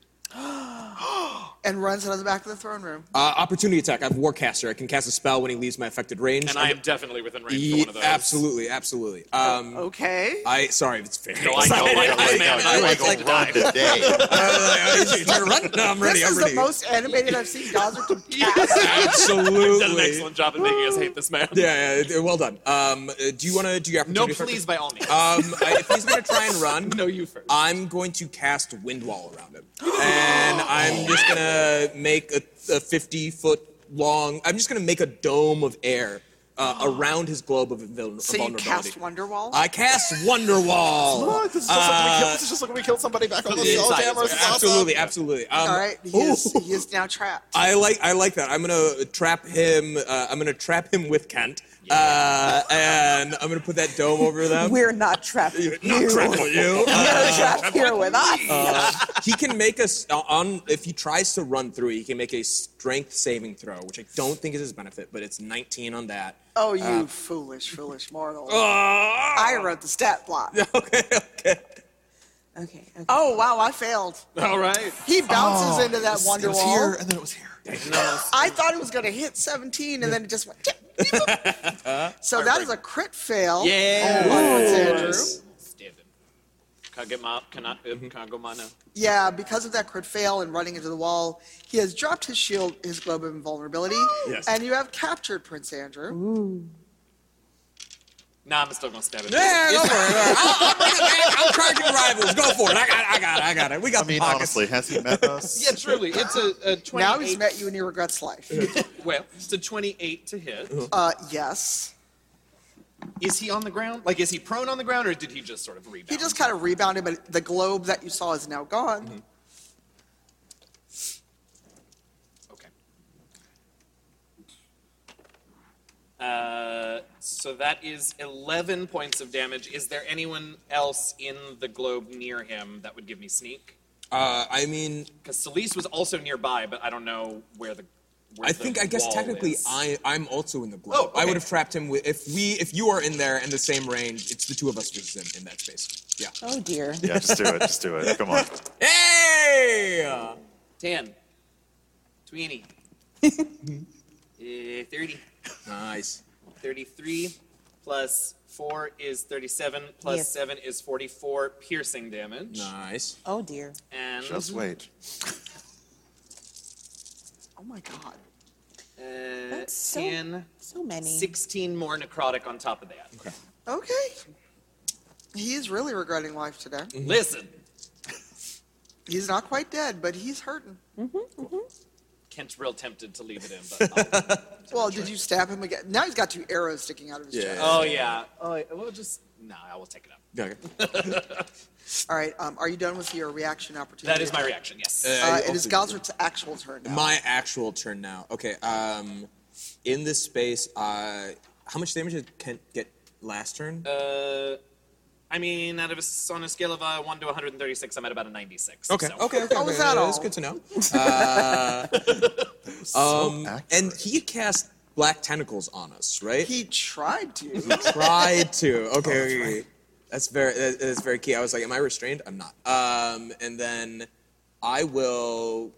S1: and runs out of the back of the throne room.
S2: Uh, opportunity attack. I have Warcaster. I can cast a spell when he leaves my affected range.
S9: And I am definitely within range for
S2: Ye-
S9: one of those.
S2: Absolutely, absolutely. Um,
S1: Okay.
S2: I sorry, it's fair.
S9: No, I know. I know.
S2: I-
S9: man,
S5: "Oh, you
S9: I like
S5: ain't going
S9: to
S5: to
S9: die.
S5: run today.
S2: I- I- I- run? uh, No, I'm ready.
S1: this
S2: I'm
S1: is
S2: ready.
S1: the most animated I've seen Goswick do.
S9: You've done an
S2: Absolutely.
S9: excellent job at making us hate this man.
S2: Yeah, yeah, yeah, well done. Um, uh, do you want to do your
S4: No,
S2: opportunity? attack?
S4: please, by all means.
S2: Um, I, if he's going to try and run,
S4: no, you first.
S2: I'm going to cast Wind Wall around him. And I'm just going to make a, a 50 foot long, I'm just going to make a dome of air uh, around his globe of invul-
S1: So you
S2: vulnerability.
S1: cast Wonderwall?
S2: I cast Wonder Wall.
S5: Look, this is just like we killed- this is just like we killed somebody back on the cell
S2: Inside.
S5: cameras. It's awesome.
S2: Absolutely, absolutely. Um,
S1: All right, he is,
S2: ooh.
S1: he is now trapped.
S2: I like I like that. I'm gonna trap him. Uh, I'm gonna trap him with Kent, uh, and I'm gonna put that dome over them.
S3: We're not trapped. We're
S2: not trapping you. Uh,
S3: trapped here with us.
S2: he can make us uh, on if he tries to run through. He can make a strength saving throw, which I don't think is his benefit, but it's 19 on that.
S1: oh, you
S5: Uh,
S1: foolish, foolish mortal.
S2: Ah!
S1: I wrote the stat block.
S3: okay. okay.
S1: Oh, wow, I failed.
S4: all right.
S1: He bounces into that
S5: Oh, It was here,
S1: Wonderwall.
S5: and then it was here.
S1: I thought it was going to hit 17, and then it just went. tip, beep. so that is a crit fail.
S4: Yeah.
S1: Onwards, Andrew.
S9: Stab him. Can I get my, can I, uh, can I go mine now?
S1: Yeah, because of that crit fail and running into the wall, he has dropped his shield, his globe of invulnerability,
S2: Yes.
S1: and you have captured Prince Andrew.
S9: Nah, I'm still gonna stab him.
S2: Yeah, go for it. I'll, I'll bring it back. I'm charging rivals. Go for it. I got, it, I got it. I got it. We got
S5: I mean,
S2: the pockets.
S5: honestly, has he met us?
S4: Yeah, truly. It's a, a 28.
S1: Now he's met you and he regrets life.
S4: Well, it's a 28 to hit.
S1: Uh, yes.
S4: Is he on the ground? Like, is he prone on the ground, or did he just sort of rebound?
S1: He just kind of rebounded, but the globe that you saw is now gone.
S4: Mm-hmm. Okay.
S9: Uh,
S4: So that is 11 points of damage. Is there anyone else in the globe near him that would give me sneak?
S2: Uh, I mean,
S4: Because Celise was also nearby, but I don't know where the. Where
S2: I
S4: the
S2: think I guess
S4: wall
S2: technically
S4: is.
S2: I I'm also in the globe.
S4: Oh, okay.
S2: I would have trapped him with if we if you are in there and the same range, it's the two of us versus him in that space. Yeah.
S3: Oh dear.
S5: Yeah, just do it. Just do it. Come on.
S2: Hey!
S4: 10, 20, uh, 30,
S2: Nice.
S4: 33, plus 4 is 37, plus
S3: Yes.
S4: 7 is 44 piercing damage.
S2: Nice.
S3: Oh dear.
S4: And
S5: Just wait.
S1: Oh my god.
S4: uh,
S3: That's so-
S4: 10,
S3: So many.
S4: 16 more necrotic on top of that.
S1: Okay. He is really regretting life today.
S4: Listen,
S1: He's not quite dead, but he's hurting.
S4: Kent's real tempted to leave it in, but. I'll-
S1: Well, did you stab him again? Now he's got two arrows sticking out of his
S2: Yeah.
S1: chest.
S4: oh, yeah. Oh, we'll just. Nah, I will take it up.
S2: Yeah, okay.
S1: All right. Um, are you done with your reaction opportunity?
S4: That is my reaction, yes.
S2: Uh,
S1: Uh,
S2: I
S1: it is
S2: also-
S1: Gosrick's actual turn now.
S2: My actual turn now. Okay. Um, in this space, uh, how much damage did Kent get last turn?
S4: Uh, I mean, out of a s on a scale of uh, one to 136, I'm at about a 96.
S2: Okay,
S4: so.
S2: okay, okay.
S1: Oh, is
S2: okay,
S1: that
S2: That's
S1: all?
S2: good to know.
S5: So
S9: Mm.
S2: Um,
S5: accurate.
S2: and he cast black tentacles on us, right?
S1: He tried to.
S2: tried to. Okay, okay, okay. That's very that, that's very key. I was like, am I restrained? I'm not. Um, and then I will.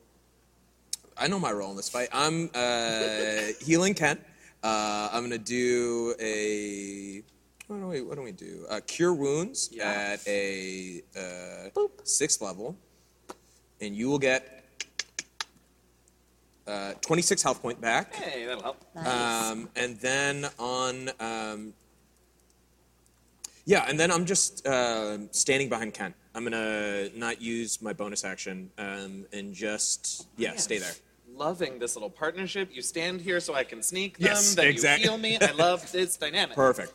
S2: I know my role in this fight. I'm uh, healing Kent. Uh, I'm gonna do a. What do we What do we do? Uh, cure wounds at a uh, sixth level, and you will get uh, 26 health point back.
S4: Hey, that'll help.
S3: uh,
S2: Um, and then on, um, yeah, and then I'm just uh, standing behind Kent. I'm gonna not use my bonus action um, and just
S4: Oh,
S2: yeah, stay there.
S4: Loving this little partnership. You stand here so I can sneak them.
S2: Yes,
S4: then
S2: exact-
S4: You heal me. I love this dynamic.
S2: Perfect.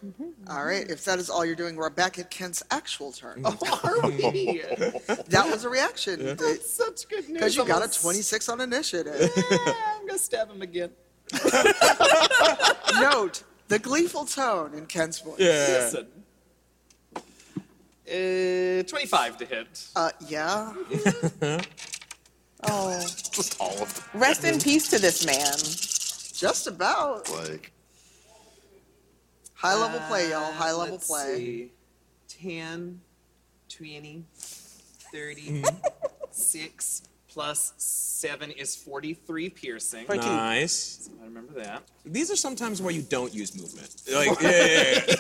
S1: All right, if that is all you're doing, we're back at Kent's actual turn.
S4: Mm-hmm.
S10: Are we?
S1: That was a reaction.
S10: That's such good news.
S1: Because you
S10: I'm
S1: got
S10: gonna
S1: a 26 on initiative.
S10: s- I'm gonna stab him again.
S1: Note the gleeful tone in Kent's voice.
S2: Yeah.
S4: Listen. Uh, 25 to hit.
S1: Uh, yeah.
S3: Oh,
S5: Just all of the
S3: rest in peace to this man.
S1: Just about.
S5: like.
S1: High level play, y'all. High
S10: Uh,
S1: level
S10: let's
S1: play.
S10: see. 10, 20, 30,
S4: 6 plus 7 is 43 piercing.
S2: Nice.
S4: I remember that.
S2: These are sometimes where you don't use movement. Like yeah, yeah, yeah.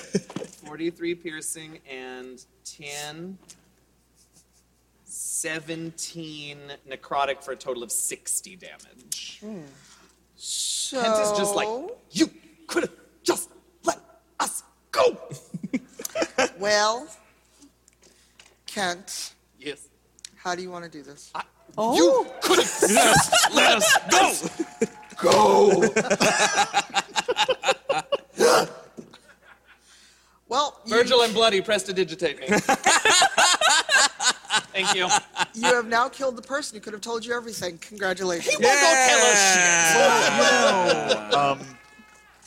S10: 43 piercing and 10,
S4: 17 necrotic for a total of 60 damage.
S1: So,
S4: Kent is just like, you could have just let us go.
S1: Well, Kent,
S4: Yes.
S1: how do you want to do this?
S3: Oh,
S4: Let us go.
S1: Well, you,
S4: Virgil and Bloody, press to digitate me. Thank you.
S1: you have now killed the person who could have told you everything. Congratulations.
S5: Um,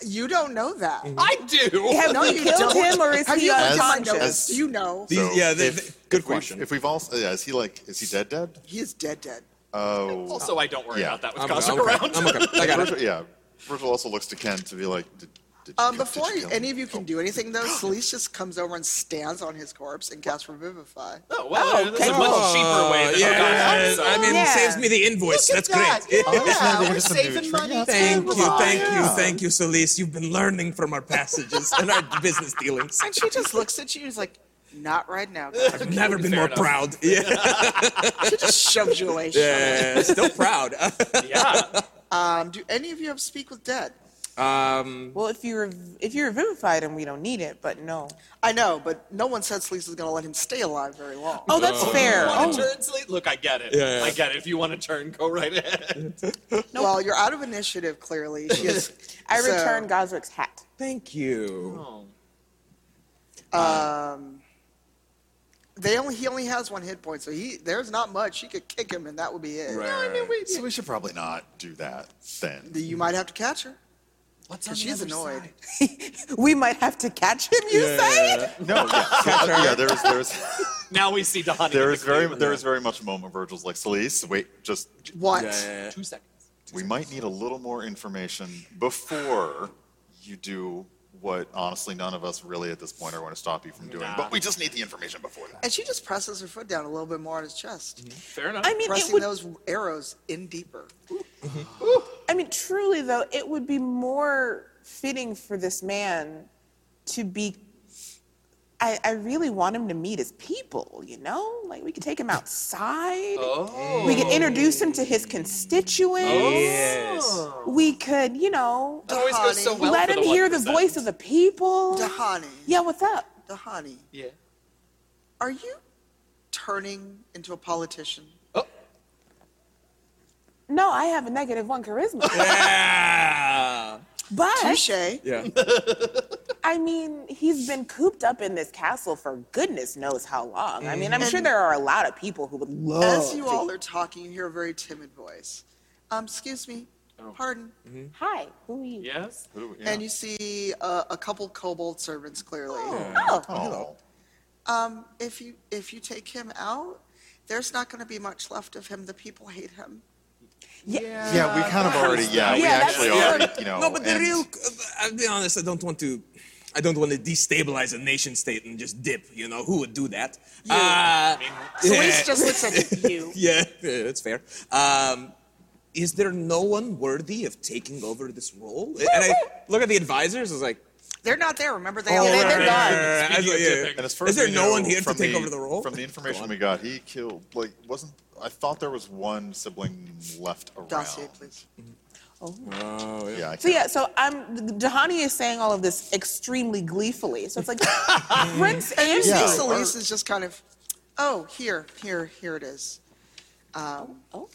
S1: You don't know that.
S4: I do.
S3: have
S1: No,
S3: we
S1: you
S3: killed
S1: don't.
S3: him or is
S1: Have
S3: he
S1: you ever
S5: As-
S1: known
S3: unconscious?
S5: as-
S1: this? You know.
S2: These-
S5: So
S2: yeah. They, they- good
S5: if we've-
S2: question.
S5: If we've all, yeah, is he like, is he dead? Dead?
S1: He is dead, dead.
S5: Oh,
S4: Also, I don't worry
S5: Yeah.
S4: about that with
S2: I'm, okay,
S4: Gossip
S2: I'm, okay. Oh,
S4: around.
S2: I'm okay. I got it.
S5: Virgil, yeah. Virgil also looks to Ken to be like, did, did you
S1: Um,
S5: kill-
S1: before
S5: did you kill
S1: any
S5: him?
S1: of you can do anything, though, Celeste just comes over and stands on his corpse and casts Revivify.
S4: Oh, wow. this is a
S3: okay.
S4: much cheaper way than
S2: Oh, yeah,
S4: Gossip, so-
S2: I mean,
S3: Yeah.
S2: saves me the invoice. That's
S1: that.
S2: great.
S5: Oh, yeah,
S1: we're
S5: saving money.
S2: Thank you, thank you, thank you, Solis. You've been learning from our passages and our business dealings.
S1: And she just looks at you and is like, not right now. guys."
S2: I've never been
S4: fair
S2: more
S4: enough.
S2: proud. Yeah,
S1: she just shoves you away.
S2: yeah, still proud.
S4: yeah.
S1: Um, do any of you have Speak with Dead?
S2: Um,
S3: Well, if you rev- if you revivified him, we don't need it. But no.
S1: I know, but no one said Celeste is going to let him stay alive very long.
S3: Oh, that's fair.
S4: Want
S3: Oh,
S4: to turn, Sleep? Look, I get it.
S2: Yeah, yeah.
S4: I get it. If you want to turn, go right ahead.
S1: Well, you're out of initiative, clearly. She is,
S3: I
S1: so,
S3: return Gosrick's hat.
S2: thank you.
S4: Oh.
S1: um, They only he only has one hit point, so he there's not much. She could kick him, and that would be it.
S5: So we should probably not do that then.
S1: You might have to catch her.
S10: What's on
S1: 'cause
S10: the
S1: she's
S10: other
S1: annoyed.
S10: side?
S3: We might have to catch him. You
S2: Yeah.
S3: say?
S5: No, yeah, so, uh, yeah. There is, there is,
S4: Now we see Dahani.
S5: there
S4: with
S5: is
S4: the
S5: very,
S4: cleaver.
S5: there is very much a moment. Virgil's like, Celise, wait, just
S1: What?
S2: Yeah,
S4: two seconds.
S5: we might need a little more information before you do what honestly none of us really at this point are going to stop you from doing.
S4: Nah.
S5: But we just need the information before that.
S1: And she just presses her foot down a little bit more on his chest,
S4: Fair enough.
S3: I mean, it
S1: pressing
S3: would.
S1: those arrows in deeper.
S3: I mean, truly though, it would be more fitting for this man to be. I, I really want him to meet his people. You know, like we could take him outside.
S4: oh.
S3: We could introduce him to his constituents.
S2: Yes.
S3: We could, you know,
S4: That always goes so well.
S3: let
S4: for
S3: him
S4: the
S3: hear the
S4: 1%.
S3: voice of the people.
S1: Dahani.
S3: Yeah, what's up?
S1: Dahani.
S4: Yeah.
S1: Are you turning into a politician?
S4: Oh.
S3: No, I have a negative one charisma.
S2: Yeah.
S3: But
S1: Touche.
S2: Yeah.
S3: I mean, he's been cooped up in this castle for goodness knows how long. I mean, I'm sure there are a lot of people who would
S4: Oh.
S3: love.
S1: As you
S3: to-
S1: all are talking, you hear a very timid voice. Um, excuse me.
S4: Oh.
S1: Pardon.
S3: Hi, who are you?
S4: Yes.
S5: Who- yeah.
S1: And you see uh, a couple kobold servants clearly.
S3: Oh,
S5: Oh.
S1: um, if you if you take him out, there's not going to be much left of him. The people hate him.
S5: yeah, we kind of already, yeah, we
S3: Yeah, that's
S5: actually
S3: true.
S5: already, you know.
S2: No, but the
S5: and-
S2: real, I'll be honest, I don't want to, I don't want to destabilize a nation state and just dip, you know, who would do that? Uh,
S3: Police just looks at you.
S2: yeah, yeah, that's fair. Um, is there no one worthy of taking over this role? And I look at the advisors, I was like,
S1: They're not there. Remember, they
S3: Oh,
S1: all
S3: they- they're
S1: left.
S3: gone.
S2: Uh, I was like, yeah.
S5: And as far
S2: is
S5: as
S2: there
S5: we
S2: no
S5: know
S2: one here to
S5: from
S2: take over the role?
S5: From the information we got, he killed, like, wasn't, I thought there was one sibling left around.
S1: Dossier, please.
S2: Oh,
S5: Yeah, I
S3: So yeah, so I'm Dahani is saying all of this extremely gleefully. So it's like Prince Andrew.
S5: Yeah.
S1: Cecil Elise is just kind of, oh, here, here, here it is.
S3: Oh, oh.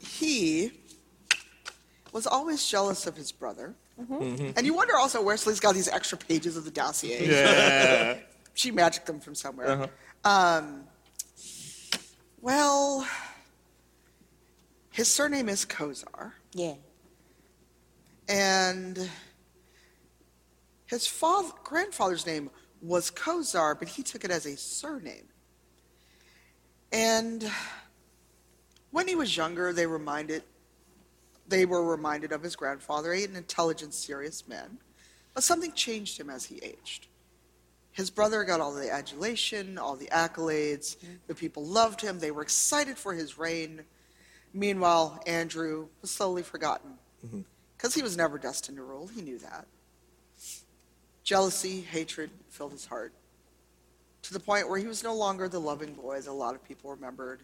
S1: He was always jealous of his brother. And you wonder also where Celie's got these extra pages of the dossier. she magicked them from somewhere. Um, well, his surname is Kozar.
S3: Yeah.
S1: and his father, grandfather's name was Kozar, but he took it as a surname. And when he was younger, they reminded they were reminded of his grandfather, an intelligent, serious man. But something changed him as he aged. His brother got all the adulation, all the accolades. The people loved him. They were excited for his reign. Meanwhile, Andrew was slowly forgotten because he was never destined to rule. He knew that. Jealousy, hatred filled his heart to the point where he was no longer the loving boy that a lot of people remembered,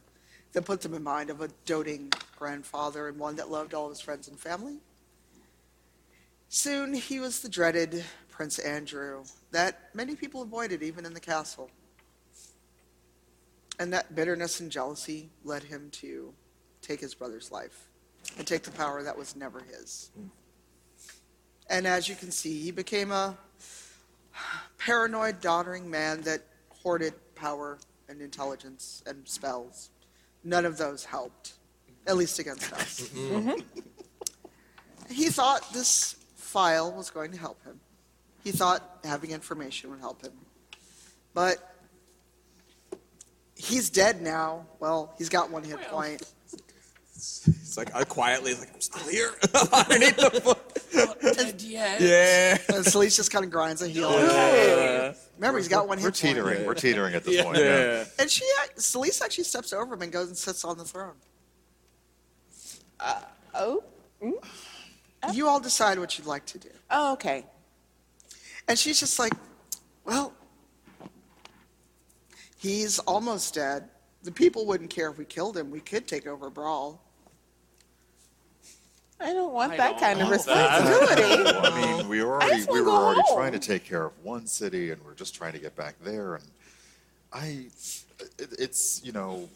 S1: that put them in mind of a doting grandfather and one that loved all of his friends and family. Soon he was the dreaded Prince Andrew that many people avoided, even in the castle. And that bitterness and jealousy led him to take his brother's life and take the power that was never his. And as you can see, he became a paranoid, doddering man that hoarded power and intelligence and spells. None of those helped, at least against us. he thought this file was going to help him. He thought having information would help him. But he's dead now. Well, he's got one hit point.
S2: It's like, I quietly, like, I'm still here. Underneath the Yeah.
S1: And Celeste just kind of grinds a heel. Remember, he's got one hit
S5: We're
S1: point.
S5: teetering. We're teetering at this point. yeah.
S2: Yeah.
S1: And she, act- Celeste actually steps over him and goes and sits on the throne.
S3: Oh.
S1: You all decide what you'd like to do.
S3: Oh, okay.
S1: And she's just like, well, he's almost dead. The people wouldn't care if we killed him. We could take over Brawl.
S3: I don't want that kind of
S5: Well,
S3: responsibility.
S5: I mean, we were already
S3: just
S5: we
S3: wanna
S5: were
S3: go
S5: already
S3: home.
S5: trying to take care of one city, and we're just trying to get back there. And I, it, it's you know,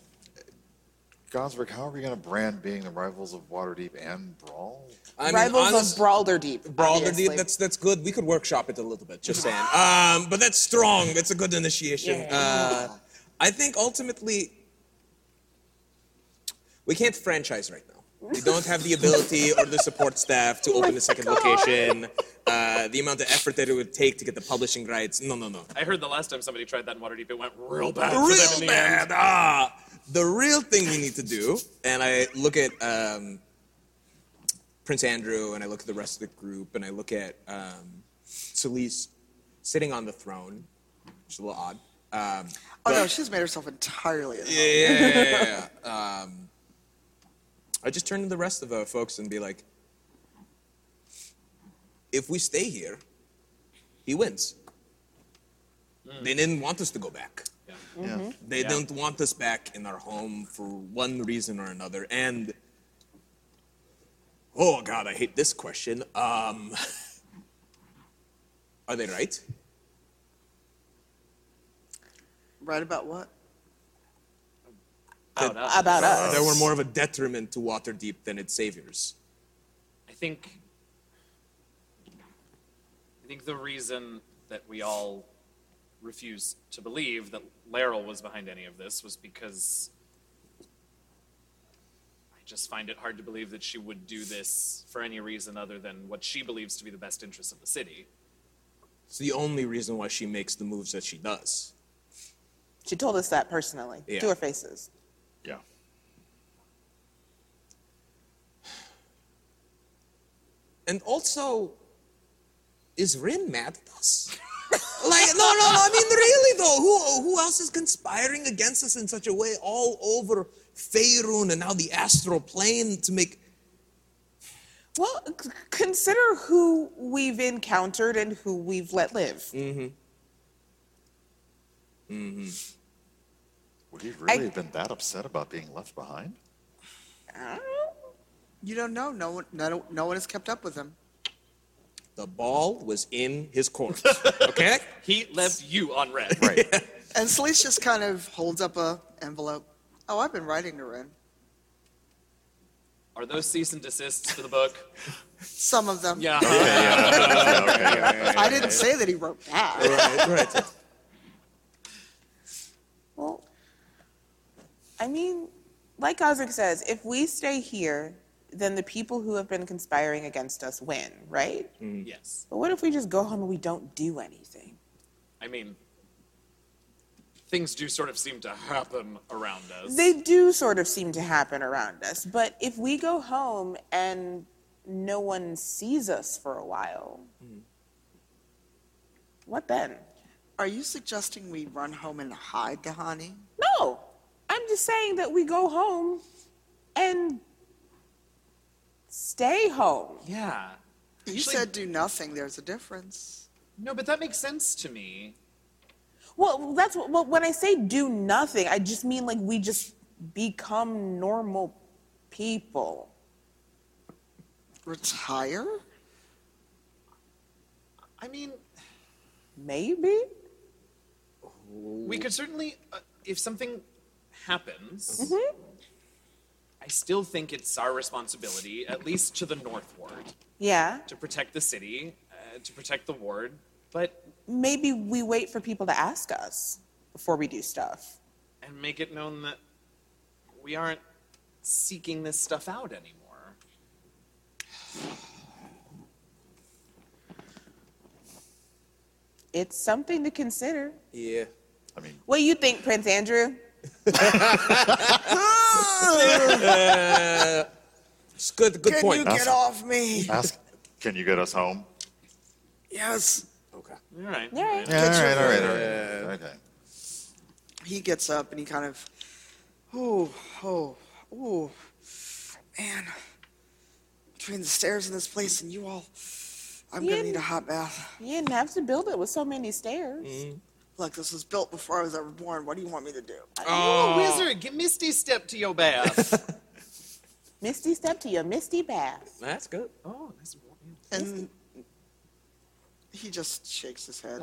S5: Gosberg, how are we going to brand being the rivals of Waterdeep and Brawl?
S2: I mean,
S3: Rivals
S2: honest-
S3: of Brawler Deep.
S2: Brawler,
S3: obviously.
S2: dude, that's that's good. We could workshop it a little bit, just saying. Um, but that's strong. That's a good initiation.
S3: Yeah.
S2: Uh, I think ultimately, we can't franchise right now. We don't have the ability or the support staff
S3: Oh
S2: to open a second location. Uh, the amount of effort that it would take to get the publishing rights. No, no, no.
S4: I heard the last time somebody tried that in Waterdeep, it went real bad. for them in
S2: Real
S4: the
S2: bad.
S4: end.
S2: Ah, the real thing we need to do, and I look at um, Prince Andrew, and I look at the rest of the group, and I look at um, Celise sitting on the throne, which is a little odd. Um,
S1: Oh, no,
S2: but-
S1: she's made herself entirely. at home.
S2: yeah. um, I just turn to the rest of the folks and be like, if we stay here, he wins.
S4: Hmm.
S2: They didn't want us to go back.
S1: Mm-hmm.
S5: Yeah.
S2: They don't want us back in our home for one reason or another. And oh god, I hate this question. Um, are they right?
S1: Right about what?
S4: About us.
S3: about us.
S2: They were more of a detriment to Waterdeep than its saviors.
S4: I think I think the reason that we all refuse to believe that Laryl was behind any of this was because I just find it hard to believe that she would do this for any reason other than what she believes to be the best interest of the city.
S2: It's the only reason why she makes the moves that she does.
S3: She told us that personally
S2: Yeah.
S3: to our faces.
S5: Yeah.
S2: And also, is Rin mad at us? like, no, no, no. I mean, really though, who who else is conspiring against us in such a way all over Faerun and now the astral plane to make?
S3: Well, c- consider who we've encountered and who we've let live.
S5: Would he really have been that upset about being left behind?
S3: I don't know.
S1: You don't know. No one, no, no one has kept up with him.
S2: The ball was in his court. Okay.
S4: He left you on red.
S5: Right.
S1: And Celeste just kind of holds up a envelope. Oh, I've been writing to Rin.
S4: Are those cease and desists for the book? Um,
S1: Some of them.
S4: Yeah.
S5: Yeah, okay, yeah, yeah.
S1: I didn't say that he wrote back.
S2: right. Right.
S3: Well, I mean, like Ozric says, if we stay here, then the people who have been conspiring against us win, right?
S4: Mm. Yes.
S3: But what if we just go home and we don't do anything?
S4: I mean, things do sort of seem to happen around us.
S3: They do sort of seem to happen around us, but if we go home and no one sees us for a while, what then?
S1: Are you suggesting we run home and hide Dahani?
S3: No, I'm just saying that we go home and stay home.
S4: yeah.
S1: You
S7: Usually-
S1: said do nothing. There's a difference.
S7: No, but that makes sense to me.
S3: Well, that's what, well, when I say do nothing, I just mean like we just become normal people.
S1: Retire?
S7: I mean,
S3: Maybe?
S7: we could certainly, uh, if something happens,
S4: Mm-hmm.
S7: I still think it's our responsibility, at least to the northward,
S3: Yeah.
S7: to protect the city, uh, to protect the ward. But
S3: Maybe we wait for people to ask us before we do stuff.
S7: and make it known that we aren't seeking this stuff out anymore.
S3: It's something to consider.
S2: Yeah.
S5: I mean,
S3: What do you think, Prince Andrew?
S2: It's good. Good
S1: Can
S2: point.
S1: you get off me?
S5: ask, can you get us home?
S1: Yes.
S2: okay.
S4: All right.
S3: All
S7: Oh,
S3: right.
S5: Yeah, all right, all right, all right. Okay.
S1: He gets up and he kind of, oh, oh, oh, man. Between the stairs in this place and you all, I'm
S3: Yeah.
S1: gonna need a hot bath.
S3: You didn't have to build it with so many stairs.
S1: Look, this was built before I was ever born. What do you want me to do?
S2: Oh,
S7: You
S4: Oh.
S7: a wizard, get Misty Step to your bath.
S3: Misty step to your misty bath.
S2: That's good.
S7: oh, nice.
S1: And Mm. he just shakes his head.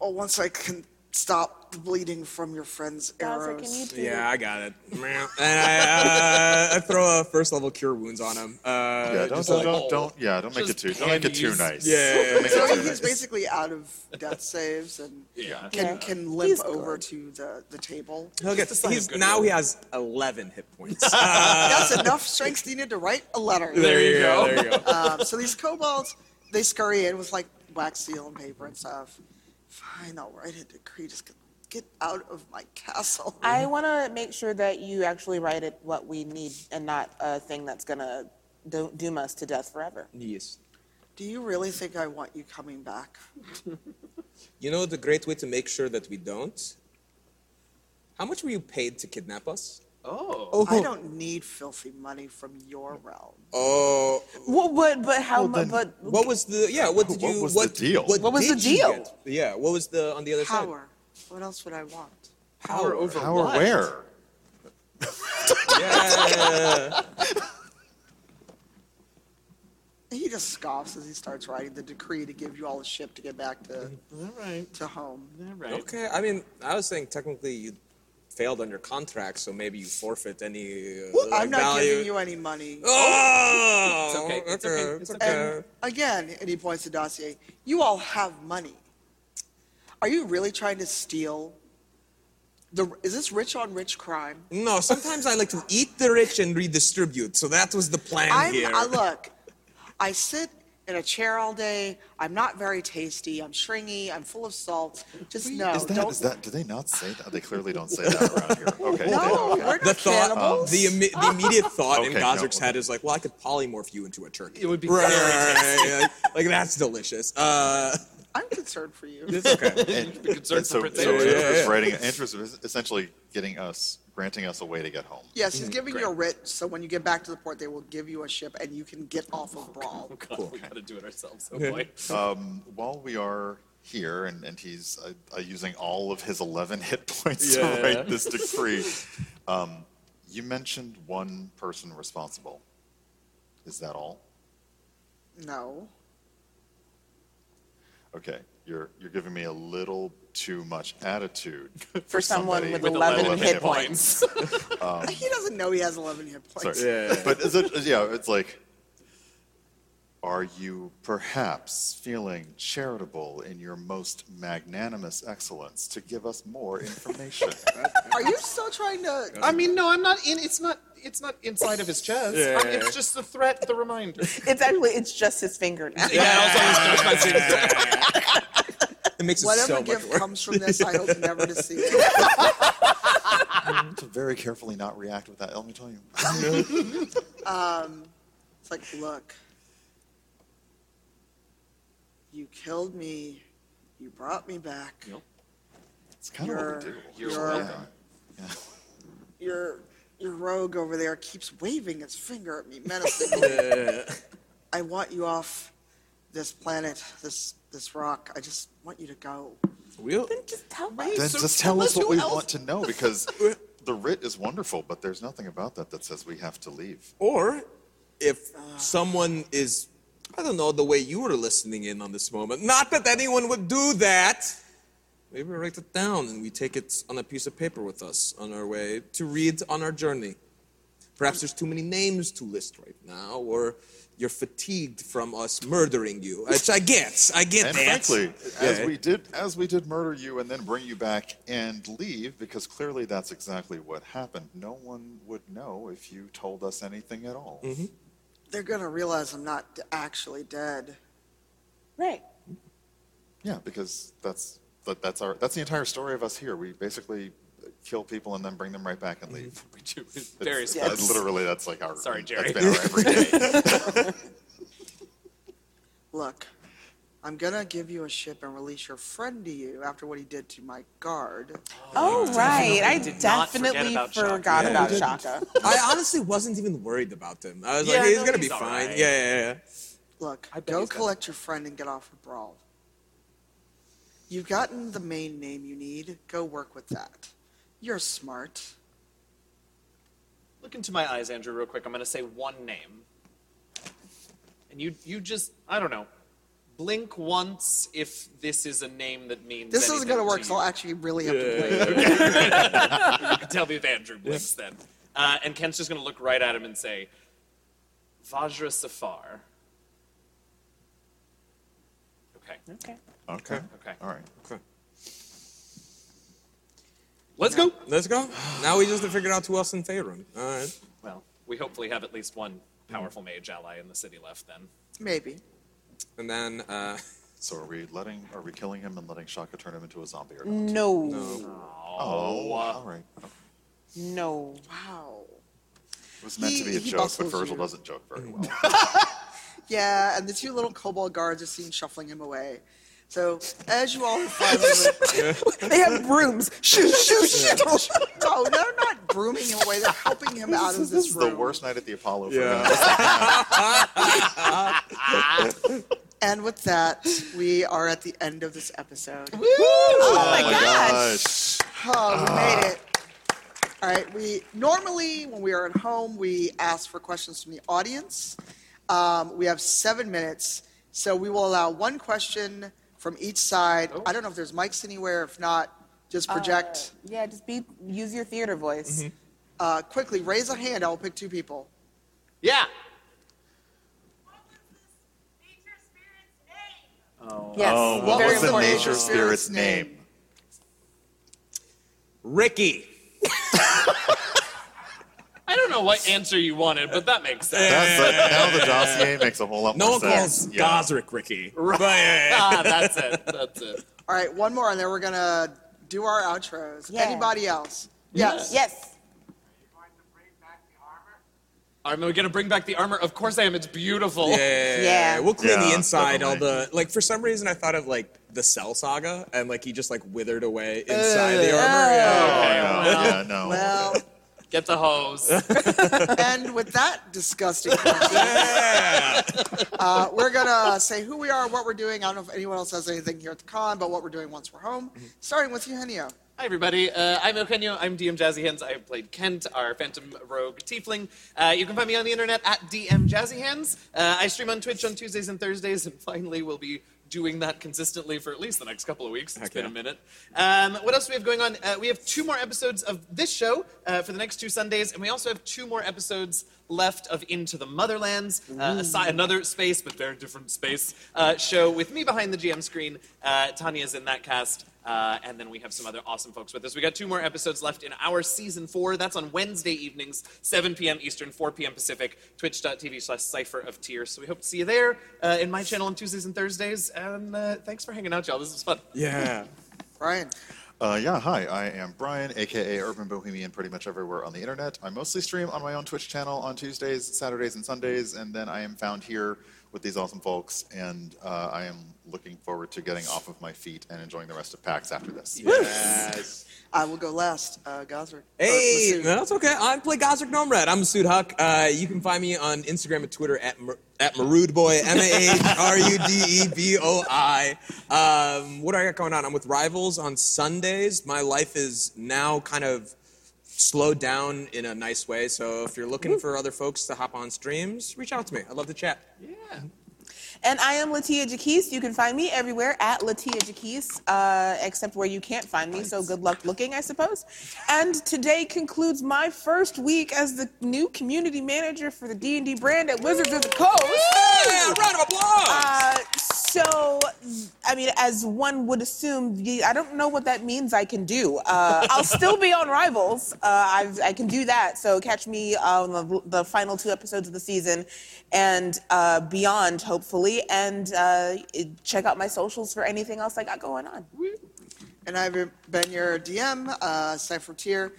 S1: Oh, once I can stop the bleeding from your friend's
S3: Bowser,
S1: arrows.
S3: can you do
S2: Yeah, I got it. and I, uh, I throw a first level cure wounds on him. Uh,
S5: Yeah, don't,
S2: just
S5: don't,
S2: like-
S5: don't, don't- yeah, don't make it
S7: Just
S5: too, don't make it too nice.
S7: panties.
S2: Yeah, yeah, yeah.
S1: So he's basically out of death saves and
S5: Yeah.
S1: can,
S3: Yeah.
S1: can limp
S3: He's
S1: over
S3: good.
S1: to the, the table.
S2: He'll get,
S7: sign of
S2: he's,
S7: goodwill.
S2: now he has 11 hit points. Uh,
S1: That's enough strength needed to write a letter.
S2: there you go. There you go.
S1: Um, so these kobolds, they scurry in with like wax seal and paper and stuff. Fine, I'll write a decree. Just get, get out of my castle.
S3: I want to make sure that you actually write it what we need and not a thing that's going to do- doom us to death forever.
S2: Yes.
S1: Do you really think I want you coming back?
S2: You know the great way to make sure that we don't? How much were you paid to kidnap us?
S7: Oh.
S1: I don't need filthy money from your realm.
S2: Oh,
S3: Well, but, but how much? But
S2: what was the yeah? What did
S5: What
S2: you?
S5: was the deal?
S3: What was
S2: did
S3: the
S2: you
S3: deal?
S2: get? Yeah, what was the on the other
S1: Power. What else would I want?
S7: Power over
S5: How or
S7: what?
S5: where?
S2: side? Yeah.
S1: He just scoffs as he starts writing the decree to give you all the ship to get back to
S7: All right,
S1: to home.
S7: all right.
S2: okay. I mean, I was saying technically you failed on your contract, so maybe you forfeit any uh, like
S1: I'm not
S2: value.
S1: giving you any money.
S5: Oh.
S2: Oh,
S7: It's okay, it's okay, it's
S1: And again, and he points to Dossier, you all have money. Are you really trying to steal? The, is this rich on rich crime?
S2: No, sometimes I like to eat the rich and redistribute. So that was the plan
S1: I'm,
S2: here.
S1: I look, I sit in a chair all day. I'm not very tasty. I'm stringy. I'm full of salt. Just no.
S5: is that,
S1: don't
S5: is that, do they not say that? They clearly don't say that around here. Okay. they-
S1: No,
S5: okay.
S1: we're not
S2: The thought,
S1: cannibals.
S2: the, imme- the immediate thought in
S5: Okay, no,
S2: Gozrick's head
S5: okay.
S2: is like, well, I could polymorph you into a turkey.
S7: It would be
S2: right,
S7: very
S2: right, right, right, right. like that's delicious. Uh,
S1: I'm concerned for you.
S2: it's okay.
S5: And,
S7: concerned
S5: and so,
S7: for
S5: so
S7: Prince
S2: Andrew.
S5: Andrew
S2: Yeah,
S5: is
S2: yeah.
S5: writing, Andrew is essentially getting us, granting us a way to get home.
S1: Yes, he's giving you a writ, so when you get back to the port, they will give you a ship and you can get off of Brawl.
S7: God,
S4: Oh.
S7: we gotta do it ourselves. Oh boy.
S5: While we are here, and, and he's uh, uh, using all of his 11 hit points
S2: Yeah.
S5: to write this decree, um, you mentioned one person responsible. Is that all?
S1: No.
S5: Okay, you're you're giving me a little too much attitude for,
S3: for someone
S5: somebody
S3: with
S5: with
S3: 11,
S5: 11
S3: hit points.
S1: he doesn't know he has 11 hit points.
S5: Sorry. But is it, is- yeah, it's like, are you perhaps feeling charitable in your most magnanimous excellence to give us more information?
S1: Are you still trying to?
S7: I mean, no, I'm not in. It's not. It's not inside of his chest.
S2: Yeah,
S7: I'm-
S2: yeah, yeah.
S7: It's just the threat, the reminder.
S3: it's actually it's just his finger now.
S2: It makes it
S1: Whatever
S2: so much
S1: gift
S2: worse.
S1: comes from this, I hope never to see it.
S5: to very carefully not react with that, let me tell you.
S1: It's like, look, you killed me, you brought me back.
S5: It's kind of what we
S1: You're-
S5: do.
S1: you're
S5: Yeah.
S1: welcome.
S5: Yeah.
S1: Your your rogue over there keeps waving its finger at me menacingly. I want you off this planet, this this rock. I just want you to go.
S2: We'll-
S3: just tell me.
S5: Then just tell us what we want to know because the writ is wonderful, but there's nothing about that that says we have to leave.
S2: Or if someone is, I don't know, the way you were listening in on this moment, not that anyone would do that. Maybe we write it down and we take it on a piece of paper with us on our way to read on our journey. Perhaps there's too many names to list right now, or you're fatigued from us murdering you, which I get. I get
S5: And
S2: that.
S5: frankly, as
S2: Yeah.
S5: we did as we did murder you and then bring you back and leave, because clearly that's exactly what happened. No one would know if you told us anything at all.
S7: Mm-hmm.
S1: They're gonna realize I'm not d- actually dead.
S3: Right.
S5: Yeah, because that's that, that's our that's the entire story of us here. We basically kill people and then bring them right back and leave.
S7: we do. It's
S5: It's-
S7: Mm-hmm. very
S5: that-
S7: yes.
S5: Literally, that's like our
S7: Sorry, Jerry.
S5: That's been our everyday.
S1: Look, I'm gonna give you a ship and release your friend to you after what he did to my guard.
S3: Oh, right. I
S7: not forget
S3: definitely
S7: about Shaka.
S3: forgot
S2: Yeah,
S3: about
S2: you
S3: Shaka.
S2: I honestly wasn't even worried about him. I was
S7: Yeah,
S2: like, he's
S7: no,
S2: gonna
S7: he's
S2: be
S7: all
S2: fine.
S7: right.
S2: Yeah, yeah, yeah.
S1: Look,
S7: I bet
S1: go
S7: he's got-
S1: collect your friend and get off of Brawl. You've gotten the main name you need. Go work with that. You're smart.
S7: Look into my eyes, Andrew, real quick. I'm gonna say one name, and you you just I don't know. Blink once if this is a name that means.
S1: This isn't
S7: anything
S1: gonna work,
S7: to
S1: so I'll
S7: you.
S1: actually really have to wait.
S7: You can tell me if Andrew blinks then. Uh, and Kent's just gonna look right at him and say, "Vajra Safar." Okay.
S3: Okay.
S5: okay.
S7: Okay.
S5: All right.
S7: Let's go.
S2: Let's go. Now we just have to figure out who else in Faerun. All right.
S7: Well, we hopefully have at least one powerful mage ally in the city left then.
S1: Maybe.
S2: And then, uh,
S5: So are we letting? Are we killing him and letting Shaka turn him into a zombie or not?
S3: No.
S5: Oh, all right.
S3: No.
S1: Wow.
S5: It was meant
S1: He-
S5: to be a
S1: he
S5: joke, but
S1: bustles
S5: Virgil
S1: you.
S5: doesn't joke very well.
S1: Yeah, and the two little kobold guards are seen shuffling him away. So as you all are finally,
S3: They have brooms. Shoo, shoo, shoo.
S1: no, they're not grooming him away. They're helping him out of
S5: this
S1: this
S5: is
S1: room.
S5: the worst night at the Apollo for
S2: Yeah.
S5: him.
S1: And with that, we are at the end of this episode.
S3: Oh my gosh.
S5: Gosh.
S1: Oh, we made it. All right. We normally, when we are at home, we ask for questions from the audience. Um, we have seven minutes, so we will allow one question from each side. I don't know if there's mics anywhere. If not, just project
S3: Yeah, just be use your theater voice.
S1: uh, quickly. Raise a hand. I will pick two people.
S7: Yeah.
S3: Yes.
S5: Oh, what
S3: very
S5: was the
S3: important.
S5: nature spirit's name?
S2: Ricky.
S7: I don't don't know what answer you wanted, but that makes sense.
S5: That's the, now the dossier makes a whole lot
S2: No
S5: more
S2: one
S5: sense.
S2: calls Gosrick Ricky. Right. But, yeah,
S7: ah, that's it. That's it.
S1: All right, one more, and then we're gonna do our outros.
S3: Yeah.
S1: Anybody else? Yes.
S3: Yes.
S7: Are we going to bring back the armor? Of course I am. It's beautiful.
S2: yeah, yeah, yeah,
S3: Yeah.
S2: yeah. We'll clean the
S5: Yeah,
S2: inside, all
S5: definitely.
S2: the like. For some reason, I thought of like the Cell Saga, and like he just like withered away inside the armor. Yeah.
S5: Oh, no. yeah, no.
S1: Well,
S7: Get the hose.
S1: and with that disgusting question, uh, we're gonna say who we are, what we're doing. I don't know if anyone else has anything here at the con, but what we're doing once we're home. Starting with Eugenio.
S4: Hi, everybody. Uh, I'm Eugenio. I'm DM Jazzy Hands. I played Kent, our Phantom Rogue Tiefling. Uh, you can find me on the internet at DM Jazzy Hands. Uh, I stream on Twitch on Tuesdays and Thursdays, and finally will be doing that consistently for at least the next couple of weeks. It's
S2: Heck
S4: been
S2: yeah.
S4: a minute. Um, what else do we have going on? Uh, we have two more episodes of this show uh, for the next two Sundays, and we also have two more episodes left of Into the Motherlands, uh, a si- another space, but very different space uh, show with me behind the GM screen. Uh, Tanya's in that cast. Uh, and then we have some other awesome folks with us. We got two more episodes left in our season four. That's on Wednesday evenings, 7 p.m. Eastern, 4 p.m. Pacific, twitch.tv slash cipher of tears. So we hope to see you there uh, in my channel on Tuesdays and Thursdays. And uh, thanks for hanging out, y'all. This was fun.
S2: yeah.
S1: Brian.
S5: Uh, yeah, hi, I am Brian, aka Urban Bohemian, pretty much everywhere on the internet. I mostly stream on my own Twitch channel on Tuesdays, Saturdays, and Sundays, and then I am found here with these awesome folks, and uh, I am looking forward to getting off of my feet and enjoying the rest of PAX after this.
S2: Yes.
S1: I will go last. Uh, Gosrick.
S2: Hey,
S1: Or Masood.
S2: no, that's okay. I play Gosrick Nomrad. I'm Masood Huck. Uh, you can find me on Instagram and Twitter at Mar- at Marudboy, M A H R U D E B O I. Um, what do I got going on? I'm with Rivals on Sundays. My life is now kind of slowed down in a nice way. So if you're looking for other folks to hop on streams, reach out to me. I'd love to chat.
S3: And I am Latia Jaquise. You can find me everywhere at Latia Jaquise, uh, except where you can't find me. So good luck looking, I suppose. And today concludes my first week as the new community manager for the D and D brand at Wizards of the
S2: Yeah,
S3: Coast.
S2: round of applause.
S3: Uh, so, I mean, as one would assume, the- I don't know what that means. I can do. Uh, I'll still be on Rivals. Uh, I've, I can do that. So catch me on the, the final two episodes of the season, and uh, beyond, hopefully. And uh, it- check out my socials for anything else I got going on.
S1: And I've been your DM, uh, Cypher Tier.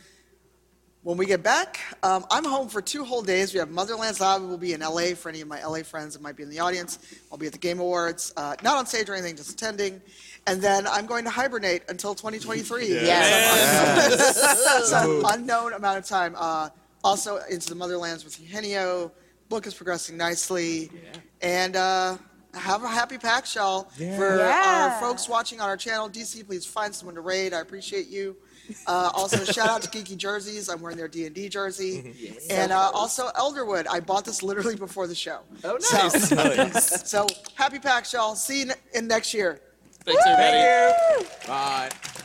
S1: When we get back, um, I'm home for two whole days. We have Motherlands Live. We'll be in LA for any of my LA friends that might be in the audience. I'll be at the Game Awards, uh, not on stage or anything, just attending. And then I'm going to hibernate until 2023. Some unknown amount of time. Uh, also, Into the Motherlands with Eugenio. Book is progressing nicely. And uh, have a happy PAX, y'all. For
S3: Yeah.
S1: our folks watching on our channel, DC, please find someone to raid. I appreciate you. Uh, also, shout out to Geeky Jerseys. I'm wearing their D&D jersey. And uh, also, Elderwood. I bought this literally before the show. Oh, nice. So, so happy PAX, y'all. See you ne- in next year.
S7: Thanks, everybody.
S2: Bye.